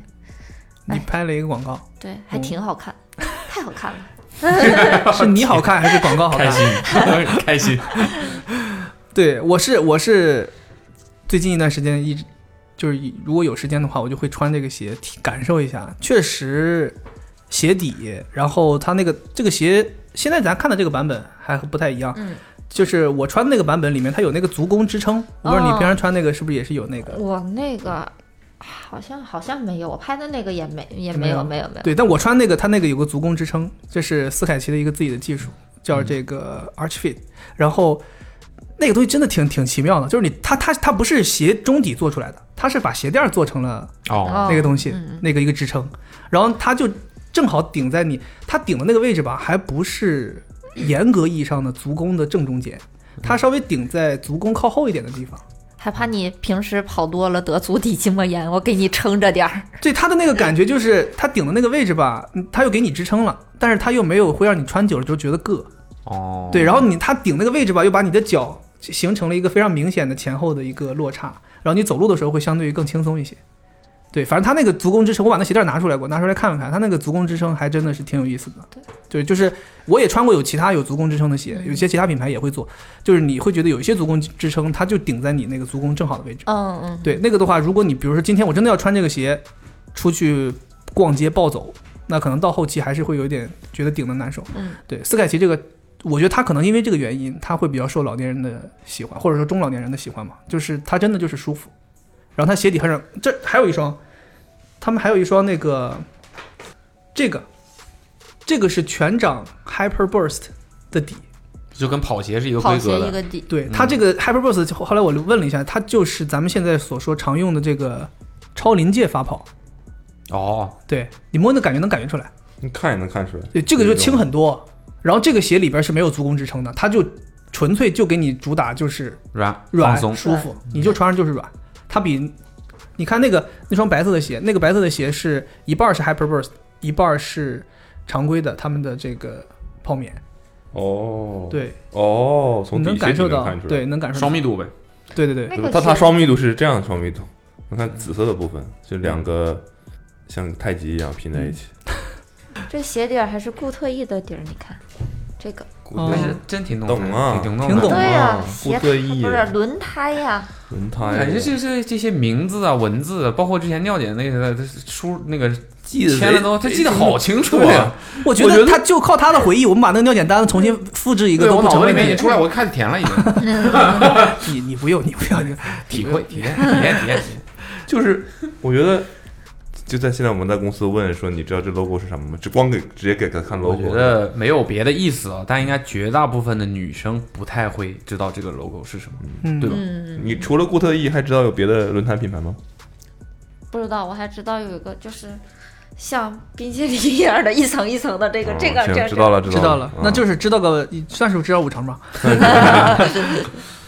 D: 哎
C: 你拍了一个广告。
D: 对，还挺好看，
C: 嗯
D: 太好 看了。
C: 是你好看还是广告 好
B: 开
C: 看？
B: 心， 开心。
C: 对，我是我是最近一段时间一直就是如果有时间的话，我就会穿这个鞋体感受一下，确实鞋底，然后它那个这个鞋现在咱看的这个版本还不太一样，
D: 嗯
C: 就是我穿那个版本里面它有那个足弓支撑，我不知道你
D: 哦
C: 平常穿那个是不是也是有那个？
D: 我那个好像好像没有，我拍的那个也没也
C: 没
D: 没
C: 有
D: 有没有没有。
C: 对，但我穿那个，它那个有个足弓支撑，这是斯凯奇的一个自己的技术，叫这个 arch fit。然后那个东西真的挺挺奇妙的，就是你它它它不是鞋中底做出来的，它是把鞋垫儿做成了
B: 哦，
D: 哦
C: 那个东西，
D: 嗯
C: 那个一个支撑，然后它就正好顶在你它顶的那个位置吧，还不是严格意义上的足弓的正中间，它稍微顶在足弓靠后一点的地方。
D: 还怕你平时跑多了得足底筋 膜炎，我给你撑着点儿。
C: 对它的那个感觉就是它顶的那个位置吧，嗯它又给你支撑了，但是它又没有会让你穿久了就觉得硌。
B: 哦，
C: 对，然后你它顶那个位置吧，又把你的脚形成了一个非常明显的前后的一个落差，然后你走路的时候会相对于更轻松一些。对，反正它那个足弓支撑，我把那鞋垫拿出来过，拿出来看了看，它那个足弓支撑还真的是挺有意思的。
D: 对，
C: 对，就是我也穿过有其他有足弓支撑的鞋，有些其他品牌也会做，就是你会觉得有一些足弓支撑，它就顶在你那个足弓正好的位置。
D: 嗯嗯，
C: 对，那个的话，如果你比如说今天我真的要穿这个鞋出去逛街暴走，那可能到后期还是会有点觉得顶的难受。
D: 嗯，
C: 对，斯凯奇这个我觉得他可能因为这个原因，他会比较受老年人的喜欢，或者说中老年人的喜欢嘛，就是他真的就是舒服。然后他鞋底很软，这还有一双，他们还有一双那个，这个，这个是全掌 Hyper Burst 的底，
B: 就跟跑鞋是一个
D: 跑
B: 规
D: 鞋
B: 格
D: 一
B: 的。
D: 个底，
C: 对
B: 嗯
C: 它这个 Hyperburst，后来我问了一下，它就是咱们现在所说常用的这个超临界发泡。
B: 哦，
C: 对你摸那感觉能感觉出来，
F: 你看也能看出来。
C: 对这个就轻很多。然后这个鞋里边是没有足弓支撑的，它就纯粹就给你主打就是
B: 软
C: 软
B: 放松，
C: 舒服，你就穿上就是软。它比你看那个那双白色的鞋，那个白色的鞋是一半是 Hyperburst，一半是常规的他们的这个泡棉。
F: 哦，，
C: 对，
F: 哦，从
C: 你
F: 底
C: 能
F: 鞋
C: 感
F: 就
C: 受
F: 能
C: 到
F: 看出，来。
C: 对，能感受到
B: 双密，度呗。
C: 对对对。
D: 那个
F: 它它
D: 鞋
F: 双密度是这样的双密度，你看紫色的部分，就两个像太极一样拼在一起。
C: 嗯
D: 这鞋底儿还是固特异的底儿，你看这个，
C: 嗯
D: 哦
B: 但是真挺懂
F: 懂啊
B: 挺懂
C: 挺
B: 的
C: 懂。
D: 对呀、
F: 啊固
D: 鞋
F: 特异
D: 不是轮胎呀、
F: 轮胎，
B: 感觉这这这些名字啊、文字啊，包括之前尿检那个他书那个
F: 记得
B: 签了都，他记得好清楚啊。
C: 我觉得他就靠他的回忆，我们把那个尿检单重新复制一个
B: 对，
C: 都
B: 我
C: 不
B: 脑
C: 成
B: 子
C: 问
B: 里面已
C: 题
B: 经。出来，我开始填了，已经
C: 你你不用，你不 用，你
B: 体会体验体验体验。体验
F: 就是我觉得。就在现在，我们在公司问说，你知道这 logo 是什么吗？只光给直接给他看
B: 我
F: logo，
B: 觉得没有别的意思啊，但应该绝大部分的女生不太会知道这个 logo 是什么。
C: 嗯
B: 对吧
D: 嗯，
F: 你除了固特异，还知道有别的轮胎品牌吗？
D: 不知道，我还知道有一个就是像冰淇淋一样的一层一层的这个、这个
F: 嗯
D: 这
F: 行
D: 个，
F: 知道了，知
C: 知道
F: 道
B: 啊
C: 了，那就是是知道个算是知道五 成吧。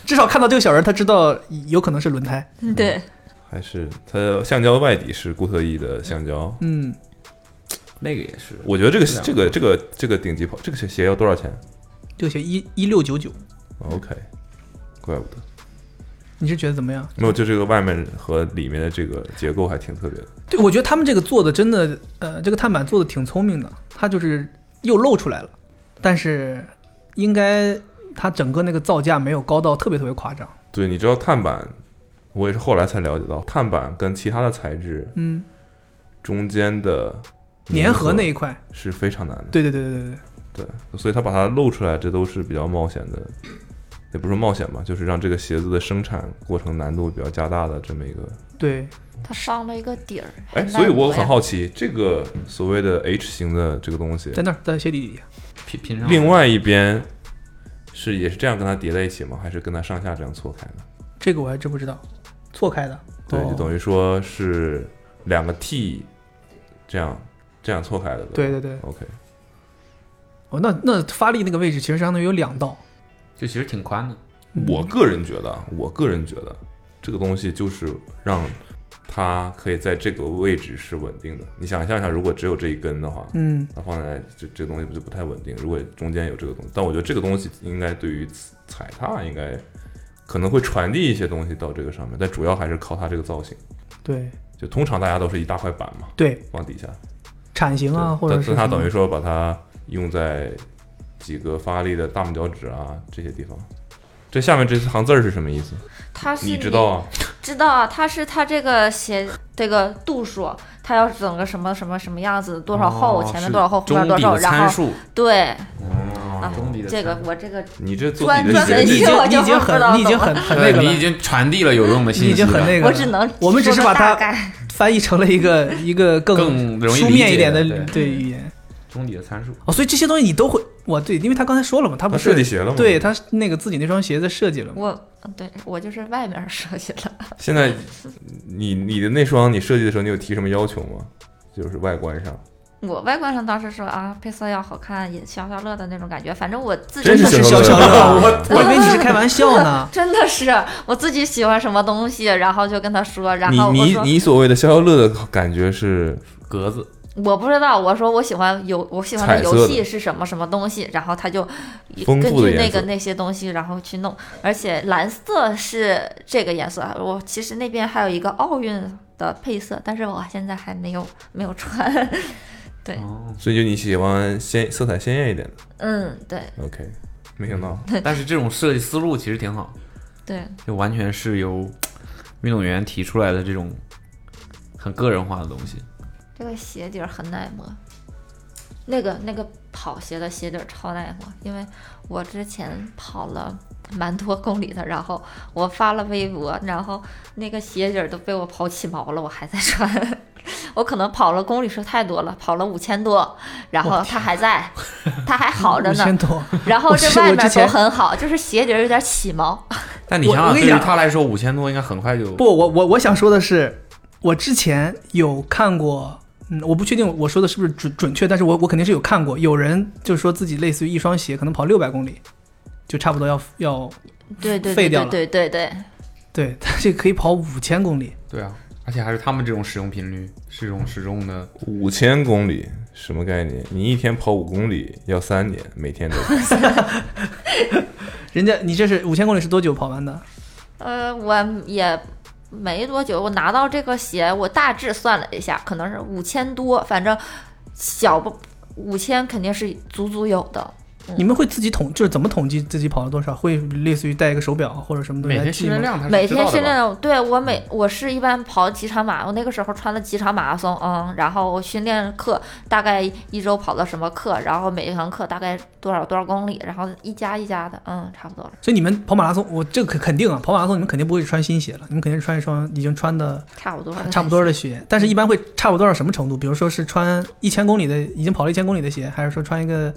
C: 至少看到这个小人，他知道有可能是轮胎。
D: 这个嗯对，
F: 啊还是它橡胶外底是固特异的橡胶。
C: 嗯，
B: 那个也是，
F: 我觉得这个
B: 是啊
F: 这个这个这个顶级跑这个鞋要多少钱
C: 这个鞋一一六九九，
F: ？OK，怪不得
C: 你是觉得怎么样？
F: 没有，就这个外面和里面的这个结构还挺特别的。
C: 对，我觉得他们这个做的真的，呃，这个碳板做的挺聪明的，它就是又露出来了，但是应该它整个那个造价没有高到特别特别夸张。
F: 对，你知道碳板，我也是后来才了解到，碳板跟其他的材质
C: 嗯，
F: 中间的
C: 粘合那一块，
F: 是非常难的。
C: 对对对对对对，
F: 对，所以他把它露出来，这都是比较冒险的，也不是冒险吧，就是让这个鞋子的生产过程难度比较加大的这么一个。
C: 对，
D: 它伤了一个底儿。
F: 哎，
D: 很
F: 所以
D: 耐
F: 我
D: 磨呀
F: 很好奇，这个所谓的 H 型的这个东西
C: 在，那儿在鞋底底下。
B: 拼拼上。
F: 另，外一边是也是这样跟它叠在一起吗？还是跟它上下这样错开呢？
C: 这个我还真不知道，错开的。哦
F: 对，就
C: 于、
F: 等于说是两个 T 这样这样错开的。
C: 对
F: 吧
C: 对对，
F: OK，
C: 哦，那那发力那个位置其实相当于有两道。
B: 就其实挺宽的。
C: 嗯
F: 我个人觉得啊，我个人觉得这个东西就是让它可以在这个位置是稳定的。你想象一下，如果只有这一根的话，
C: 嗯，
F: 它放在这这东西不就不太稳定？如果中间有这个东西，但我觉得这个东西应该对于踩踏应该可能会传递一些东西到这个上面，但主要还是靠它这个造型。
C: 对
F: 就通常大家都是一大块板嘛，
C: 对，
F: 往底下，
C: 铲型啊，
F: 对
C: 或者
F: 但
C: 是
F: 但它
C: 什么
F: 等于说把它用在几个发力的大拇脚趾啊这些地方。这下面这行字儿是什么意思？
D: 它是
F: 你知道啊？
D: 知道啊，它是它这个鞋这个度数，啊它要整个什么什么什么样子，多少厚，
B: 哦
D: 前面
B: 是
D: 多少厚，后
B: 中
D: 面多
B: 底
D: 少，
B: 的参
D: 然后
B: 数，
D: 对
B: 哦
D: 啊
B: 中底，的
D: 这个
B: 参数
D: 我这个
F: 你这做
D: 专
F: 你的
D: 专
F: 鞋
D: 门
C: 你已
F: 这
D: 去
C: 经
D: 我
C: 你
D: 就
C: 已经
D: 不知道
C: 很你已经
D: 怎么
C: 很很那
B: 对
C: 个
B: 哎你已
C: 了，
B: 经传递了有用的信息
C: 你
B: 了，
C: 已经很那个了。
D: 我只能
C: 我们只是
D: 说
C: 把
D: 个
C: 它
D: 大概
C: 翻译成了一 个一个
B: 更容易
C: 书
B: 理
C: 面
B: 解
C: 一点的
B: 的对
C: 对语言。
B: 中底的参数。
C: 哦，所以这些东西你都会。我对，因为他刚才说了嘛，他不
F: 他
C: 是
F: 设计鞋了吗？
C: 对，他那个自己那双鞋子设计了嘛。
D: 我对我就是外面设计的，
F: 现在你你的那双你设计的时候，你有提什么要求吗？就是外观上，
D: 我外观上当时说啊，配色要好看，也消消乐的那种感觉。反正我自己。
F: 真
C: 是
F: 消
C: 消消
F: 乐，啊
C: 乐我以为你是开玩笑呢
D: 真的是我自己喜欢什么东西，然后就跟他说，然
F: 你
D: 后我
F: 你
D: 说
F: 你所谓的消消乐的感觉是
B: 格子，
D: 我不知道，我说我喜欢游，我喜欢
F: 彩
D: 的
F: 色的
D: 游戏是什么什么东西，然后他就呃
F: 丰
D: 根
F: 富的
D: 据
F: 颜
D: 那
F: 色
D: 个那些东西，然后去弄。而且蓝色是这个颜色，我其实那边还有一个奥运的配色，但是我现在还没有没有穿。 对
B: 哦，
F: 所以就你喜欢鲜色彩鲜艳一点的
D: 嗯，对
F: ，OK，没想到，
B: 但是这种设计思路其实挺好，
D: 对，
B: 就完全是由运动员提出来的这种很个人化的东西。
D: 这个鞋底儿很耐磨，那个那个跑鞋的鞋底儿超耐磨，因为我之前跑了蛮多公里的，然后我发了微博，然后那个鞋底儿都被我跑起毛了，我还在穿。 我可能跑了公里数太多了，跑了五千多，然后它还在，它还好着
C: 啊五
D: 呢。
C: 千多，
D: 然后这
C: 我是
D: 外
C: 我之
D: 面
C: 前
D: 都很好，就是鞋底儿有点起毛。
B: 但你想
C: 我
B: 想，
C: 我
B: 对
C: 跟你
B: 于
C: 讲
B: 他来说，五千多应该很快就
C: 不，我我我想说的是，我之前有看过，嗯，我不确定我说的是不是准准确，但是我我肯定是有看过，有人就是说自己类似于一双鞋可能跑六百公里，就差不多要要
D: 对对
C: 废
D: 对
C: 掉
D: 对
C: 了
D: 对对对，
C: 对， 他这可以跑五千公里，
B: 对啊，而且还是他们这种使用频率、这种使用的，
F: 五千公里什么概念？你一天跑五公里要三年，每天都跑
C: 人家你这是五千公里是多久跑完的？
D: 呃，我也没多久，我拿到这个鞋，我大致算了一下，可能是五千多，反正小不五千肯定是足足有的。
C: 你们会自己统就是怎么统计自己跑了多少？会类似于带一个手表或者什么东
B: 每
C: 西来
B: 天
C: 记
B: 训
C: 吗
B: 练？量他
D: 每
B: 是知道的
D: 天训
B: 吧嗯
D: 练量，对我每我是一般跑几场马，我那个时候穿了几场马拉松，嗯，然后我训练课大概一周跑了什么课，然后每一堂课大概多少多少公里，然后一加一加的，嗯，差不多了。
C: 所以你们跑马拉松，我这个肯肯定啊，跑马拉松你们肯定不会穿新鞋了，你们肯定是穿一双已经穿的
D: 差不多，
C: 差不多的鞋，但是一嗯般会差不多到什么程度？比如说是穿一千公里的，已经跑了一千公里的鞋，还是说穿一个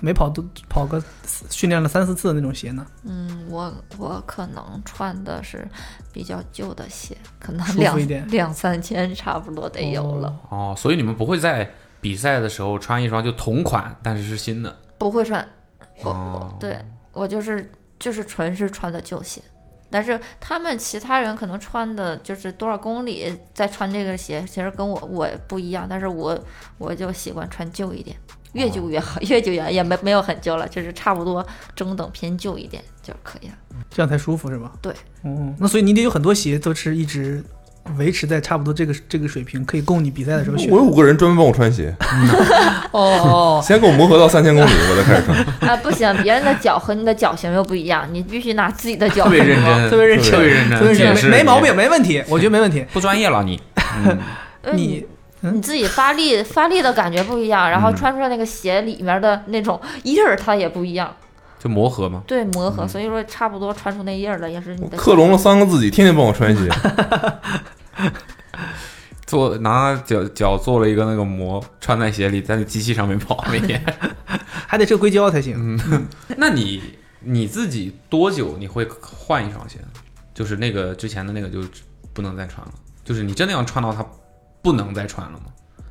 C: 没跑多跑个四训练了三四次的那种鞋呢？
D: 嗯，我我可能穿的是比较旧的鞋，可能
C: 舒
D: 两
C: 服一点
D: 两三千差不多得有了，
B: 哦，所以你们不会在比赛的时候穿一双就同款，但是是新的。
D: 不会穿。我、
B: 哦
D: 我对我就是就是纯是穿的旧鞋，但是他们其他人可能穿的就是多少公里再穿这个鞋，其实跟我我不一样，但是我我就喜欢穿旧一点，
C: 哦
D: 越旧越好，越旧越好也没没有很旧了，就是差不多中等偏旧一点就可以了。
C: 这样才舒服是吧？
D: 对，
C: 哦，那所以你得有很多鞋都是一直维持在差不多这个这个水平，可以供你比赛的时候选
F: 我有五个人专门帮我穿鞋，
C: 哦。
F: 先给我磨合到三千公里，我再开始穿。
D: 啊，不行，别人的脚和你的脚型又不一样，你必须拿自己的脚
B: 特别认真，
C: 特别认真
B: 特别认真，
C: 所以
B: 解释
C: 是没没毛病，，没问题，我觉得没问题。
B: 不专业了你。嗯，
D: 因为
C: 你
D: 你自己发力 发力的感觉不一样，然后
B: 嗯
D: 穿出来那个鞋里面的那种印儿它也不一样，
B: 就磨合嘛。
D: 对磨
B: 嗯
D: 合，所以说差不多穿出那印儿了也是你
F: 我
D: 的。
F: 克隆了三个自己，天天帮我穿鞋，
B: 做拿脚脚做了一个那个膜，穿在鞋里，在那机器上面跑每天。
C: 还得是个硅哦胶才行。
B: 那你你自己多久你会换一双鞋？就是那个之前的那个就不能再穿了，就是你真的要穿到它不能再穿了吗？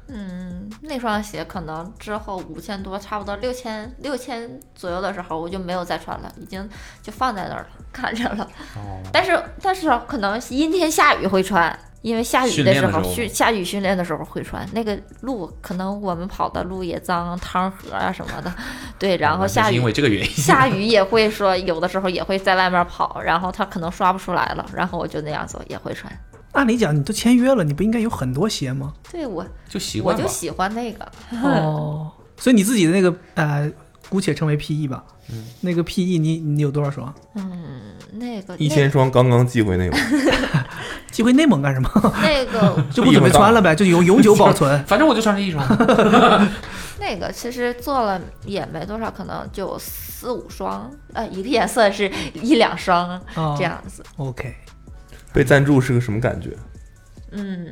D: 嗯，那双鞋可能之后五千多，差不多六千六千左右的时候，我就没有再穿了，已经就放在那儿了，看着了。
B: 哦，
D: 但是但是可能阴天下雨会穿，因为下雨
B: 训
D: 的
B: 练
D: 时
B: 的
D: 候
B: 时候
D: 训下雨训练的时候会穿。那个路可能我们跑的路也脏，汤河啊什么的，对，然后
B: 哦那
D: 下
B: 是
D: 雨
B: 因为这个 原因，
D: 下雨也会说，有的时候也会在外面跑，然后他可能刷不出来了，然后我就那样做也会穿。
C: 按理讲，你都签约了，你不应该有很多鞋吗？
D: 对我
B: 就习
D: 我
B: 惯吧。
D: 就。喜欢那个，
C: 哦，所以你自己的那个呃，姑且称为 PE 吧，嗯，那个 PE 你你有多少双？
D: 嗯，那个
F: 一千双刚刚寄回内蒙。
C: 寄回内蒙干什么？
D: 那个
C: 就不准备穿了呗，就永永久保存
B: 反正我就穿这一 双，
D: 那个其实做了也没多少，可能就四五双，呃，一个颜色是一两双
C: 哦
D: 这样子，
C: OK，
F: 被赞助是个什么感觉？
D: 嗯，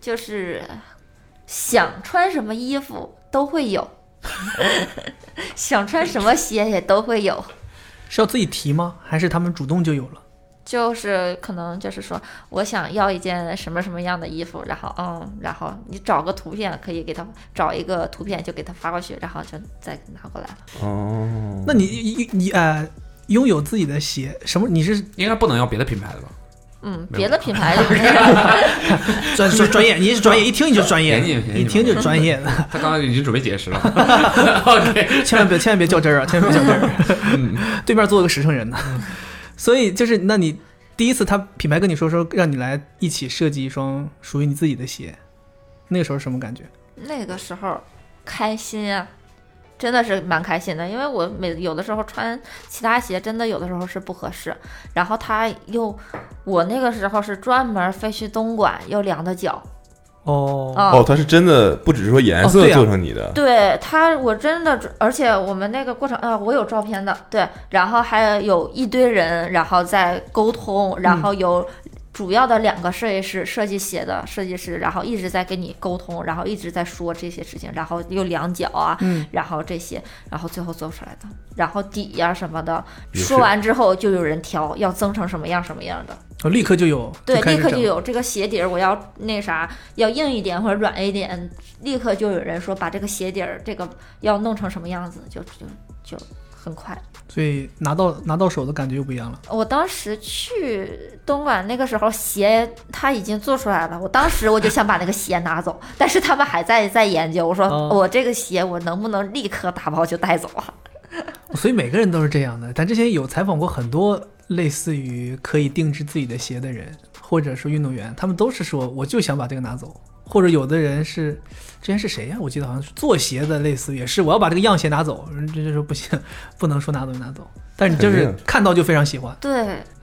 D: 就是想穿什么衣服都会有， 想穿什么鞋也都会有。
C: 是要自己提吗？还是他们主动就有了？
D: 就是可能就是说，我想要一件什么什么样的衣服，然后嗯，然后你找个图片，可以给他找一个图片就给他发过去，然后就再拿过来了。
F: 哦，
C: 那你你你呃，拥有自己的鞋，什么？你是
B: 应该不能要别的品牌的吧？
D: 嗯，
B: 没有
D: 别的品牌 就不这样。
C: 专专专业，你是专业，一听你就专业
B: 严谨，严
C: 一
B: 谨
C: 听就是专业的，
B: 他刚才已经准备解释 了。OK，
C: 千万别千万别较真儿啊，千万别较真儿，对面坐个实诚人呢。所以就是，那你第一次他品牌跟你说说让你来一起设计一双属于你自己的鞋，那个时候什么感觉？
D: 那个时候开心啊，真的是蛮开心的，因为我每有的时候穿其他鞋，真的有的时候是不合适。然后他又，我那个时候是专门飞去东莞又量的脚，
C: 哦，
D: 啊、
F: 哦，它是真的，不只是说颜
C: 哦
F: 色
C: 对啊
F: 做成你的，
D: 对他，我真的，而且我们那个过程，啊，我有照片的，对，然后还有一堆人，然后在沟通，然
F: 嗯
D: 后有主要的两个设计师、设计写的设计师，然后一直在跟你沟通，然后一直在说这些事情，然后又量脚啊，
C: 嗯
D: 然后这些，然后最后做出来的，然后底呀、什么的，
F: 也是
D: 说完之后就有人调要增成什么样什么样的，
C: 我哦立刻就有，
D: 对，
C: 开
D: 立
C: 始
D: 刻
C: 整
D: 就有这个鞋底儿，我要那啥，要硬一点或者软一点，立刻就有人说把这个鞋底儿这个要弄成什么样子，就就就很快。
C: 所以拿到拿到手的感觉又不一样了。
D: 我当时去东莞那个时候，鞋它已经做出来了，我当时我就想把那个鞋拿走，但是他们还在在研究，我说
C: 哦
D: 我这个鞋我能不能立刻打包就带走啊？
C: 所以每个人都是这样的。咱之前有采访过很多类似于可以定制自己的鞋的人，或者说运动员，他们都是说我就想把这个拿走，或者有的人是之前是谁呀、我记得好像是做鞋的，类似也是我要把这个样鞋拿走，人家就说不行，不能说拿走就拿走。但你就
F: 肯
C: 是
F: 定啊
C: 看到就非常喜欢，
D: 对，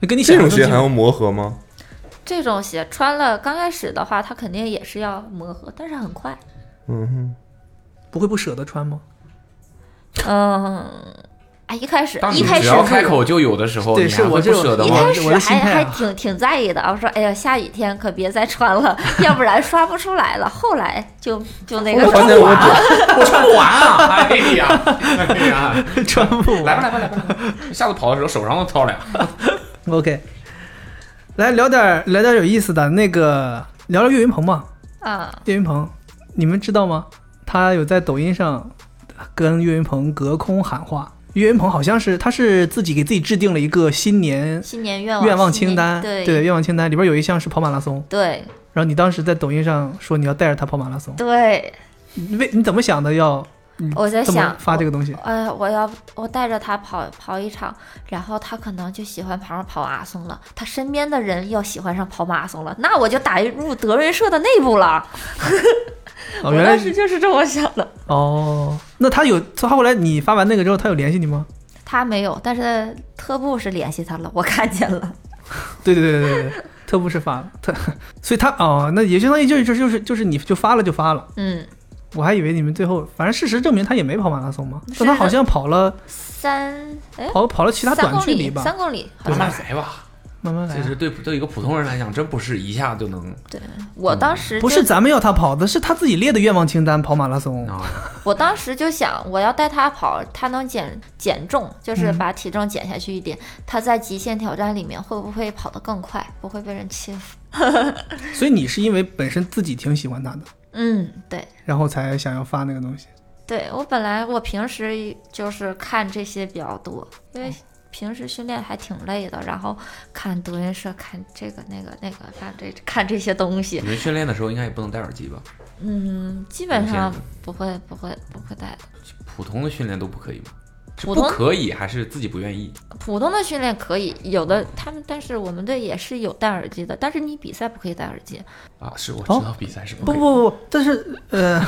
C: 跟你想象
F: 这种
C: 中
F: 鞋
C: 基
F: 还
C: 本
F: 要磨合吗？
D: 这种鞋穿了刚开始的话，它肯定也是要磨合，但是很 快。
F: 嗯哼，
C: 不会不舍得 穿吗？
D: 嗯，啊，一开始
B: 当
D: 一
B: 你
D: 开
B: 只
D: 始
B: 要
D: 是
B: 开口就有的时候，
C: 对
B: 你
C: 是
B: 还
C: 我
B: 会
C: 这
B: 不
C: 种
B: 舍得
D: 一
B: 吗？
D: 开
C: 我的
D: 始
C: 心
D: 还
C: 态啊
D: 还挺挺在意的，我说哎呀，下雨天可别再穿 了，要不然刷不出来了。后来就就那
C: 嗯
D: 个
F: 穿在我只
B: 我穿不完 啊！哎呀，哎呀，
C: 穿不完
B: 来吧来吧来吧，下次跑的时候手上都掏俩。
C: OK，来聊点儿聊点儿有意思的，那个聊聊岳云鹏吧。
D: 啊，
C: 岳云鹏，你们知道吗？他有在抖音上跟岳云鹏隔空喊话。岳云鹏好像是他是自己给自己制定了一个新年
D: 新年愿望
C: 愿望
D: 新
C: 清
D: 年
C: 单，
D: 对
C: 愿望清单里边有一项是跑马拉松。
D: 对
C: 然后你当时在抖音上说你要带着他跑马拉松，
D: 对，
C: 你为你怎么想的要
D: 我在
C: 这嗯么
D: 想
C: 发这
D: 个。
C: 个东西？
D: 哎，我要我带着他跑跑一场，然后他可能就喜欢跑跑马拉松了。他身边的人要喜欢上跑马拉松了，那我就打入德云社的内部了。
C: 哦，
D: 我
C: 原来
D: 当
C: 是
D: 时就是这么想的。
C: 哦，那他有他后来你发完那个之后，他有联系你吗？
D: 他没有，但是特步是联系他了，我看见了。
C: 对对对对对对，特务是发了，特，所以他哦，那也相当于就是就是就是就是你就发了就发了。
D: 嗯，
C: 我还以为你们最后，反正事实证明他也没跑马拉松嘛，
D: 是
C: 但他好像跑了
D: 三哎，
C: 跑跑了其他
D: 三
C: 短
D: 公
C: 距离
D: 里，
C: 吧，
D: 三公里好
B: 慢
D: 像
B: 慢
D: 是。
B: 哎来吧，
C: 慢慢来
B: 这
C: 啊、
B: 是对对一个普通人来讲，真不是一下就能
D: 我当时
C: 不
D: 就是
C: 咱们要他跑的，是他自己列的愿望清单跑马拉松。
D: 嗯
B: 啊。
D: 我当时就想，我要带他跑，他能减减重，就是
C: 嗯
D: 把体重减下去一点。他在极限挑战里面会不会跑得更快，不会被人欺
C: 嗯
D: 负？
C: 所以你是因为本身自己挺喜欢他的，
D: 嗯，对。
C: 然后才想要发那个东西。
D: 对我本来我平时就是看这些比较多，因为平时训练还挺累的，然后看德云社，看这个那个那个，看这看这些东西
B: 你，们训练的时候应该也不能戴耳机吧？
D: 嗯，基本
B: 明显
D: 上
B: 的
D: 不会不会不会带的。
B: 普通的训练都不可以吗？是
D: 普
B: 不
D: 通
B: 可以还是自己不愿意？
D: 普通的训练可以，有的他们，但是我们队也是有戴耳机的，但是你比赛不可以戴耳机。
B: 啊，是我知道比赛是不
C: 不
B: 可以。
C: 哦不不不，但是 呃，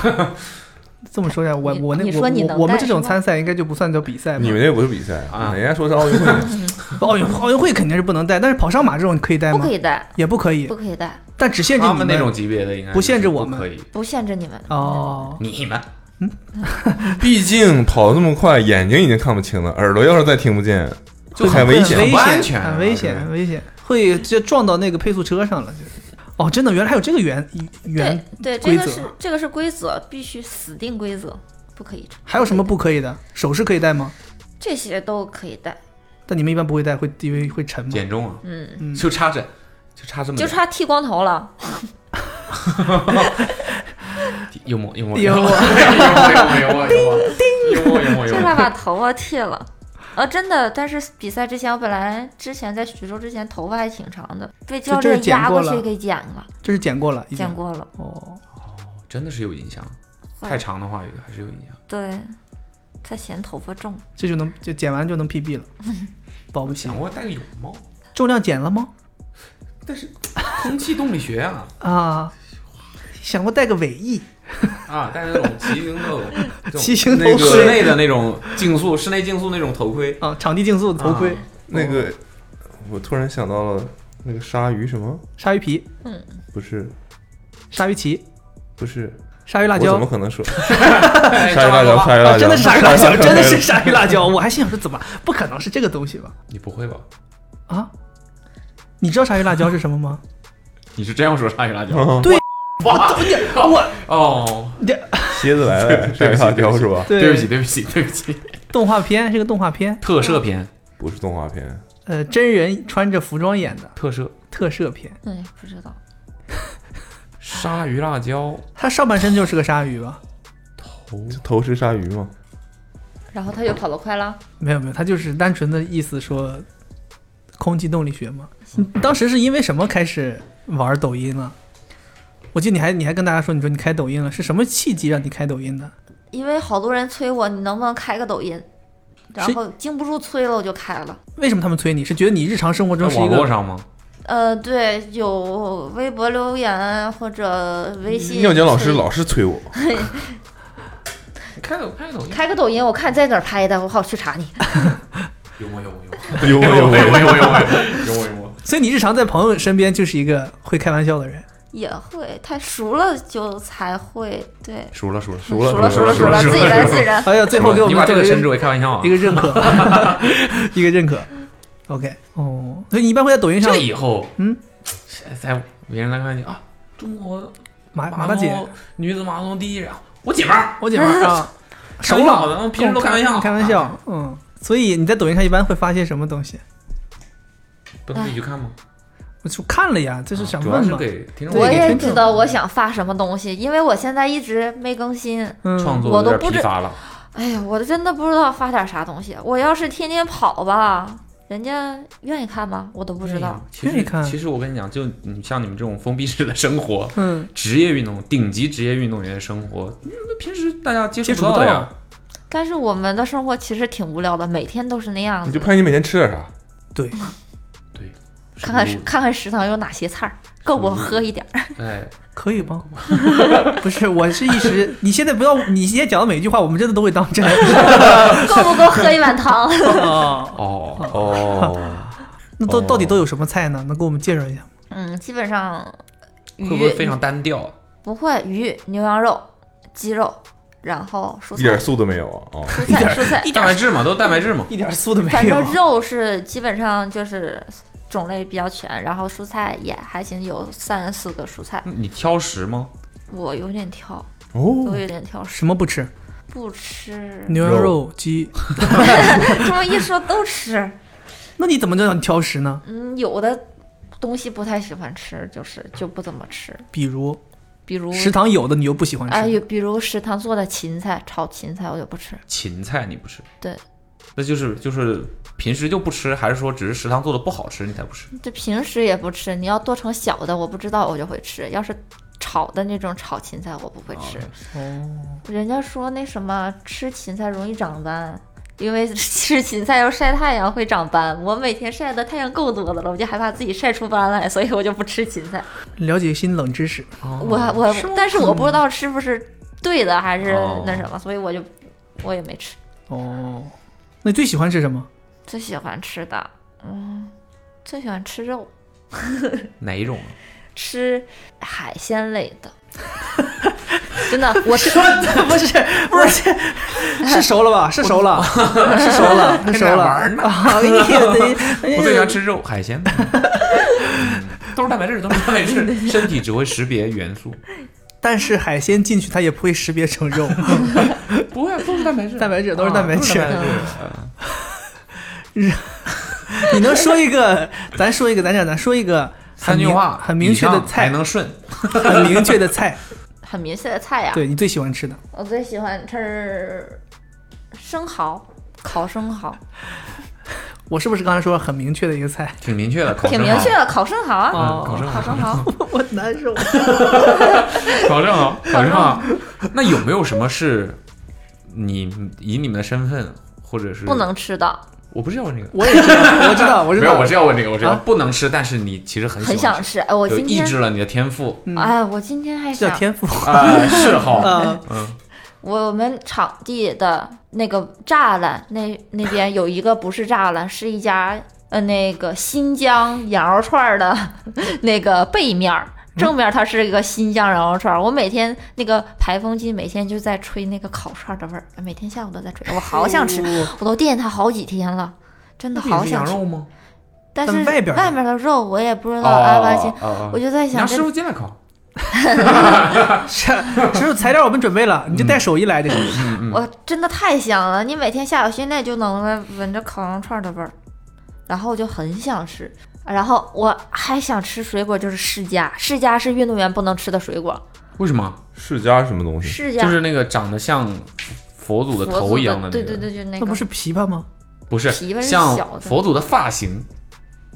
C: 这么说呀，我
D: 你
C: 我那
D: 你说你
C: 我
D: 能
C: 我我们
D: 带
C: 这种
D: 是吗
C: 参赛应该就不算叫比赛吧？
F: 你们那不是比赛
B: 啊
F: 人家说是奥运会，
C: 奥运奥运会肯定是不能带，但是跑上马这种你可以带
D: 不
C: 吗
D: 可？以戴，
C: 也不可以
D: 不，可以戴，
C: 但只限制
B: 他
C: 你
B: 们那种级别的应该
C: 不限制
B: 就
C: 我
B: 是
C: 们
B: 不可以。
D: 不限制你们。
C: 哦。
B: 你们
F: 毕竟跑这么快，眼睛已经看不清了，耳朵要是再听不见，
C: 哦
F: 就很危险
C: 很
B: 很不安全啊
C: 很危
B: 对
C: 险，很危险，会直接撞到那个配速车上了。就是，哦，真的，原来还有这个原原
D: 对，对，这
C: 规
D: 个
C: 则
D: 是这个是规则，必须死定规则，不可以。
C: 还有什么不可以的？首饰可以戴吗？
D: 这些都可以戴，
C: 但你们一般不会戴，会因为会沉吗？
B: 减重啊，
D: 嗯，
C: 嗯
B: 就差这，就差这么
D: 就
B: 点，
D: 差剃光头了。
B: 幽默幽默
C: 幽默
B: 默 幽默幽默幽默幽默幽
C: 哎
B: 默幽
D: 就
B: 默
D: 差把头发剃了。呃，真的，但是比赛之前，我本来之前在徐州之前头发还挺长的，被教
C: 就这是
D: 练
C: 剪
D: 压
C: 过
D: 过去
C: 了
D: 给剪了，
C: 这是剪过了，已经
D: 剪。过了。
C: 哦，
B: 真的是有影响，啊太长的话有还是有影响。
D: 对，他嫌头发重。
C: 这就能就剪完就能 PB 了，
D: 嗯
C: 保不齐
B: 想。过戴个泳帽，
C: 重量减了吗？
B: 但是空气动力学啊
C: 啊，想过戴个尾翼？
B: 啊，戴那种骑行的这 种
C: 骑行头
B: 那个
C: 盔
B: 室内的那种竞速，室内竞速那种头盔，
C: 啊，场地竞速的头盔
B: 啊，
F: 那个我突然想到了那个鲨鱼什么？
C: 鲨鱼皮，
F: 不是
C: 鲨鱼鳍，
F: 不是，
C: 鲨鱼辣
F: 我
C: 椒哎哦
F: 怎么可能说鲨鱼辣椒？鲨鱼辣椒，
C: 啊真的是鲨鱼 辣椒，真的是
F: 鲨
C: 鲨鱼辣椒。我还心想说，怎么不可能是这个东西吧？
B: 你不会吧？
C: 啊，你知道鲨鱼辣椒是什么 吗？
B: 你是这样说鲨鱼辣椒？
F: 鱼
C: 对我你我
B: 哦，
F: 蝎子 来了，鲨鱼辣椒是吧？
B: 对不起，，对不起，对不起，
C: 动画片是个动画片，
B: 特摄片，
F: 不是动画片，
C: 呃，真人穿着服装演的
B: 特摄
C: 特摄片。
D: 对，不知道。
B: 鲨鱼辣椒
C: 他上半身就是个鲨鱼吧？哦
F: 头头是鲨鱼吗？
D: 然后他又跑得快了，
C: 没有没有，他就是单纯的意思说，空气动力学嘛。你当时是因为什么开始玩抖音了？我记得你还你还跟大家说，你说你开抖音了，是什么契机让你开抖音的？
D: 因为好多人催我，你能不能开个抖音？然后经不住催了，我就开了。
C: 为什么他们催你？是觉得你日常生活
B: 在
C: 中是一
B: 网络
C: 个
B: 上吗？
D: 呃，对，有微博留言啊或者微信。
F: 尿检老师老是 催我，
B: 开抖开抖音
D: 开个抖音，我看在哪儿拍的，我好去查你。
B: 有吗有吗有吗
C: 哎
F: 有我有我
B: 有吗有吗有吗有吗有吗？
C: 所以你日常在朋友身边就是一个会开玩笑的人。
D: 也会，太熟了就才会对。
B: 熟了熟了，
F: 熟了
D: 嗯熟了，
F: 熟了
D: 熟了，
F: 熟了
D: 自己来，自己来。
C: 哎呀，最后给我
B: 你
C: 们
B: 把这个
C: 做了一
B: 称之为开玩笑啊
C: 一？个认可，一个认可。OK，哦，所以你一般会在抖音上
B: 这以后
C: 嗯，
B: 在别人来看你啊，中国
C: 马啊马
B: 马
C: 大姐，
B: 拉松女子马拉松第一人，我姐们儿
C: 我姐们儿 啊，熟
B: 开玩笑
C: 了，
B: 的嗯平时都开玩笑
C: 开玩笑，嗯。所以你在抖音上一般会发些什么东西？
B: 不能自己去看吗？啊
C: 我就看了呀，就是想
B: 嗯主要
C: 问
B: 是
C: 嘛。
B: 给听众
C: 对
D: 我
C: 给
D: 也
C: 听众
D: 知道我想发什么东西，因为我现在一直没更新。
B: 创
C: 嗯，
B: 作有
D: 我都
B: 点
D: 不
B: 疲
D: 知
B: 乏了。
D: 哎呀，我真的不知道发点啥东西。我要是天天跑吧，人家愿意看吗？我都不知道。
B: 其
C: 愿意
B: 实
C: 看
B: 其实我跟你讲，就你像你们这种封闭式的生活，
C: 嗯，
B: 职业运动顶级职业运动员的生活，嗯那平时大家接
C: 接
B: 触
C: 触不
B: 到的
C: 到
B: 呀。。
D: 但是我们的生活其实挺无聊的，每天都是那样子
F: 你就。拍你每天吃点啥，
C: 对，
B: 对，
D: 看看
B: 是不
D: 看看食堂有哪些菜儿，够我喝一点儿。
B: 是哎，
C: 可以吗？ 不是，我是一 时。你现在不要，你现在讲的每一句话，我们真的都会当真。
D: 够不够喝一碗汤？
C: 哦，
B: 哦，
F: 哦，
C: 那都
F: 哦
C: 到底都有什么菜呢？能给我们介绍一下吗？
D: 嗯，基本上 鱼
B: 会不会非常单调？
D: 不会鱼、牛羊肉、鸡肉，然后蔬
F: 一点
D: 菜、
F: 素都没有啊！哦，
D: 蔬菜、蔬菜，
B: 蛋白质嘛，都是蛋白质嘛。
C: 一点素都 没
D: 反
C: 有啊
D: 正。肉是基本上就是种类比较全，然后蔬菜也还行，有三四个蔬菜。
B: 你挑食吗？
D: 我有点挑，
F: 哦
D: 我有点挑食，
C: 什么不吃？
D: 不吃。
C: 牛羊肉、鸡。
D: 这么一说都吃，
C: 那你怎么就让你挑食呢？
D: 嗯，有的东西不太喜欢吃，就是就不怎么吃，
C: 比如
D: 比如
C: 食堂有的你又不喜欢
D: 哎，
C: 吃，
D: 有比如食堂做的芹菜炒芹菜我就不吃，
B: 芹菜你不吃？
D: 对，
B: 那就是就是平时就不吃，还是说只是食堂做的不好吃你才不吃？
D: 就平时也不吃。你要剁成小的，我不知道我就会吃，要是。炒的那种炒芹菜我不会
C: 哦
D: 吃，人家说那什么吃芹菜容易长斑，因为 吃芹菜要晒太阳会长斑。我每天晒的太阳够多的了，我就害怕自己晒出斑来，所以我就不吃芹菜。
C: 了解新冷知识。
B: 哦
D: 我我，但是我不知道是不是对的还是
B: 哦
D: 那什么，所以我就我也没吃。
C: 哦，那你最喜欢吃什么？
D: 最喜欢吃的，嗯，最喜欢吃肉，
B: 哪一种啊？
D: 吃海鲜类的。 真的，我吃
C: 不是不是， 是熟了吧？是熟了，是熟 了，是熟
B: 跟哪
C: 了。
B: 玩呢
C: 啊哎呀
B: 我最喜欢吃肉海鲜，嗯都是蛋白质，都是蛋白 质，身体只会识别元素，
C: 但是海鲜进去它也不会识别成肉，
B: 不会啊都是蛋白质，
C: 蛋白质都是蛋白质
B: 啊都是蛋
D: 嗯
C: 你能说一个？ 咱说一个，咱这样，咱说一个很
B: 三句
C: 明
B: 话
C: 很明确
B: 以
C: 的
B: 上才
C: 菜，
B: 能顺。
C: 很明确的 菜，
D: 很明显的菜呀、
C: 对你最喜欢吃的。
D: 我最喜欢吃生蚝，烤生蚝，
C: 我是不是刚才说很明确的一个菜？
B: 挺明确的，考
D: 挺
B: 证
D: 明
B: 好
D: 确。的，烤生蚝啊，
B: 嗯考证
D: 烤
B: 好，
D: 生蚝。
C: 我难受。
B: 考证好，考证好。 那有没有什么是你以你们的身份或者是
D: 不？能吃的，
B: 我不是要问这个，
C: 我也知道，我知道，我知
B: 没有，
C: 道
B: 我。是要问这个，我知道
C: 啊
B: 不能吃，但是你其实很
D: 很
B: 喜欢
D: 想
B: 吃，
D: 吃。哎，我
B: 就
D: 今
B: 抑
D: 天，
B: 制了你的天 赋
C: 嗯
D: 哎，我今天还
C: 这叫
D: 想，
C: 天 赋。
B: 啊，嗜
D: 呃
B: 好。
C: 啊，
D: 我们场地的那个栅栏那那边有一个不是栅栏，是呃一家呃那个新疆羊肉串儿的那个背面儿，正面它是一个新疆羊肉串儿，我每天那个排风机每天就在吹那个烤串儿的味儿，每天下午都在吹，我好想吃，我都惦记它好几天了，真的好
B: 是羊
D: 想吃。呃
B: 肉吗？
D: 但是
C: 但外边儿呢
D: 的肉我也不知道安不安心
B: 哦，哦
D: 我就在
B: 让
D: 想
B: 师
D: 这
B: 傅进来烤。
C: 是，只有材料我们准备了，你就带手艺来这个。
B: 嗯
D: 我真的太香了！你每天下午训练就能闻闻着烤羊肉串的味儿，然后我就很想吃。然后我还想吃水果，就是释迦，释迦是运动员不能吃的水果。
B: 为什么？
F: 世家什么东西？
D: 释迦
B: 就是那个长得像佛祖的
D: 啊佛祖
B: 头一样的那个，
D: 对对对，就那
C: 那
D: 个。
C: 不是枇杷吗？
B: 不是
D: 皮吧是
B: 像
D: 小的
B: 佛祖的发型，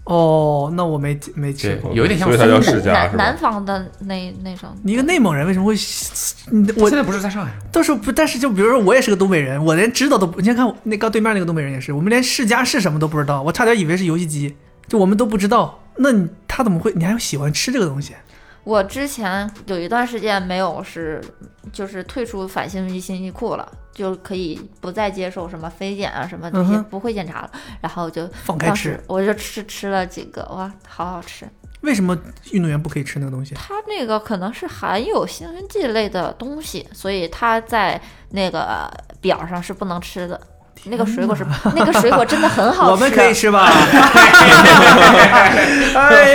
C: 哦，那我没没吃
B: 对
C: 过。，
B: 有一点像
F: 哦所
B: 风
F: 以它叫
B: 骨。
F: 世家
D: 南
F: 是
D: 南
F: 吧？
D: 方的那那种，
C: 你一个内蒙人为什么会？你
B: 我
C: 我
B: 现在不是在上海吗，
C: 到时候不，但是就比如说我也是个东北人，我连知道都不，你先看我那刚对面那个东北人也是，我们连世家是什么都不知道，我差点以为是游戏机，就我们都不知道。那你他怎么会？你还喜欢吃这个东西？
D: 我之前有一段时间没有是，就是退出反信息信息库了，就可以不再接受什么非检啊什么这些、
C: 嗯哼
D: 不会检查了，然后就
C: 放开
D: 当
C: 吃
D: 时我就吃吃了几个，哇，好好吃！
C: 为什么运动员不可以吃那个东西？
D: 它那个可能是含有兴奋剂类的东西，所以它在那个表上是不能吃的。那个水果是那个水果真的很好吃，啊
C: 我们可以吃吧？ 哎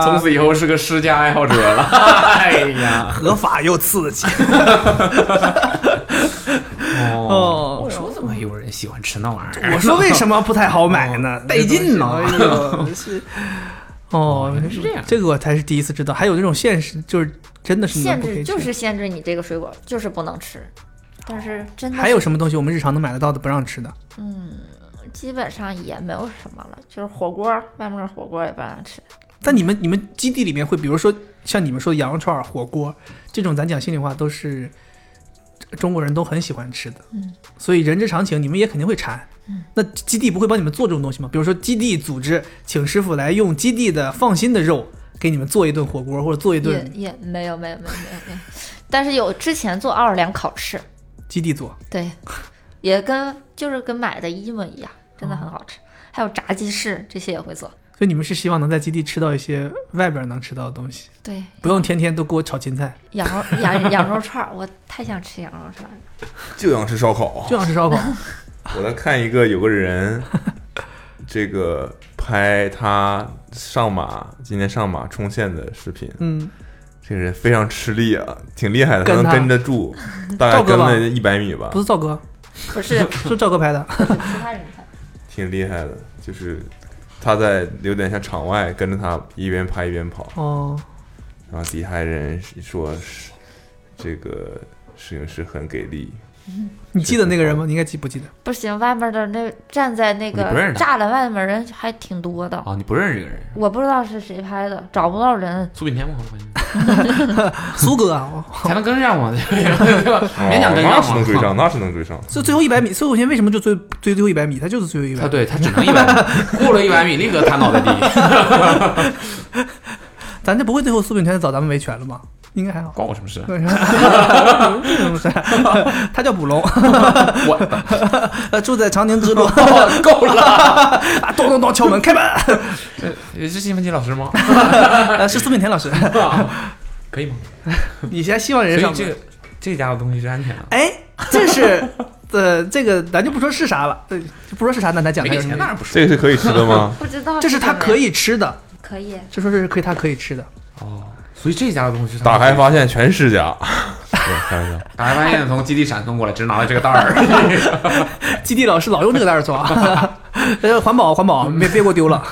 B: 从此以后是个世家爱好者了。哎呀，
C: 合法又刺激。
B: 哦
C: 哦，
B: 我说怎么有人喜欢吃那玩意儿？
C: 我说为什么不太好买呢？ 带劲呢。哎呦是 哦，
B: 是这样
C: 这个我才是第一次知道，还有那种现实，就是真的是你们
D: 限
C: 不可
D: 制
C: 以
D: 就
C: 吃
D: 是限制你这个水果就是不能吃，但是真的
C: 还有什么东西我们日常能买得到的不让吃的？
D: 基本上也没有什么了，就是火锅，外面的火锅也不让吃。
C: 但你们你们基地里面会，比如说像你们说的羊肉串儿、火锅这种，咱讲心里话都是中国人都很喜欢吃的，
D: 嗯，
C: 所以人之常情，你们也肯定会馋。
D: 嗯，
C: 那基地不会帮你们做这种东西吗？比如说基地组织请师傅来用基地的放心的肉给你们做一顿火锅，或者做一
D: 也
C: 顿
D: 也没有没有没有没有没有，但是有之前做奥尔良烤翅，
C: 基地做。
D: 对，也跟就是跟买的一模一样，真的
C: 哦
D: 很好吃。还有炸鸡翅这些也会做，
C: 所以你们是希望能在基地吃到一些外边能吃到的东西，
D: 对，
C: 不用天天都给我炒芹菜，
D: 羊肉羊 羊肉串儿，我太想吃羊肉串儿了。
F: 就想吃烧烤啊
C: 就想吃 烧烤。
F: 我在看一个有个人，这个拍他上马，今年上马冲线的视频。
C: 嗯，
F: 这个人非常吃力啊，挺厉害的，他
C: 跟
F: 能
C: 他
F: 跟得住，大概
C: 赵哥
F: 跟
C: 吧
F: 了一百米吧
C: 不，是赵哥，
D: 不是
C: 是赵哥拍的。
D: 不是其他人看，
F: 挺厉害的。就是他在有点像场外跟着他一边拍一边跑，
C: 哦，
F: 然后底下人说是这个摄影师很给力，
C: 你记得那个人吗？你应该记不记得？
D: 不行，外面的那站在那
B: 你不认
D: 个
B: 识他
D: 栅栏外面人还挺多的，
B: 哦，你不认识这个人？
D: 我不知道是谁拍的，找不到人。
B: 苏炳添吗？我发现
C: 苏哥啊，哦
B: 才能跟上吗？对吧？勉强
F: 哦
B: 跟
F: 那是能追
B: 上嘛。
F: 上，那是能追上。
C: 就最后一百米，孙悟空为什么就追追最后一百米？他就是最后一百
B: 他
C: 米。
B: 对他只能一百米，过了一百米立刻瘫倒在地，
C: 咱这不会最后苏炳添找咱们维权了吗？应该还 好。
B: 关我什么事？啊
C: 他叫捕龙，
B: 我
C: 呃住在长宁之路，
B: 哦够了。
C: 啊咚咚咚敲门开门，
B: 呃是兴奋剂老师吗？
C: 呃是苏炳添老 师。
B: 可以吗？
C: 你现在希望人
B: 所以
C: 上
B: 这
C: 门？
B: 个这家的东西是安全的。
C: 哎，这是呃这个咱就不说是啥了，对，就不说是啥，那咱讲
B: 没
C: 他
B: 给
C: 有什
B: 钱
C: 么
B: 当然不是。
F: 这个是可以吃的吗？
D: 不知道
C: 这是他
D: 什么
C: 可以吃的，
D: 可以，
C: 这说这是可以他可以吃的。
B: 哦，所以这家的东西是他
F: 打
B: 们
F: 开发现全是家，对，开玩笑。
B: 打开发现从基地闪送过来，只是拿了这个袋儿。
C: 基地老师老用这个袋儿装， 呃，环保环保，别别给我丢了。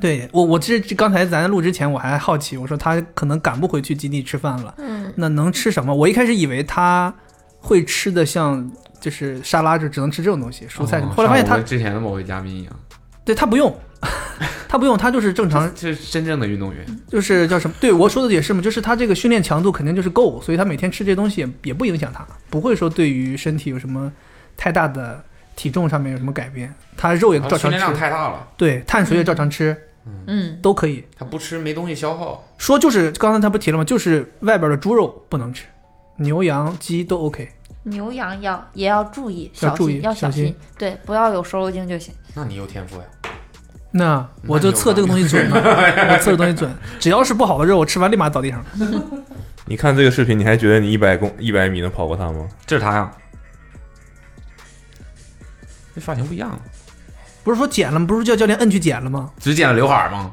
C: 对我，我这这刚才咱录之前我还好奇，我说他可能赶不回去基地吃饭了，
D: 嗯，
C: 那能吃什么？我一开始以为他会吃的像就是沙拉，就只能吃这种东西，蔬菜什么。后来发现
B: 像我
C: 他
B: 们之前的某位嘉宾一样，
C: 对他不用， 他不用，他就是正常，
B: 这是真正的运动员。
C: 就是叫什么？对我说的也是嘛，就是他这个训练强度肯定就是够，所以他每天吃这东西也也不影响他，不会说对于身体有什么太大的体重上面有什么改变。他肉也照
B: 啊训
C: 常
B: 练量
C: 吃，
B: 太大了，
C: 对，碳水也照常吃，
D: 嗯，
C: 都可以。
B: 他不吃没东西消耗。
C: 说就是刚才他不提了吗？就是外边的猪肉不能吃，牛羊鸡都 OK。
D: 牛羊要也要注意，
C: 要
D: 小
C: 注
D: 心，
C: 意
D: 要
C: 小
D: 小
C: 心
D: 心，对，不要有瘦肉精就行。
B: 那你有天赋呀！
C: 那我就
B: 那你有
C: 测这个东西准嘛，我测这东西准，只要是不好的肉，我吃完立马倒地上。
F: 你看这个视频，你还觉得你一百公一百米能跑过他吗？
B: 这是他呀，这发型不一样了，啊
C: 不是说剪了吗？不是叫教练摁去剪了吗？
B: 只剪了刘海儿 吗？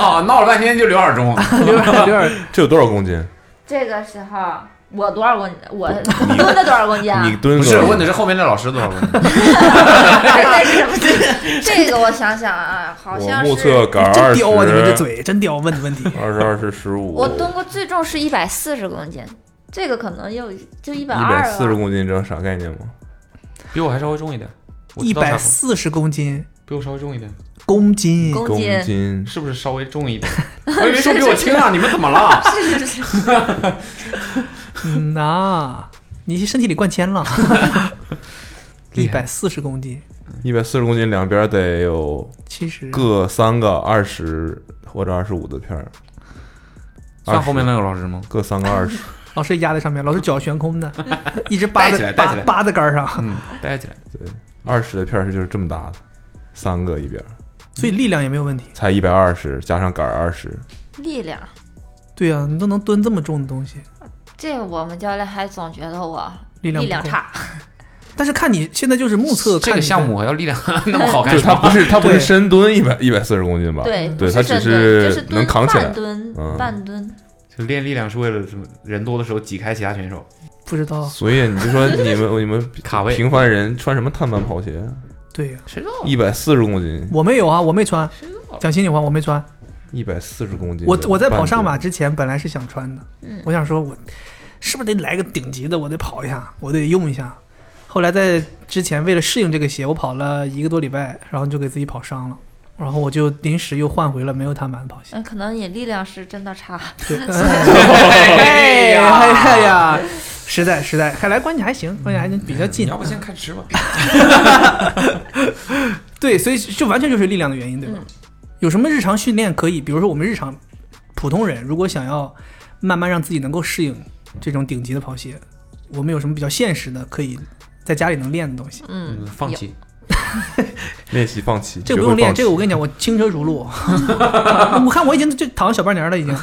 B: 哦，闹了半天就刘海儿中，啊
C: 刘海刘海
F: 这有多少公斤？
D: 这个时候我多少公斤？我蹲了多少公斤啊？
F: 你蹲
B: 不
F: 个
B: 是问的是后面那老师多少公斤？
D: 这是什么这？这个我想想啊，好
F: 我
D: 像
F: 目测
D: 是
F: 杆
C: 真
F: 二十
C: 刁啊！你们这嘴真刁，问的问题。
F: 二十二是十五，
D: 我蹲过最重是一百四十公斤，这个可能有就一百
F: 一
D: 二啊
F: 百四十
D: 了。
F: 公斤，你知道啥概念吗？
B: 比我还稍微重一 点，我
C: 一
B: 知道他
C: 百四十公斤，
B: 比我稍微重一点，
C: 公斤，
D: 公
F: 公
D: 斤
F: 斤
B: 是不是稍微重 一点？我以为说比我轻啊，你们怎么了？
C: 嗯呐、你身体里灌铅了，一
B: 厉害
C: 百四十公斤，
F: 一百四十公斤，两边得有
C: 其实
F: 各三个二十或者二十五的片儿，
B: 算后面那个老师吗？
F: 各三 个二十。
C: 老师压在上面，老师脚悬 空的，一直扒
B: 带起来
C: 在
B: 带起
C: 扒
B: 来
C: 扒在杆儿上，
B: 嗯，带起来，
F: 对，二十的片儿是就是这么大的，三个一边儿
C: 所以力量也没有问题。
F: 才一百二十，加上杆儿二十，
D: 力量。
C: 对啊，你都能蹲这么重的东西，
D: 这个我们教练还总觉得我
C: 力量不够
D: 差，
C: 但是看你现在就是目测，
B: 这
C: 看
B: 个
C: 你
B: 项目要力量 那么好
F: 就
B: 干
F: 是
B: 什么
F: 它不是它不是
C: 对
F: 深蹲一百一百四十公斤吧？
D: 对，
F: 对，
D: 不
F: 它只
D: 深蹲就是
F: 能
D: 蹲
F: 扛起来
D: 半。蹲、
F: 嗯
D: 半蹲，
B: 就练力量是为了什么？人多的时候挤开其他选手，
C: 不知道，
F: 所以你就说你们 你们
B: 卡位
F: 平凡人穿什么碳板跑鞋？
D: 哦
C: 对呀、
B: 谁知道？
F: 一百四十公斤，
C: 我没有啊，我没穿
B: 谁知道，
C: 讲心里话，我没穿。
F: 一百四十公斤的
C: 我
F: 半蹲。
C: 我在跑上马之前本来是想穿的，
D: 嗯
C: 我想说我是不是得来个顶级的，我得跑一下，我得用一下。后来在之前为了适应这个鞋，我跑了一个多礼拜，然后就给自己跑伤了。然后我就临时又换回了没有碳板的跑鞋。
D: 嗯，可能也力量是真的差。
C: 对，哎呀哎呀，实在实在，看来关系还行，关系还行，比较
B: 你
C: 近
B: 要。不先开吃吧？
C: 对，所以就完全就是力量的原因，对吧？有什么日常训练可以？比如说我们日常普通人，如果想要慢慢让自己能够适应这种顶级的跑鞋，我们有什么比较现实的可以在家里能练的东西？
D: 嗯
B: 嗯，，放弃。
F: 练习放弃，
C: 这个
F: 学
C: 不
F: 会
C: 用练，
F: 放弃
C: 这个我跟你讲，我轻车熟路。我看我已经就躺小半年了，已经。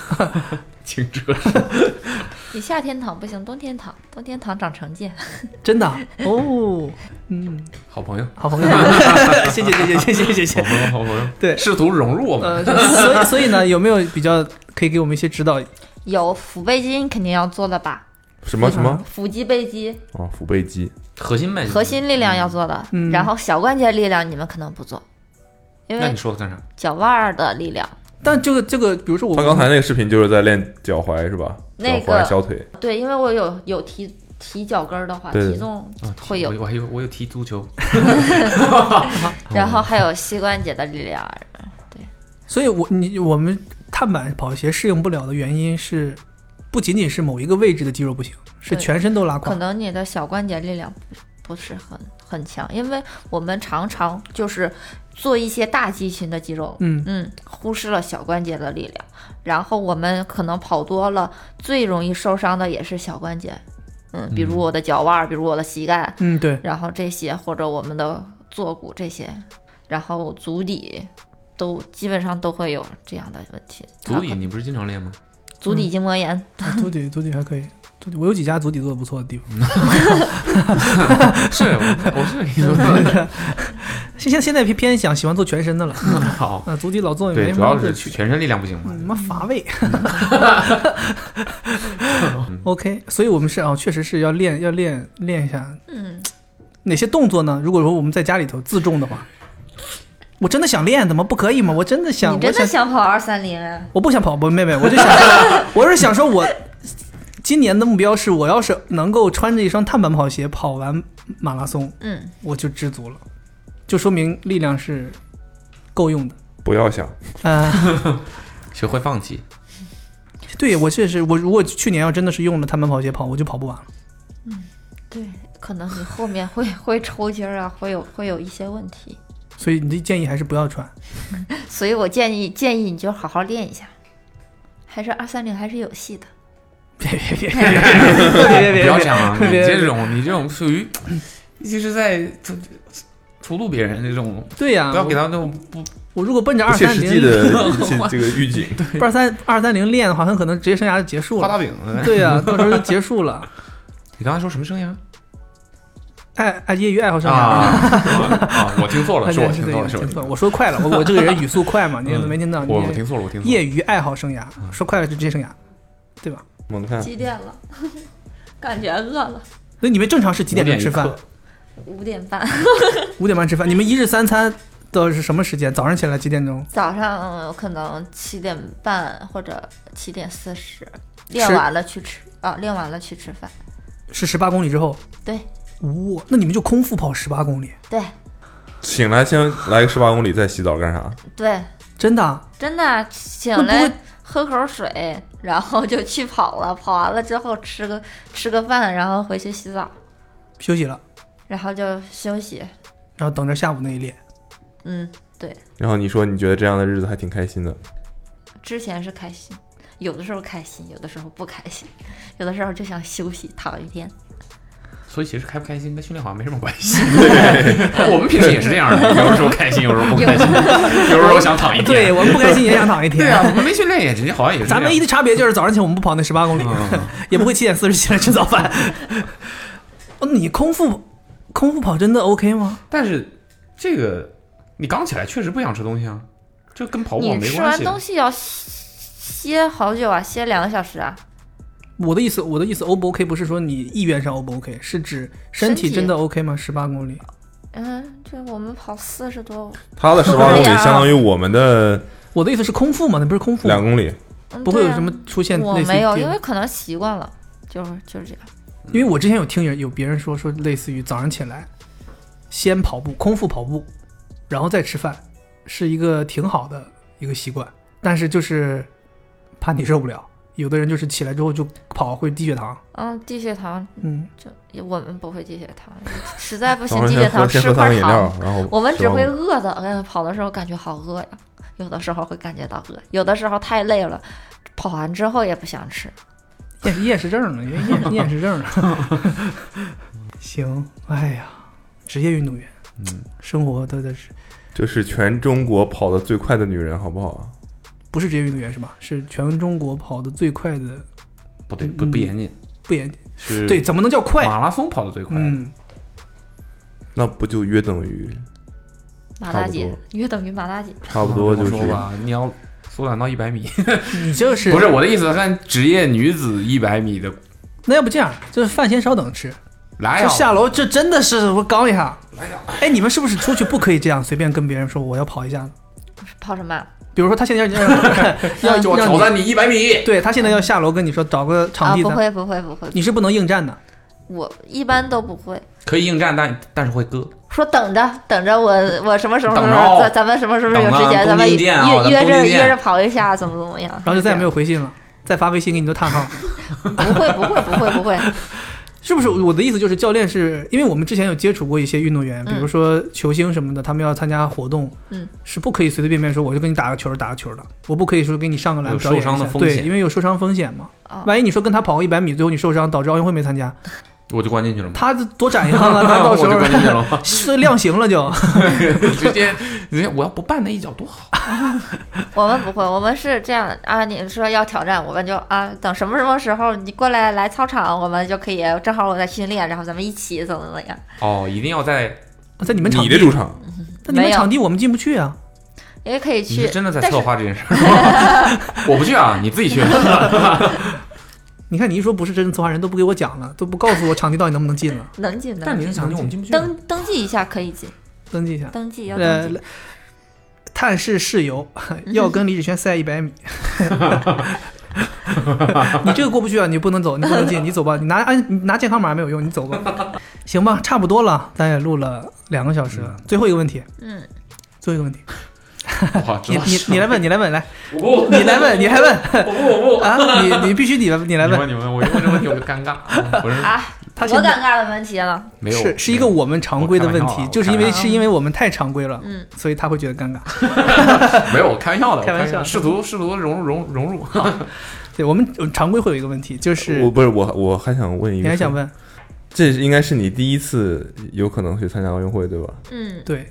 B: 轻车，
D: 有。 你夏天躺不行，冬天躺，冬天躺长成见。
C: 真的哦，嗯，
B: 好朋友，
C: 好朋友，谢谢谢谢谢谢 谢
B: 好
C: 谢。
B: 朋友，好朋友，
C: 对
B: 试图融入我们。
C: 呃，所以所以呢，有没有比较可以给我们一些指导？
D: 有腹背肌，你肯定要做的吧？
F: 什么什么
D: 腹肌、背肌、
F: 哦，腹背肌，
B: 核心呗，
D: 核心力量要做的，
C: 嗯
D: 然后小关节力量你们可能不做，因
B: 那
D: 为
B: 你说干啥？
D: 脚腕儿的力量，
C: 但这个这个，比如说我
F: 他刚才那个视频就是在练脚踝是吧？
D: 那
F: 脚踝、
D: 个
F: 小腿，
D: 对，因为我有有提提脚跟儿的话，
F: 对对
D: 提重
B: 啊
D: 会有
B: 我我还有我有踢足球，
D: 然后还有嗯膝关节的力量，
C: 所以我你我们碳板跑鞋适应不了的原因是，不仅仅是某一个位置的肌肉不行，是
D: 对
C: 全身都拉
D: 可
C: 垮。
D: 能你的小关节力量不不是很很强，因为我们常常就是做一些大肌群的肌肉，
C: 嗯，
D: 嗯，忽视了小关节的力量。然后我们可能跑多了，最容易受伤的也是小关节，嗯，比如我的脚腕儿，比如我的膝盖，
C: 嗯， 对，
D: 然后这些或者我们的坐骨这些，然后足底都基本上都会有这样的问题。它
B: 足底
D: 可
B: 你不是经常练吗？
D: 足底筋膜炎，
C: 足底足底还可以，足底我有几家足底做的不错的地方。
B: 是，啊我我是跟你说，
C: 现现现在偏偏想喜欢做全身的了，
D: 嗯
B: 好，
C: 啊，足底老做也
B: 对，
C: 没
B: 主
C: 什么
B: 要
C: 乐
B: 是
C: 趣。
B: 全身力量不行嘛
C: 嗯。妈乏味
B: 嗯
C: ，OK，所以我们是啊，确实是要练，要练练一下
D: 嗯，
C: 哪些动作呢？如果说我们在家里头自重的话，我真的想练，怎么不可以吗？我真的想，
D: 你
C: 我
D: 真
C: 想
D: 的想跑二三零？啊
C: 我不想跑步，妹妹，我就想，我是想说我，今年的目标是我要是能够穿着一双碳板跑鞋跑完马拉松，
D: 嗯，
C: 我就知足了，就说明力量是够用的。
F: 不要想
C: 呃，
B: 学会放弃，
C: 对我确实，我如果去年要真的是用了碳板跑鞋跑，我就跑不完了。
D: 对，可能你后面会 会抽筋儿啊，会有会有一些问题，
C: 所以你的建议还是不要穿。
D: 所以我建议建议你就好好练一下，还是二三零还是有戏的。
C: 别别别别别别
B: 不啊
C: 别！
B: 要想了，你
C: 别
B: 这种你这种属于，一直是在屠戮别人这种，
C: 对呀、
B: 不要给他那种不
C: 我如果奔着
F: 不
C: 二
F: 切
C: 三
F: 实际
C: 零
F: 的一些这个预 警，
C: 二三二三零练的话，很可能职业生涯就结束
B: 画
C: 了。
B: 大饼的。
C: 对呀、到时候就结束了。
B: 你刚才说什么啊生涯？
C: 爱爱业余爱好生涯。
B: 啊，我听错了，
C: 哎
B: 是
C: 对
B: 我听错了，是我听
C: 对对
B: 错了，
C: 我说快了，我我这个人语速 快嘛，你
B: 嗯
C: 没听到？你
B: 我我听错了，我嗯听错
C: 业
B: 了。
C: 余爱好生涯，说快了就职业生涯。
F: 猛看
D: 几点了？ 感觉饿了，
C: 那你们正常是几点钟吃饭？
D: 五点半。
C: 五点半吃饭。你们一日三餐都是什么时间？早上起来几点钟？
D: 早上呃可能七点半或者七点四十，
C: 吃
D: 练完了去吃啊，练完了去吃饭。
C: 是十八公里之后。
D: 对
C: 哇，那你们就空腹跑十八公里，
D: 对
F: 醒来先来个十八公里，再洗澡干啥？
D: 对，
C: 真的啊？
D: 真的醒
C: 那不会
D: 来喝口水，然后就去跑了。跑完了之后吃个吃个饭，然后回去洗澡，
C: 休息了，
D: 然后就休息。
C: 然后等着下午那一列。
D: 嗯，
F: 然后你说你觉得这样的日子还挺开心的，
D: 之前是开心，有的时候开心，有的时候不开心，有的时候就想休息躺一天。
B: 所以其实开不开心跟训练好像没什么关 系。我们平时也是这样的，有的时候开心，有时候不开心， 有时候想躺一天
C: 对。我们 不开心也想躺一天。
B: 对啊，我们没训练也直接好像也是这
C: 咱
B: 样。
C: 唯一的差别就是早上起来我们不跑那十八公里，
B: 嗯
C: 也不会七点四十起来吃早 饭。哦，你空腹空腹跑真的 OK 吗？
B: 但是这个你刚起来确实不想吃东西啊，这跟跑步
D: 你
B: 没
D: 吃
B: 关
D: 完
B: 系。
D: 东西要歇好久啊，歇两个小时啊。
C: 我的意思，我的意思，O 不 OK 不是说你意愿上 O 不 OK，是指身体
D: 身体
C: 真的 OK 吗？十八公里，
D: 嗯，这我们跑四十多，
F: 他的十八公里
D: 啊
F: 相当于我们的
C: 我的意思是空腹嘛，那不是空腹吗，
F: 两公里。
D: 嗯
C: 不会有
D: 对啊
C: 什么出现
D: 我
C: 类似于
D: 没有，
C: 这
D: 因
C: 种
D: 为可能习惯了，就是就是这样。
C: 因为我之前有听人有别人说说类似于早上起来先跑步，空腹跑步，然后再吃饭，是一个挺好的一个习惯，但是就是怕你受不了，有的人就是起来之后就跑会低血糖，
D: 嗯，低血糖
C: 嗯，
D: 就我们不会低血糖， 实在不行
F: 早上
D: 低
F: 先
D: 血
F: 喝
D: 糖
F: 先
D: 吃
F: 喝三
D: 块
F: 个饮料
D: 糖。，
F: 然后
D: 我们只
F: 18
D: 会
F: 公里
D: 饿的，哎呀，跑的时候感觉好饿呀，有的时候会感觉到饿，有的时候太累了，跑完之后也不想吃。
C: 厌厌食症了，因为厌厌食症了。 行，哎呀，职业运动员，
B: 嗯，
C: 生活都得是
F: 这是全中国跑得最快的女人，好不好？
C: 不是职业运动员是吧？是全中国跑得最快的，
B: 不对，不不严谨，
C: 不严
B: 是
C: 嗯对，怎么能叫快？
B: 马拉松跑得最快。
C: 嗯，
F: 那不就约等于
D: 马
F: 差
D: 大
F: 不
D: 姐
F: 多
D: 约等于马大姐，
F: 差不多
B: 啊这
F: 就
B: 么
F: 是
B: 说吧，你要缩短到一百 米，
C: 你这是
B: 不是？我的意思，按职业女子一百米的
C: 那要不这样，就是饭先稍等吃，
B: 来啊
C: 这
B: 哎呀，
C: 下楼这真的是我刚一下。哎，你们是不是出去不可以这样随便跟别人说我要跑一下子？
D: 跑什么啊？
C: 比如说他现在 要
B: 就
C: 要
B: 我
C: 让
B: 挑
C: 你，
B: 战你一百米。
C: 对他现在要下楼跟你说找个场
D: 啊，
C: 地
D: 不
C: 咱，
D: 会不会不会，
C: 你是不能应战的。
D: 我一般都不会。
B: 可以应战，但但是会割。
D: 说等着等着我我什么时候
B: 等着哦
D: 咱咱们什么时候有
B: 等着
D: 时间
B: 东
D: 咱们
B: 京
D: 约
B: 见啊咱
D: 约约
B: 东京
D: 着
B: 见
D: 约着跑一下怎么怎么样，
C: 然后就再也没有回信了，再发微信给你都叹号，
D: 不会不会不会不会，
C: 是不是？我的意思就是，教练是因为我们之前有接触过一些运动员，比如说球星什么的，他们要参加活动，
D: 嗯，
C: 是不可以随随便便说我就跟你打个球打个球的，我不可以说给你上个篮
B: 有
C: 表演一
B: 受伤
C: 下
B: 的风
C: 对，
B: 险
C: 因为有受伤风险嘛。
D: 啊
C: 万一你说跟他跑个一百米，最后你受伤导致奥运会没参加，
B: 我就关进去了吗？
C: 他多展一 样啊，他到时
B: 我就关进去了
C: 候
B: 吗？
C: 是量刑了就。
B: 直接直接，我要不绊那一脚多好。
D: 我们不会，我们是这样啊。你说要挑战，我们就啊，等什么什么时候你过来来操场，我们就可以，正好我在训练，然后咱们一起怎么怎么样。
B: 哦，一定要在
C: 在你们场
F: 你
C: 地
F: 的，主场，
C: 在你们
D: 没有
C: 场地我们进不去啊。
D: 也可以
B: 你是
D: 去，
B: 真的在
D: 但是
B: 策划这件事儿？ 我不去啊，你自己去。
C: 你看你一说不是真的策划人都不给我讲了，都不告诉我场地到底能不能进了，
D: 能进 的。
B: 但你是想进，我们进不去。
D: 登登记一下可以进，
C: 登记一下。
D: 登记要嗯
C: 呃
D: 登记。，
C: 探视室友要跟李子轩赛一百米， 你这个过不去啊，你不能走，你不能进，你走吧，你拿安你拿健康码没有用，你走吧，行吧，差不多了，咱也录了两个小时了，最后一个问题，
D: 嗯，
C: 最后一个问题，
B: 哇，
C: 你
B: 知道
C: 你
B: 是
C: 你来问，你来问，来，
B: 我不，
C: 你来问，你来问
B: 我不，我不。
C: 啊，你你必须你来你来
B: 你
C: 问，
B: 问你们，我一问这问题我就尴 尬。我是
D: 啊，
C: 他现
D: 多尴
C: 在
D: 尬的问题了。
B: 没有，
C: 是是一个我们常规的问
B: 我开玩
C: 题，
B: 笑啊
C: 就是因为
B: 我开玩
C: 是因为我们太常规了，
D: 嗯，
C: 所以他会觉得尴尬。
B: 没有，我开玩笑的，我
C: 开玩笑
B: 试图试图融入融融入。
C: 对我们常规会有一个问题，就是
F: 我不是我我还想问一
C: 你
F: 个，
C: 还想问，
F: 这应该是你第一次有可能去参加奥运会，对吧？
D: 嗯，
C: 对，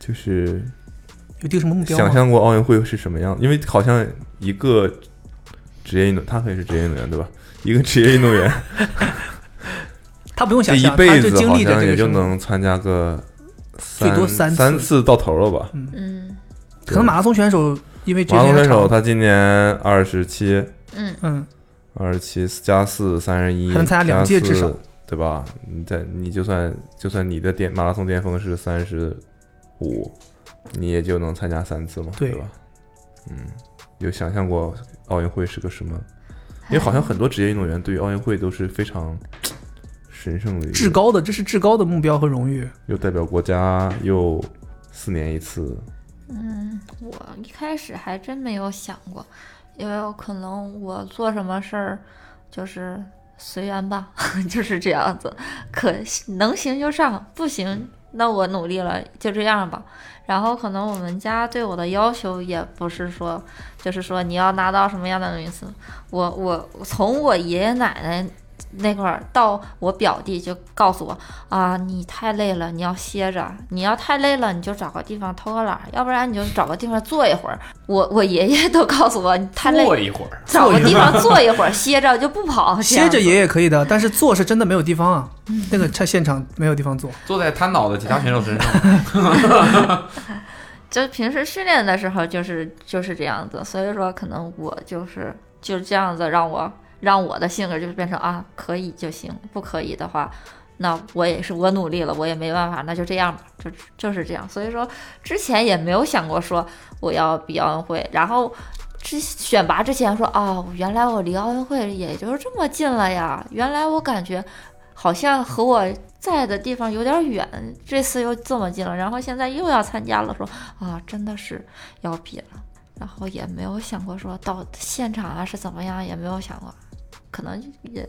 F: 就是
C: 有定什么目标吗？
F: 想象过奥运会是什么样？因为好像一个职业运动，他可以是职业运动员，对吧？一个职业运动员
C: 他不用
F: 这
C: 想
F: 一
C: 象，
F: 辈
C: 他就
F: 子
C: 经
F: 好
C: 历着
F: 像
C: 这
F: 也
C: 个
F: 就
C: 生活，
F: 能参加个
C: 最多
F: 三
C: 三次
F: 次到头了吧？
D: 嗯
C: 可能马拉松选手因为这
F: 马拉松
C: 些
F: 选手
C: 长，
F: 他今年二十七，
D: 嗯，
C: 嗯，
F: 二十七加四三十一，
C: 还能参加两届
F: 加四
C: 至少，
F: 对吧？你在你就算就算你的巅马拉松巅峰是三十五，你也就能参加三次嘛，
C: 对
F: 吧？嗯，有想象过奥运会是个什么？因为好像很多职业运动员对于奥运会都是非常神圣的一个
C: 至，高的这是至高的目标和荣誉。
F: 又代表国家，又四年一次，
D: 嗯，我一开始还真没有想过，因为我可能我做什么事儿就是随缘吧， 就是这样子，可能行就上，不行那我努力了就这样吧。然后可能我们家对我的要求也不是说，就是说你要拿到什么样的名次。我我从我爷爷奶奶那块儿到我表弟就告诉我，啊，你太累了，你要歇着。你要太累了，你就找个地方偷个懒儿，要不然你就找个地方坐一会儿。我我爷爷都告诉我，你太累，
B: 过一会儿，
D: 找个地方坐一会儿， 歇着就不跑。这样
C: 歇着
D: 子
C: 也也可以的，但是坐是真的没有地方啊，那个在现场没有地方坐。
B: 坐在瘫倒的其他选手身 上，
D: 就平时训练的时候就是就是这样子，所以说可能我就是就是这样子，让我让我的性格就是变成啊可以就行，不可以的话，那我也是我努力了，我也没办法，那就这样吧，就就是这样。所以说之前也没有想过说哦我要比奥运会，然后。之选拔之前说哦，原来我离奥运会也就是这么近了呀！原来我感觉好像和我在的地方有点远，这次又这么近了，然后现在又要参加了，说啊，真的是要比了。然后也没有想过说啊到现场啊是怎么样，也没有想过，可能也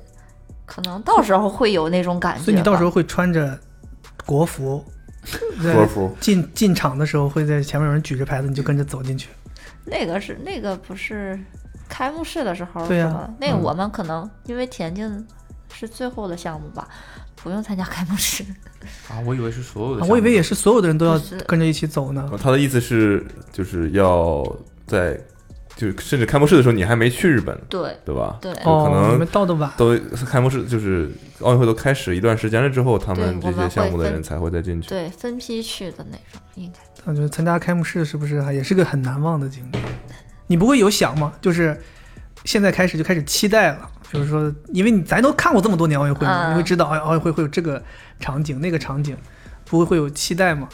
D: 可能到时候会有那种感觉吧。
C: 所以你到时候会穿着国服，在
F: 国服
C: 进进场的时候会在前面有人举着牌子，你就跟着走进去。
D: 那个是那个不是开幕式的时候
C: 对呀
D: 是吗？那个
F: 嗯
D: 我们可能因为田径是最后的项目吧，不用参加开幕式。
B: 啊，我以为是所有的
C: 啊
B: 项目，
C: 我以为也是所有的人都要
D: 不是
C: 跟着一起走呢。
F: 他的意思是就是要在就甚至开幕式的时候你还没去日本，
D: 对
F: 对吧？
D: 对。
F: 有可
C: 哦，
F: 能
C: 你们到的晚，
F: 都开幕式就是奥运会都开始一段时间了之后，他们
D: 对我们
F: 这些
D: 会
F: 项目的
D: 分
F: 人才会再进去。
D: 对，分批去的那种，应该
C: 我觉得参加开幕式是不是还也是个很难忘的经历？你不会有想吗？就是现在开始就开始期待了。比如说，因为你咱都看过这么多年奥运会嘛，
D: 嗯
C: 你会知道哎奥运会会有这个场景、那个场景，不会会有期待吗？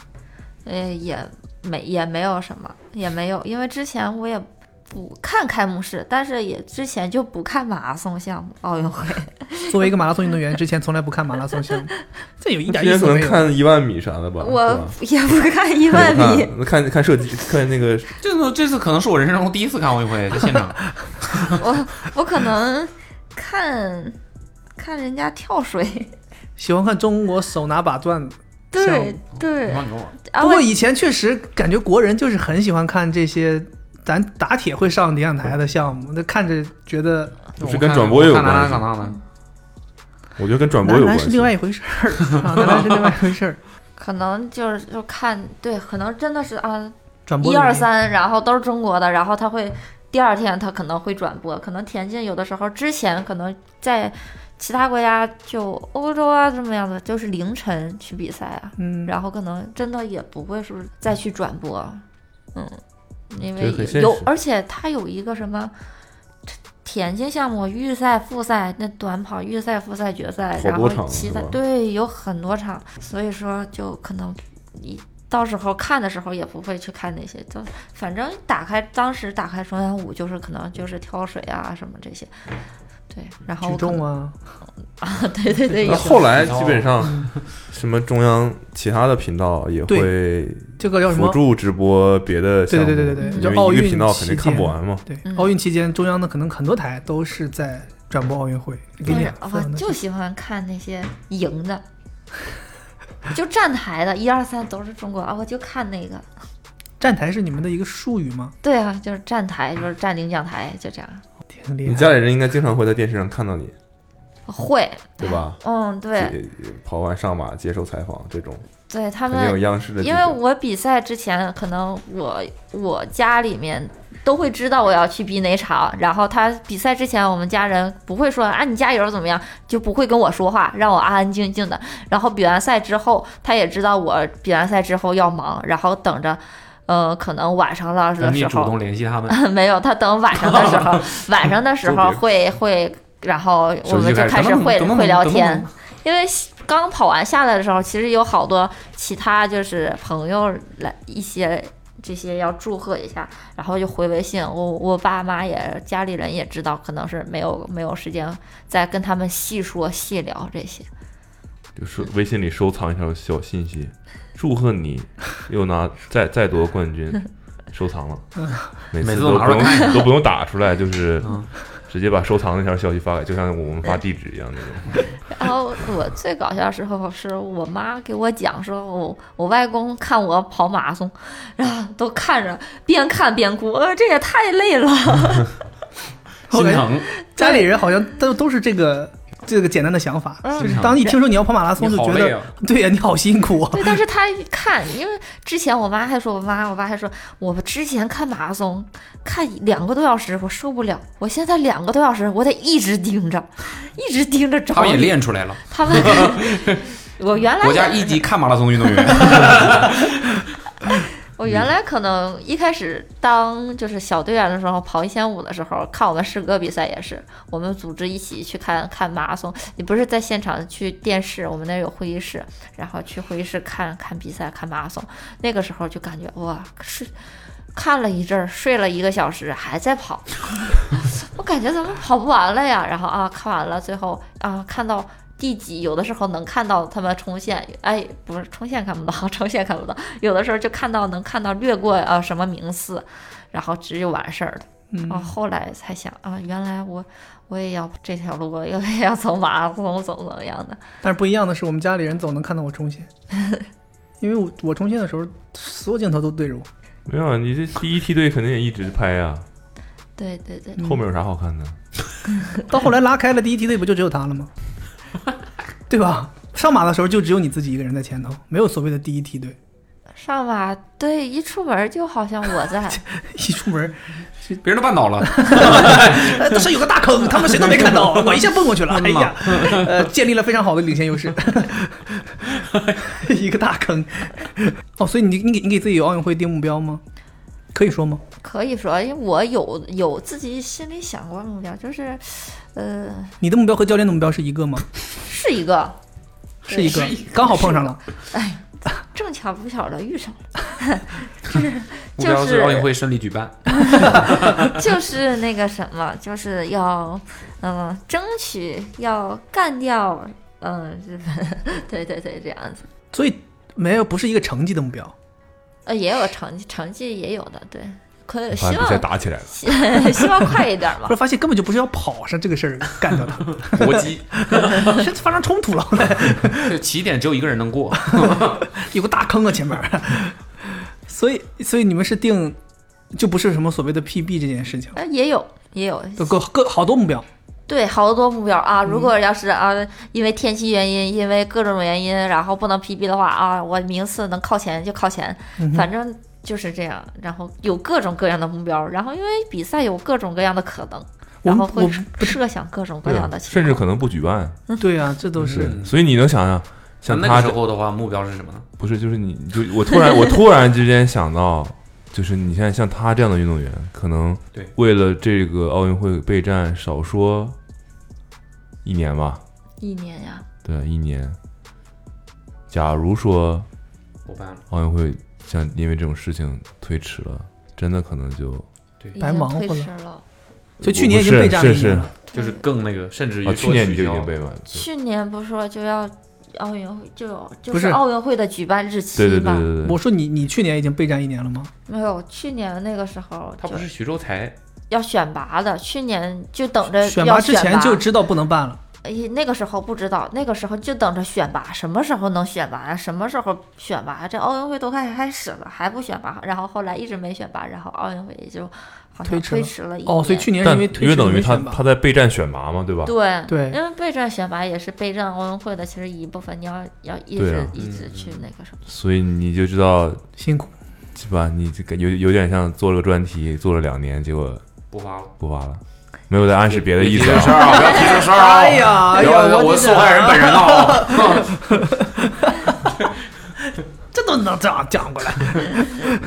D: 呃，也没也没有什么，也没有，因为之前我也不看开幕式，但是也之前就不看马拉松项目奥运会。
C: 作为一个马拉松运动员，之前从来不看马拉松项目， 这有一点
F: 之
C: 意
F: 前
C: 思
F: 可
C: 都
F: 能
C: 没有。
F: 看一万米啥的吧，是
D: 我
F: 吧
D: 也不看一万 米，
F: 看看看射击，看那个
B: 这次这次可能是我人生中第一次看奥运会，在现场。
D: 我我可能看看人家跳水。
C: 喜欢看中国手拿把攥的。项
D: 对
C: 目
D: 对，
B: 你我，
D: 啊
C: 不
D: 我
C: 过以前确实感觉国人就是很喜欢看这些，咱打铁会上领奖台的项目，那看着觉得
F: 不是跟转播也有关系。
D: 嗯
F: 啊我觉得跟转播
C: 男
F: 有
C: 篮
F: 关
C: 是另外
F: 系。
C: 一回事儿啊，男篮是另外一回事儿。
D: 可能就是就看对，可能真的是啊，
C: 转播
D: 一
C: 的原
D: 二
C: 因，
D: 三，然后都是中国的，然后他会第二天他可能会转播，可能田径有的时候之前可能在其他国家就欧洲啊这么样的，就是凌晨去比赛啊，
C: 嗯，
D: 然后可能真的也不会说再去转播，嗯，因
F: 这
D: 为
F: 个很现
D: 有
F: 实，
D: 而且它有一个什么。田径项目预赛、复赛，那短跑预赛、复赛、决赛，
F: 好
D: 然
F: 多
D: 后
F: 场
D: 期
F: 是
D: 赛
F: 吧，
D: 对，有很多场，所以说就可能你到时候看的时候也不会去看那些，就反正打开当时打开中央五就是可能就是跳水啊什么这些，对，然后
C: 举
D: 我可
C: 重
D: 能
C: 啊，
D: 啊， 对对对，
F: 那
D: 有
F: 后来基本上，
C: 嗯
F: 什么中央其他的频道也会
C: 这个叫什
F: 辅
C: 么？
F: 助直播别的项目，
C: 对对对对对
F: 因
C: 就奥
F: 为一
C: 运
F: 个频道肯定看不完嘛。
C: 对，
D: 嗯
C: 奥运期间中央的可能很多台都是在转播奥运会，嗯给
D: 但
C: 你
D: 是我哦啊就喜欢看那些赢的，就站台的，一二三都是中国啊，我就看那个。
C: 站台是你们的一个术语吗？
D: 对啊，就是站台，就是站领奖台，就这样。
C: 挺厉
F: 你
C: 害。
F: 家里人应该经常会在电视上看到你，
D: 会，
F: 对吧？
D: 嗯，对，
F: 也也跑完上马接受采访这种，
D: 对他
F: 肯定有
D: 们，
F: 央视的记
D: 因
F: 者。
D: 为我比赛之前，可能我我家里面都会知道我要去比哪场，然后他比赛之前，我们家人不会说啊你加油怎么样，就不会跟我说话，让我安安静静的。然后比完赛之后，他也知道我比完赛之后要忙，然后等着。呃，可能晚上了的
B: 你
D: 时
B: 主
D: 候
B: 动，联系他们，
D: 没有，他等晚上的 时候，晚上的时候会会，然后 我们就开始会会聊天，因为刚跑完下来的时候，其实有好多其他就是朋友来一些这些要祝贺一下，然后就回微信，我我爸妈也家里人也知道，可能是没有没有时间再跟他们细说细聊这些。
H: 就是微信里收藏一条小信息，祝贺你又 拿再再夺冠军，收藏了，每次
B: 每次
H: 都
B: 都拿
H: 不
B: 出来
H: 用都不用打出来，就是
B: 嗯
H: 直接把收藏那条消息发给，就像我们发地址一样那种。
D: 然后我最搞笑的时候是我妈给我讲说我，我外公看我跑马拉松，然后都看着，边看边哭，呃，这也太累了。
B: 心 疼，
C: 家里人好像都都是这个这个简单的想法，
D: 嗯
C: 就是当一听说你要跑马拉松，
B: 你
C: 就
B: 好
C: 觉
B: 累
C: 得
B: 啊！
C: 对呀，你好辛 苦啊。
D: 对，但是他一看，因为之前我妈还说，我妈我爸还说，我之前看马拉松看两个多小时，我受不了，我现在两个多小时，我得一直盯着，一直盯着
B: 他
D: 找
B: 们也
D: 你。
B: 练出来了，
D: 他 们，我原来
B: 国家
D: 也
B: 一级看马拉松运 动员，
D: 我原来可能一开始当就是小队员的时候，跑一千五的时候，看我们诗歌比赛也是，我们组织一起去看看马拉松，也不是在现场去电视，我们那儿有会议室，然后去会议室看看比赛，看马拉松。那个时候就感觉哇，是看了一阵儿，睡了一个小时，还在跑， 我感觉怎么跑不完了呀？然后啊，看完了，最后啊，看到。第几？有的时候能看到他们冲线，哎，不是冲线看不到， 冲线看不到，有的时候就看到能看到略过啊什么名次，然后直接就完事儿了。
C: 嗯
D: 啊，后来才想啊，原来我我也要这条路，我也要走马拉松，怎么怎么样的。
C: 但是不一样的是，我们家里人总能看到我冲 线，因为我我冲线的时候，所有镜头都对着我。
H: 没有，啊，你这第一梯队肯定也一直拍呀、
D: 对对对，
B: 嗯
H: 后面有啥好看的？
C: 到后来拉开了第一梯队，不就只有他了 吗？对吧？上马的时候就只有你自己一个人在前头，没有所谓的第一梯队。
D: 上马对，一出门就好像我 在，
C: 一出门，
B: 别人都绊倒了，
C: 呃，这是有个大坑，他们谁都没看到， 我一下蹦过去了。哎呀，呃，建立了非常好的领先 优势，一个大坑。哦，所以你你给你给自己奥运会定目标吗？可以说吗？
D: 可以说，因为我有有自己心里想过目标，就是，呃，
C: 你的目标和教练的目标是一个吗？
D: 是一个
C: 是一个，刚好碰上了。
D: 正巧不巧的遇上了，
B: 目标
D: 就是
B: 是奥运会顺利举办，
D: 就是那个什么，就是要嗯、争取要干掉嗯、日本， 对对对，这样子。
C: 所以没有不是一个成绩的目标，
D: 呃，也有成绩，成绩也有的，对，可以
F: 把
D: 希
F: 比赛
D: 望
F: 打起来了，
D: 希希望 快一点
C: 后
D: 嘛
C: 来。发现根本就不是要跑上这个事儿干掉 他，
B: 搏击，
C: 是发生冲突了，
B: 这起点只有一个人能过，
C: 有个大坑啊前面儿。所以所以你们是定，就不是什么所谓的 PB 这件事情，
D: 呃，也有也有，
C: 有各各好多目标。
D: 对，好多目标啊。如果要是啊，因为天气原因，因为各种原因，然后不能 PB 的话啊，我名次能靠前就靠前，
C: 嗯
D: 反正就是这样。然后有各种各样的目标，然后因为比赛有各种各样的可能，
C: 我
D: 然
C: 们
D: 后
C: 我
D: 会
C: 们
D: 设想各种各
H: 对
D: 样
H: 啊
D: 的，情
H: 甚至
D: 况。
H: 可能不举办。
C: 对啊，这都是。
H: 所以你能想想，像
B: 那
H: 他
B: 个
H: 这
B: 时候的话，目标是什么呢？
H: 不是，就是你，你就我突然，我突然之间想到，就是你现在像他这样的运动员，可能
B: 对
H: 为了这个奥运会备战，少说一年吧，
D: 一年呀，
H: 对，一年。假如说
B: 我办了，
H: 奥运会像因为这种事情推迟了，真的可能就
D: 已
C: 白
D: 经
C: 忙
D: 推
C: 活了
D: 迟了。
C: 就去年已经备战
H: 是
C: 了一
H: 是
C: 年
H: 是
C: 了，
B: 就是
D: 对
B: 更那个，甚至于
H: 啊，
B: 说
F: 哦
H: 去年你
B: 取
H: 就已
B: 消
H: 经备完了，
D: 去年不是说就要奥运会就有就
C: 不
D: 是
C: 是
D: 奥运会的举办日期
H: 对对对
D: 嘛？
H: 对对
C: 我说你你去年已经备战一年了吗？
D: 没有，去年那个时候
B: 他
D: 就
B: 不是徐州台，
D: 要选拔的，去年就等着
C: 选
D: 呃要
C: 拔之前就知道不能办了，
D: 哎，那个时候不知道，那个时候就等着选拔，什么时候能选拔呀？什么时候选拔？这奥运会都快开始了，还不选拔？然后后来一直没选拔，然后奥运会也就好像
C: 推迟了
D: 推迟了一
C: 哦，所以
D: 年
C: 去年是
F: 但
C: 因为推迟
F: 等于
C: 没
F: 他
C: 选拔
F: 他在备战选拔嘛，对吧？
D: 对
C: 对
D: 因为备战选拔也是备战奥运会的，其实一部分你要要一
F: 对
D: 直、
B: 嗯
F: 啊嗯
D: 一直去那个什么，
F: 所以你就知道
C: 辛苦，
F: 是吧？你这个有有点像做了个专题，做了两年，结果
B: 不发了。
F: 不发了，没有在暗示别的意思
B: 这个事
F: 啊。
B: 儿啊，不要提这事儿 啊！
C: 哎呀哎
B: 不
C: 呀
B: 要
C: 我
B: 我
C: 的
B: 是
C: 天
B: 受
C: 啊
B: 害人本人啊！
C: 这都能这样讲过来？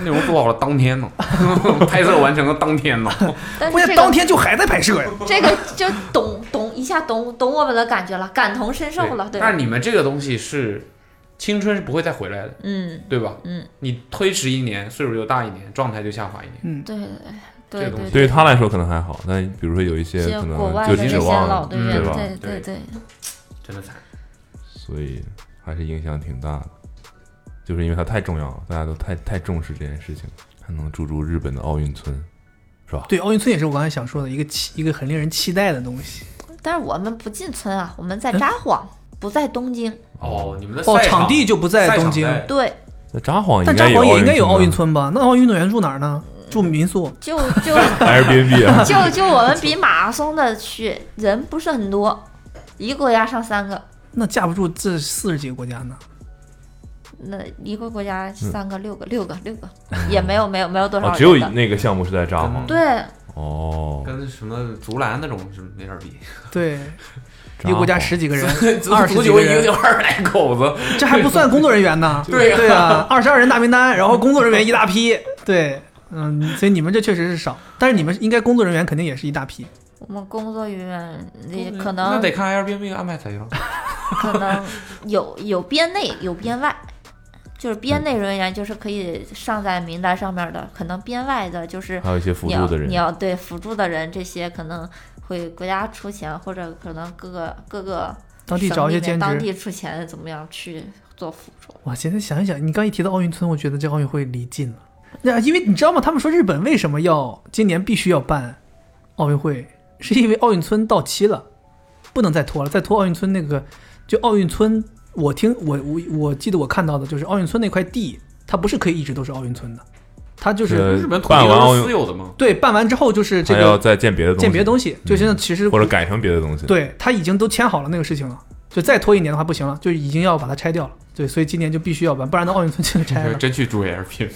B: 内容做好了当天呢， 拍摄完成了当天呢。
D: 但是
C: 关
D: 这
C: 键
D: 个
C: 当天就还在拍摄呀。
D: 这个就懂懂一下懂懂我们的感觉了，感同身受了，对吧？
B: 但你们这个东西是青春是不会再回来的，
D: 嗯，
B: 对吧？
D: 嗯，
B: 你推迟一年，岁数就大一年，状态就下滑一年。
C: 嗯，
D: 对
B: 这
D: 对
B: 个东西
D: 对
F: 对于他来说可能还好，但比如说有一些
D: 一些
F: 可
D: 国外的
F: 能就
D: 那些
F: 指
D: 老
F: 望，
D: 队
B: 嗯
D: 员，
F: 对吧
D: 对
B: 对
D: 对对，
B: 真的惨。
F: 所以还是影响挺大的。就是因为它太重要了，大家都太太重视这件事情，还能驻足日本的奥运村，是吧？
C: 对，奥运村也是我刚才想说的一个期，一个很令人期待的东西。
D: 但是我们不进村啊，我们在
F: 嗯
D: 札幌，不在东京，
B: 哦，你们的
C: 哦，
B: 赛
C: 场地就不
B: 赛
C: 在
B: 场
C: 东京，
F: 哎
B: 在
D: 对，
F: 那札幌
C: 但
F: 应
C: 札
F: 该
C: 幌啊也应该有奥运村
F: 村
C: 吧？那奥运运动员住哪儿呢？住民宿。
D: 就就，
F: 吧，Airbnb 啊
D: 就就我们比马拉松的去人不是很多，一个国家上三个，
C: 那架不住这四十几个国家呢，
D: 那一个国家三个、六个、六个、六个，也没有没有没有多少
F: 嗯哦
D: 人的。
F: 只有那个项目是在札幌
B: 嗯。
D: 对，
F: 哦，
B: 跟什么足篮那种是没法比，
C: 对，
F: 札
C: 一个国家
F: 幌
C: 十几个人
B: 足，
C: 二十
B: 足
C: 几
B: 球
C: 个
B: 一个
C: 人，
B: 就二十来口子，
C: 这还不算工作人员呢。
B: 对呀
C: 对啊，二十二人大名单，然后工作人员一大批。对，嗯，所以你们这确实是少，但是你们应该工作人员肯定也是一大批。
D: 我们工作人员也可
B: 那
D: 能
B: 得看 Airbnb 安排才行。
D: 可能有有编内有编外，就是
F: 嗯
D: 编内人员就是可以上在名单上面的，可能编外的就是
F: 还有一些辅
D: 你要
F: 助的人
D: 你，要对辅助的人这些可能会国家出钱，或者可能各个各个
C: 当地找一些兼
D: 省里面当
C: 职。
D: 地出钱怎么样去做辅助？
C: 我现在想一想，你刚一提到奥运村，我觉得这奥运会离近了。那因为你知道吗？他们说日本为什么要今年必须要办奥运会，是因为奥运村到期了，不能再拖了。再拖奥运村那个，就奥运村，我听我我我记得我看到的就是奥运村那块地，它不是可以一直都是奥运村的，它就是
F: 呃
B: 日本土
F: 办
B: 地
F: 完
B: 都
F: 奥
B: 是私
F: 运，
B: 有的 嘛，
C: 对办完之后就是这
F: 还要
C: 个
F: 再建别的东西，嗯
C: 建别的东西，就现在其实
F: 或者改成别的东西。，
C: 对他已经都签好了那个事情了，就再拖一年的话不行了，就已经要把它拆掉了。对，所以今年就必须要办，不然那奥运村就拆了，
B: 真去住 Airbnb。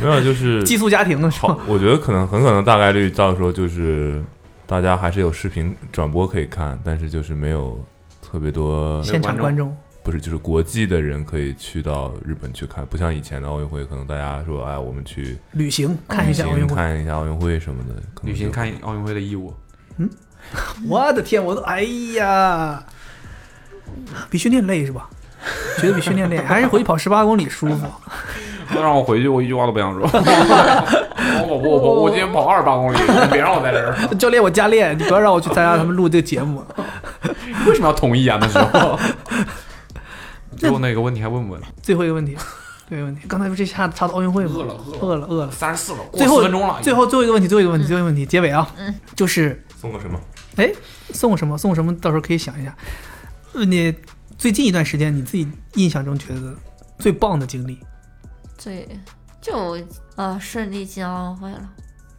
F: 没有就是
C: 寄宿家庭了是吧
F: 好？，我觉得可能很可能大概率到时候就是大家还是有视频转播可以看，但是就是没有特别多，
C: 现场观众，
F: 不是就是国际的人可以去到日本去看，不像以前的奥运会，可能大家说哎我们去
C: 旅行看一下哎
F: 嗯旅
C: 奥
F: 行
C: 运会。
F: 看一下奥运会什么的，可能
B: 旅行
F: 就
B: 看奥运会的义 务，
C: 我的天，我都哎呀，比训练累是吧？觉得比训练 累，还是回去跑十八公里舒服。
B: 那让我回去，我一句话都不想 说。我不我不，我今天跑二十八公里，你别让我在这儿。
C: 教练，我加练，你不要让我去参加他们录这个节目。
B: 为什么要同意啊？那时候。最后那个问题还问不问？
C: 最后一个问题，最后一个问题，刚才不是插插到奥运会吗？
B: 饿了饿了嗯
C: 饿了，饿了。
B: 三十四了，过
C: 最后
B: 四分钟了，
C: 最后最后一个问题，最后一个问题，最后一个问题，结尾啊，
B: 嗯
C: 就是
F: 送个什么？
C: 哎，送什么送什么，到时候可以想一下。呃你最近一段时间你自己印象中觉得最棒的经历，
D: 最就呃顺利进奥运会了，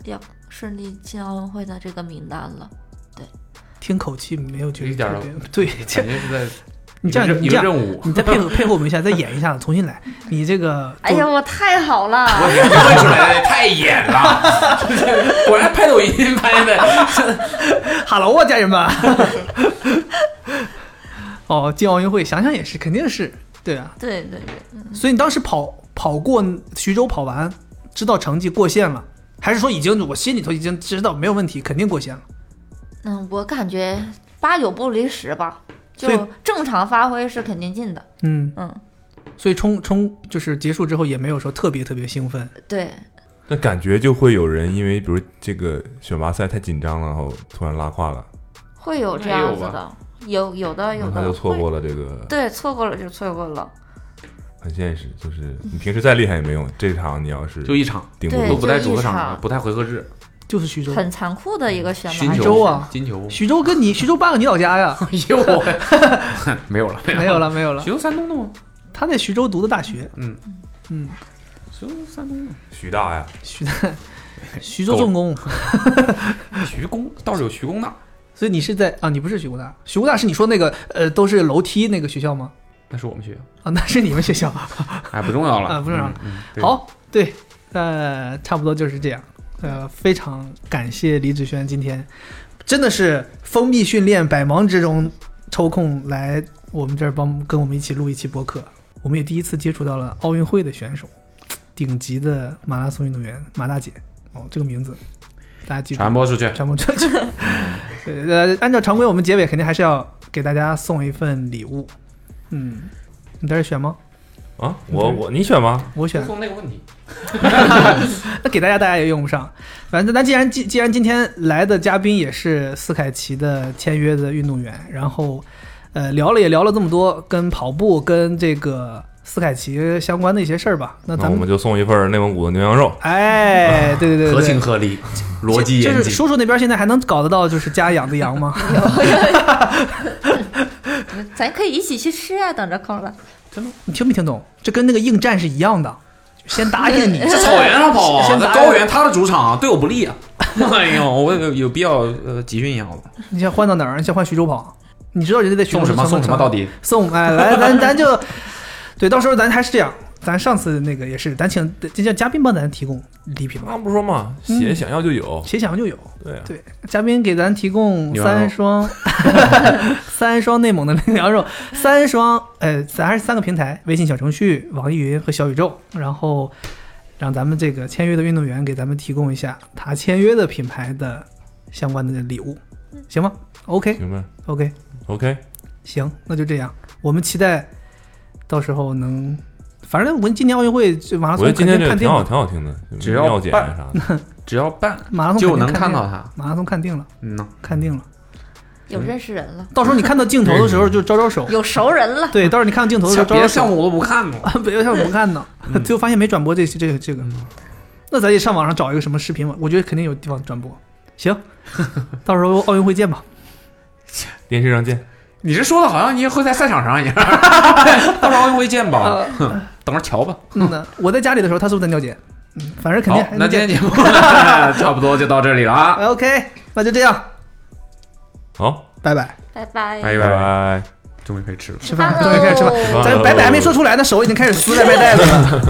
D: 要顺利进奥运会的这个名单了。
C: 听口气没有觉得
B: 一点儿哎
C: 特别对，这
B: 肯定是在
C: 你这
B: 一个
C: 样你
B: 一
C: 这
B: 个
C: 样
B: 任务。
C: 你再配合配合我们一下，再演一下，重新来。你这个
D: 哎呀，我太好了！
B: 我给你问出来的太野了，果然拍抖音拍的。
C: 哈喽啊，家人们！ 哦，进奥运会，想想也是，肯定是对啊。
D: 对对对，
C: 所以你当时跑跑过徐州跑完，知道成绩过线了，还是说已经我心里头已经知道没有问题，肯定过线了？
D: 嗯，我感觉八九不离十吧，
C: 所以
D: 就正常发挥是肯定进的。
C: 嗯，
D: 嗯，
C: 所以冲冲就是结束之后也没有说特别特别兴奋，
D: 对，
F: 那感觉就会有人因为比如这个选拔赛太紧张了，然后突然拉胯了，
D: 会有这
B: 那也有
D: 样子的，有有的有的
F: 那他就错
D: 会
F: 过了这个
D: 对，错过了就错过了。
F: 很现实，就是你平时再厉害也没用，这场你要是
B: 就一场，
F: 顶不
D: 对
B: 都
F: 住，
B: 不带主
D: 就
B: 客
D: 一
B: 场
D: 场
B: 了，不太回合制，
C: 就是徐州。
D: 很残酷的一个选拔
B: 寻
C: 徐
B: 求
C: 州啊
B: 金球，
C: 徐州跟你徐州半个你老家呀？
B: 有 没有了，
C: 没有了，没有了
B: 徐。州山东的吗？
C: 他在徐州读的大学，
B: 嗯
C: 嗯，
B: 徐州山东的，
H: 徐大呀，
C: 徐 徐州重工。
B: 徐工倒是有徐工大，
C: 所以你是在啊？你不是徐工大？徐工大是你说那个呃，都是楼梯那个学校吗？
B: 那是我们学校，
C: 啊， 那是你们学校。
B: 哎，不重要了，
C: 啊不重要了
B: 嗯。嗯对
C: 好，对，呃，差不多就是这样。呃，非常感谢李子轩今天真的是封闭训练，百忙之中抽空来我们这儿帮跟我们一起录一期播客。我们也第一次接触到了奥运会的选手，顶级的马拉松运动员马大姐。哦，这个名字大家记住。
B: 传播出去，
C: 传播出 去。呃，按照常规，我们结尾肯定还是要给大家送一份礼物。嗯，你在这选吗？
H: 啊，我
B: 嗯
H: 我你选吗？
C: 我选。
B: 送那个问题，
C: 那给大家大家也用不上。反正那既然既既然今天来的嘉宾也是斯凯奇的签约的运动员，然后呃聊了也聊了这么多跟跑步跟这个斯凯奇相关的一些事儿吧。那
H: 那
C: 咱
H: 我
C: 们
H: 们就送一份内蒙古的牛羊肉，
C: 哎，对对对对，
B: 合情合理，逻辑
C: 就
B: 严
C: 就是
B: 谨。
C: 叔叔那边现在还能搞得到就是家养的羊吗？
D: 咱可以一起去吃呀、等着空了。
C: 你听没听懂？这跟那个应战是一样的，就先答应你。
B: 在草原上跑啊，
C: 先
B: 在
C: 打
B: 高原他的主场啊，对我不利啊！ 哎呦，我有有必要呃集训一下我吧？
C: 你想换到哪儿？你想换徐州跑？你知道人家在徐州
B: 送什么
C: 上
B: 送什么
C: 上
B: 到底？
C: 送哎，来咱咱就对，到时候咱还是这样，咱上次那个也是，咱请这叫嘉宾帮咱提供礼品吧，
H: 刚不说嘛，鞋想要就有，
C: 谁想要就有。
H: 对啊，
C: 对，嘉宾给咱提供
B: 牛羊
C: 三
B: 肉
C: 双，三双内蒙的牛羊肉，三双呃，咱还是三个平台：微信小程序、网易云和小宇宙。然后让咱们这个签约的运动员给咱们提供一下他签约的品牌的相关的礼物，行吗？OK
H: 明白
C: OK，
H: ？OK，
C: 行，那就这样。我们期待到时候能，反正我们今年奥运会这马拉
H: 我
C: 松
H: 觉得今天
C: 肯
H: 这个挺
C: 定判定
H: 好，
C: 了，
H: 挺好听的，
B: 只要
H: 尿检
B: 办
H: 啥的，
B: 只要办
C: 马拉松
B: 就
C: 啊肯定
B: 能看
C: 定
B: 到
C: 了，
B: 他。
C: 马拉松看定了，
B: 嗯呐，
C: 看定了。
D: 有认识人了，
C: 到时候你看到镜头的时候就招招手，
D: 有熟人了，
C: 对，到时候你看到镜头的时候招
B: 别
C: 招
B: 的项
C: 手，
B: 目我都不看呢。
C: 别像我不看呢，
B: 嗯
C: 最后发现没转播这这个这个，那咱也上网上找一个什么视频网，我觉得肯定有地方转播。 行，到时候奥运会见吧。
H: 电视上见。
B: 你这说的好像你会在赛场 上一样，到时候会见
C: 啊
B: 吧，哼等着瞧吧。
C: 嗯呐，我在家里的时候，他是不是在尿检？嗯，反正肯定
B: 好
C: 还，
B: 那
C: 能
B: 今
C: 见
B: 天。节目 差不多就到这里了啊，
C: OK，那就这样，
H: 好，
C: 拜拜。
D: 拜拜。
B: 拜
H: 拜拜。
B: 终于可以吃了。
C: 吃饭，终于开始吃饭。
D: Hello
C: 咱拜拜还没说出来呢，手已经开始撕外卖袋子了。